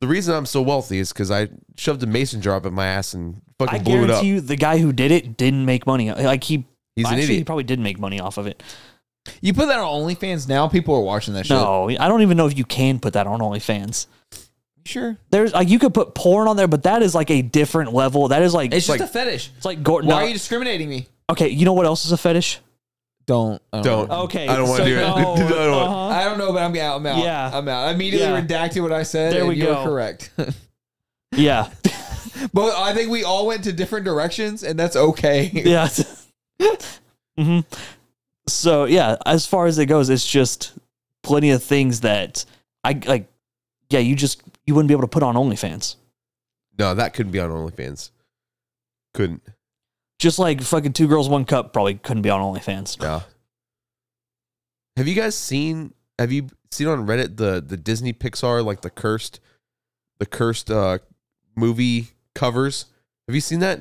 Speaker 2: the reason I'm so wealthy is because I shoved a mason jar up in my ass and fucking
Speaker 1: I
Speaker 2: blew it up."
Speaker 1: guarantee you the guy who did it didn't make money. Like he
Speaker 2: He's an
Speaker 1: actually, he
Speaker 2: idiot.
Speaker 1: probably did make money off of it.
Speaker 3: You put that on OnlyFans now, people are watching that shit.
Speaker 1: No, I don't even know if you can put that on OnlyFans.
Speaker 3: You sure?
Speaker 1: There's like you could put porn on there, but that is like a different level. That is like
Speaker 3: It's
Speaker 1: it's,
Speaker 3: just
Speaker 2: like-
Speaker 3: a fetish.
Speaker 1: like Gordon.
Speaker 3: Why are you discriminating me?
Speaker 1: okay, you know what else is a fetish?
Speaker 3: Don't. I
Speaker 2: Don't.
Speaker 3: know.
Speaker 1: Okay,
Speaker 2: I don't want
Speaker 1: so
Speaker 2: to do it.
Speaker 1: no,
Speaker 2: [LAUGHS] I don't wanna-
Speaker 1: uh-huh.
Speaker 3: I don't know, but I'm out. I'm out.
Speaker 1: Yeah.
Speaker 3: I'm out. I immediately
Speaker 1: Yeah.
Speaker 3: redacted what I said.
Speaker 1: There
Speaker 3: and
Speaker 1: we
Speaker 3: you were
Speaker 1: go.
Speaker 3: correct. [LAUGHS]
Speaker 1: Yeah,
Speaker 3: but I think we all went to different directions, and that's okay.
Speaker 1: [LAUGHS] yeah. hmm So yeah, as far as it goes, it's just plenty of things that I like. Yeah, you just you wouldn't be able to put on OnlyFans.
Speaker 2: No, that couldn't be on OnlyFans. Couldn't.
Speaker 1: Just like fucking two girls, one cup probably couldn't be on OnlyFans.
Speaker 2: No. Have you guys seen? Have you seen on Reddit the the Disney Pixar like the cursed, the cursed uh movie covers? Have you seen that?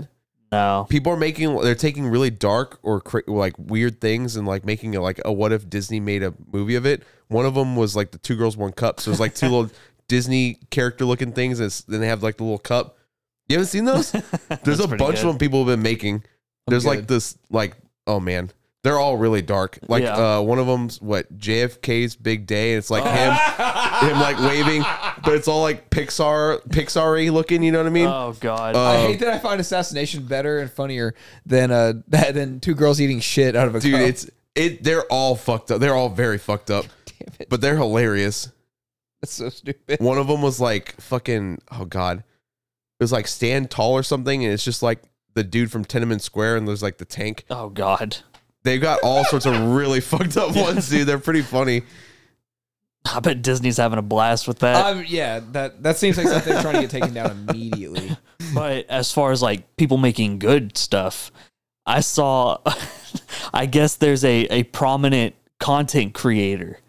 Speaker 1: No.
Speaker 2: People are making they're taking really dark or cra- like weird things and like making it like a what if Disney made a movie of it. One of them was like the two girls one cup. So it's like two little Disney character looking things. And it's- then they have like the little cup. You haven't seen those? There's a bunch of them people have been making. There's like
Speaker 3: good.
Speaker 2: this, like oh man, they're all really dark. Like
Speaker 1: Yeah.
Speaker 2: uh, one of them's what JFK's Big Day, and it's like him, him like waving, but it's all like Pixar, Pixar-y looking. You know what I mean?
Speaker 1: Oh god.
Speaker 2: Uh,
Speaker 3: I hate that I find assassination better and funnier than uh [LAUGHS] that than two girls eating shit out of a
Speaker 2: Dude,
Speaker 3: cup.
Speaker 2: it's it. They're all fucked up. They're all very fucked up,
Speaker 3: [LAUGHS] Damn it,
Speaker 2: but they're hilarious.
Speaker 3: that's so
Speaker 2: [LAUGHS]
Speaker 3: stupid.
Speaker 2: One of them was like fucking oh god, it was like stand tall or something, and it's just like the dude from Tenement Square, and there's like the tank.
Speaker 1: oh god.
Speaker 2: They've got all sorts of really [LAUGHS] fucked up ones, dude. They're pretty funny.
Speaker 1: I bet Disney's having a blast with that.
Speaker 3: Um, yeah, that that seems like something trying to get taken down
Speaker 1: [LAUGHS]
Speaker 3: immediately.
Speaker 1: but as far as like people making good stuff, I saw [LAUGHS] I guess there's a, a prominent content creator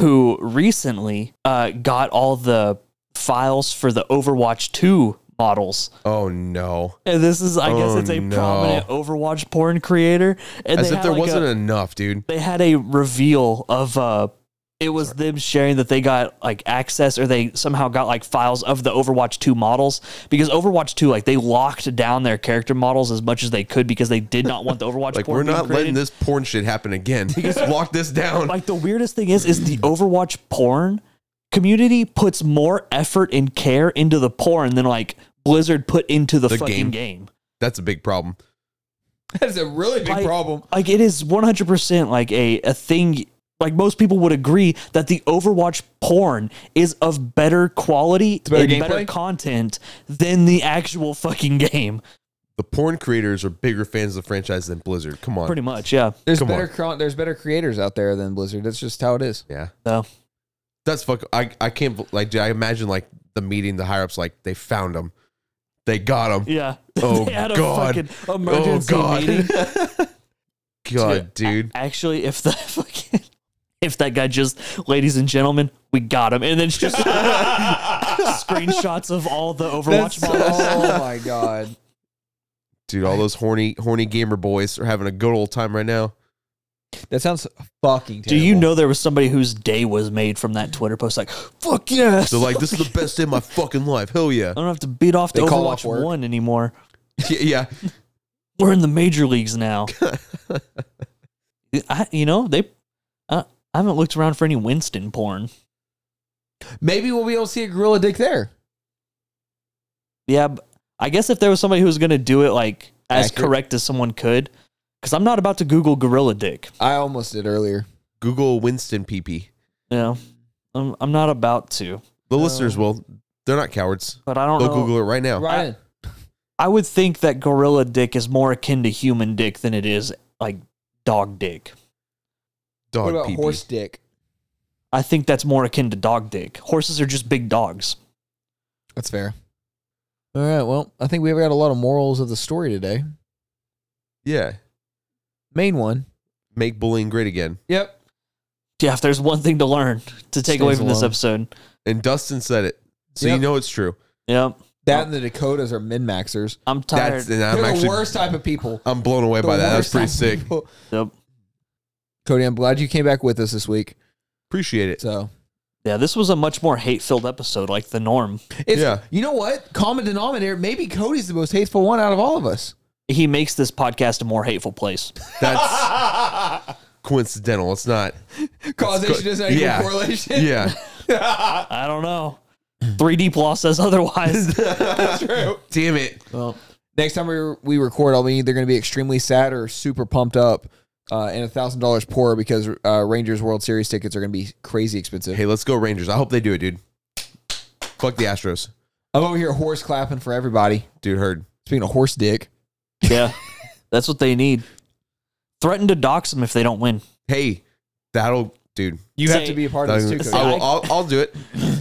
Speaker 1: who recently uh, got all the files for the Overwatch 2 models.
Speaker 2: Oh no.
Speaker 1: And this is I guess
Speaker 2: Oh,
Speaker 1: it's a
Speaker 2: no.
Speaker 1: prominent Overwatch porn creator. And
Speaker 2: As
Speaker 1: they
Speaker 2: if
Speaker 1: had,
Speaker 2: there
Speaker 1: like, a-
Speaker 2: wasn't enough, dude.
Speaker 1: they had a reveal of uh it was them sharing that they got like access or they somehow got like files of the Overwatch 2 models because Overwatch 2 like they locked down their character models as much as they could because they did not
Speaker 2: [LAUGHS]
Speaker 1: want the Overwatch
Speaker 2: Like
Speaker 1: porn
Speaker 2: we're
Speaker 1: being
Speaker 2: not
Speaker 1: created.
Speaker 2: letting this porn shit
Speaker 1: [LAUGHS]
Speaker 2: happen again. Lock this down.
Speaker 1: like the weirdest thing is is the Overwatch porn community puts more effort and care into the porn than like Blizzard put into the,
Speaker 2: The
Speaker 1: fucking game.
Speaker 2: game.
Speaker 1: game.
Speaker 2: That's a big problem.
Speaker 3: That's a really big
Speaker 1: Like-
Speaker 3: problem.
Speaker 1: Like it is 100% like a a thing like most people would agree that the Overwatch porn is of better quality
Speaker 3: better
Speaker 1: and better
Speaker 3: gameplay?
Speaker 1: content than the actual fucking game.
Speaker 2: The porn creators are bigger fans of the franchise than Blizzard. Come on.
Speaker 1: Pretty much, yeah.
Speaker 3: There's
Speaker 2: Come
Speaker 3: better
Speaker 2: on.
Speaker 3: cro- there's better creators out there than Blizzard. That's just how it is.
Speaker 2: yeah.
Speaker 1: So
Speaker 2: That's fuck. I I can't bel- like. dude, I imagine like the meeting, the higher ups, like they found them, they got them.
Speaker 1: yeah. [LAUGHS]
Speaker 2: Oh,
Speaker 1: they had a
Speaker 2: God.
Speaker 1: fucking
Speaker 2: Oh
Speaker 1: emergency
Speaker 2: god.
Speaker 1: meeting.
Speaker 2: [LAUGHS] god, dude.
Speaker 1: Actually, if the [LAUGHS] fucking if that guy just ladies and gentlemen, we got him. And then it's just [LAUGHS] screenshots of all the Overwatch models.
Speaker 3: oh my god.
Speaker 2: Dude, all those horny horny gamer boys are having a good old time right now.
Speaker 3: That sounds fucking terrible.
Speaker 1: Do you know there was somebody whose day was made from that Twitter post? Like, fuck yes.
Speaker 2: They're like, this is the best day of my fucking life. Hell
Speaker 3: [LAUGHS]
Speaker 2: yeah.
Speaker 1: I don't have to beat off to
Speaker 3: They call off
Speaker 1: Overwatch
Speaker 3: work.
Speaker 1: One anymore.
Speaker 2: Yeah. yeah.
Speaker 1: We're in the major leagues
Speaker 3: [LAUGHS]
Speaker 1: now. I, you know, they. Uh, I haven't looked around for any Winston porn.
Speaker 3: Maybe we'll be able to see a gorilla dick there.
Speaker 1: Yeah, but I guess if there was somebody who was going to do it like as
Speaker 3: Accurate.
Speaker 1: correct as someone could, because I'm not about to Google gorilla dick.
Speaker 3: I almost did earlier.
Speaker 2: Google Winston PP.
Speaker 1: You know, I'm, I'm not about to.
Speaker 2: The
Speaker 3: No.
Speaker 2: listeners will. They're not cowards.
Speaker 1: But I don't
Speaker 3: Oh.
Speaker 2: They'll
Speaker 1: know.
Speaker 2: Google it right now.
Speaker 3: Ryan,
Speaker 1: I would think that gorilla dick is more akin to human dick than it is like dog dick.
Speaker 2: Dog
Speaker 3: what about
Speaker 2: pee-pee.
Speaker 3: horse dick?
Speaker 1: I think that's more akin to dog dick. Horses are just big dogs.
Speaker 3: That's fair. All right. Well, I think we've got a lot of morals of the story today.
Speaker 2: Yeah.
Speaker 3: Main one.
Speaker 2: Make bullying great again.
Speaker 3: Yep.
Speaker 1: Yeah, if there's one thing to learn to take
Speaker 3: Stays
Speaker 1: away from this
Speaker 3: alone.
Speaker 1: episode.
Speaker 2: And Dustin said it, so you
Speaker 3: Yep.
Speaker 2: know it's true.
Speaker 1: Yep.
Speaker 3: That and the Dakotas are min maxers.
Speaker 1: I'm tired.
Speaker 2: That's and I'm
Speaker 3: They're
Speaker 2: actually
Speaker 3: the worst type of people.
Speaker 2: I'm blown away
Speaker 3: The
Speaker 2: by that. That's
Speaker 3: worst
Speaker 2: pretty sick.
Speaker 3: type of [LAUGHS] people.
Speaker 1: Yep.
Speaker 3: Cody, I'm glad you came back with us this week.
Speaker 2: Appreciate it.
Speaker 3: So
Speaker 1: Yeah, this was a much more hate filled episode, like the norm.
Speaker 3: it's,
Speaker 2: Yeah.
Speaker 3: you know what? Common denominator, maybe Cody's the most hateful one out of all of us.
Speaker 1: He makes this podcast a more hateful place.
Speaker 2: That's
Speaker 3: [LAUGHS]
Speaker 2: coincidental. It's not.
Speaker 3: Causation does not equal
Speaker 2: Yeah.
Speaker 3: correlation.
Speaker 2: Yeah.
Speaker 1: I don't know. 3D Law says
Speaker 2: [LAUGHS]
Speaker 1: otherwise.
Speaker 3: [LAUGHS] That's true.
Speaker 2: Damn it.
Speaker 3: Well, next time we, we record, I'll be either going to be extremely sad or super pumped up uh, and $1,000 poorer because uh, Rangers World Series tickets are going to be crazy expensive.
Speaker 2: Hey, let's go Rangers. I hope they do it, dude. Fuck the Astros,
Speaker 3: I'm over here horse clapping for everybody.
Speaker 2: dude. Heard.
Speaker 3: Speaking of horse dick,
Speaker 1: yeah, that's what they need. Threaten to dox them if they don't win.
Speaker 2: Hey, that'll, dude.
Speaker 3: you
Speaker 1: Say-
Speaker 3: have to be a part of this too,
Speaker 2: that'll-
Speaker 3: Cody.
Speaker 2: I will, I'll, I'll
Speaker 1: [LAUGHS]
Speaker 2: do it.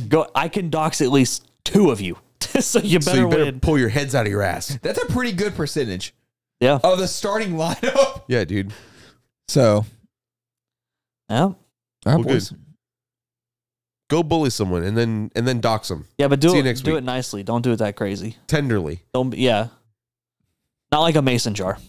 Speaker 1: Go. I can dox at least two of you, [LAUGHS] so you better,
Speaker 2: So you better
Speaker 1: win.
Speaker 2: pull your heads out of your ass.
Speaker 3: That's a pretty good percentage
Speaker 1: Yeah.
Speaker 3: of the starting [LAUGHS] lineup.
Speaker 2: Yeah, dude.
Speaker 3: So,
Speaker 1: Yeah.
Speaker 3: all right,
Speaker 2: Well,
Speaker 3: boys.
Speaker 2: Go bully someone and then and then dox them
Speaker 1: Yeah, but do
Speaker 2: See you
Speaker 1: it.
Speaker 2: next
Speaker 1: do
Speaker 2: week.
Speaker 1: it nicely. Don't do it that crazy.
Speaker 2: tenderly.
Speaker 1: Don't. be- Yeah. Not like a mason jar.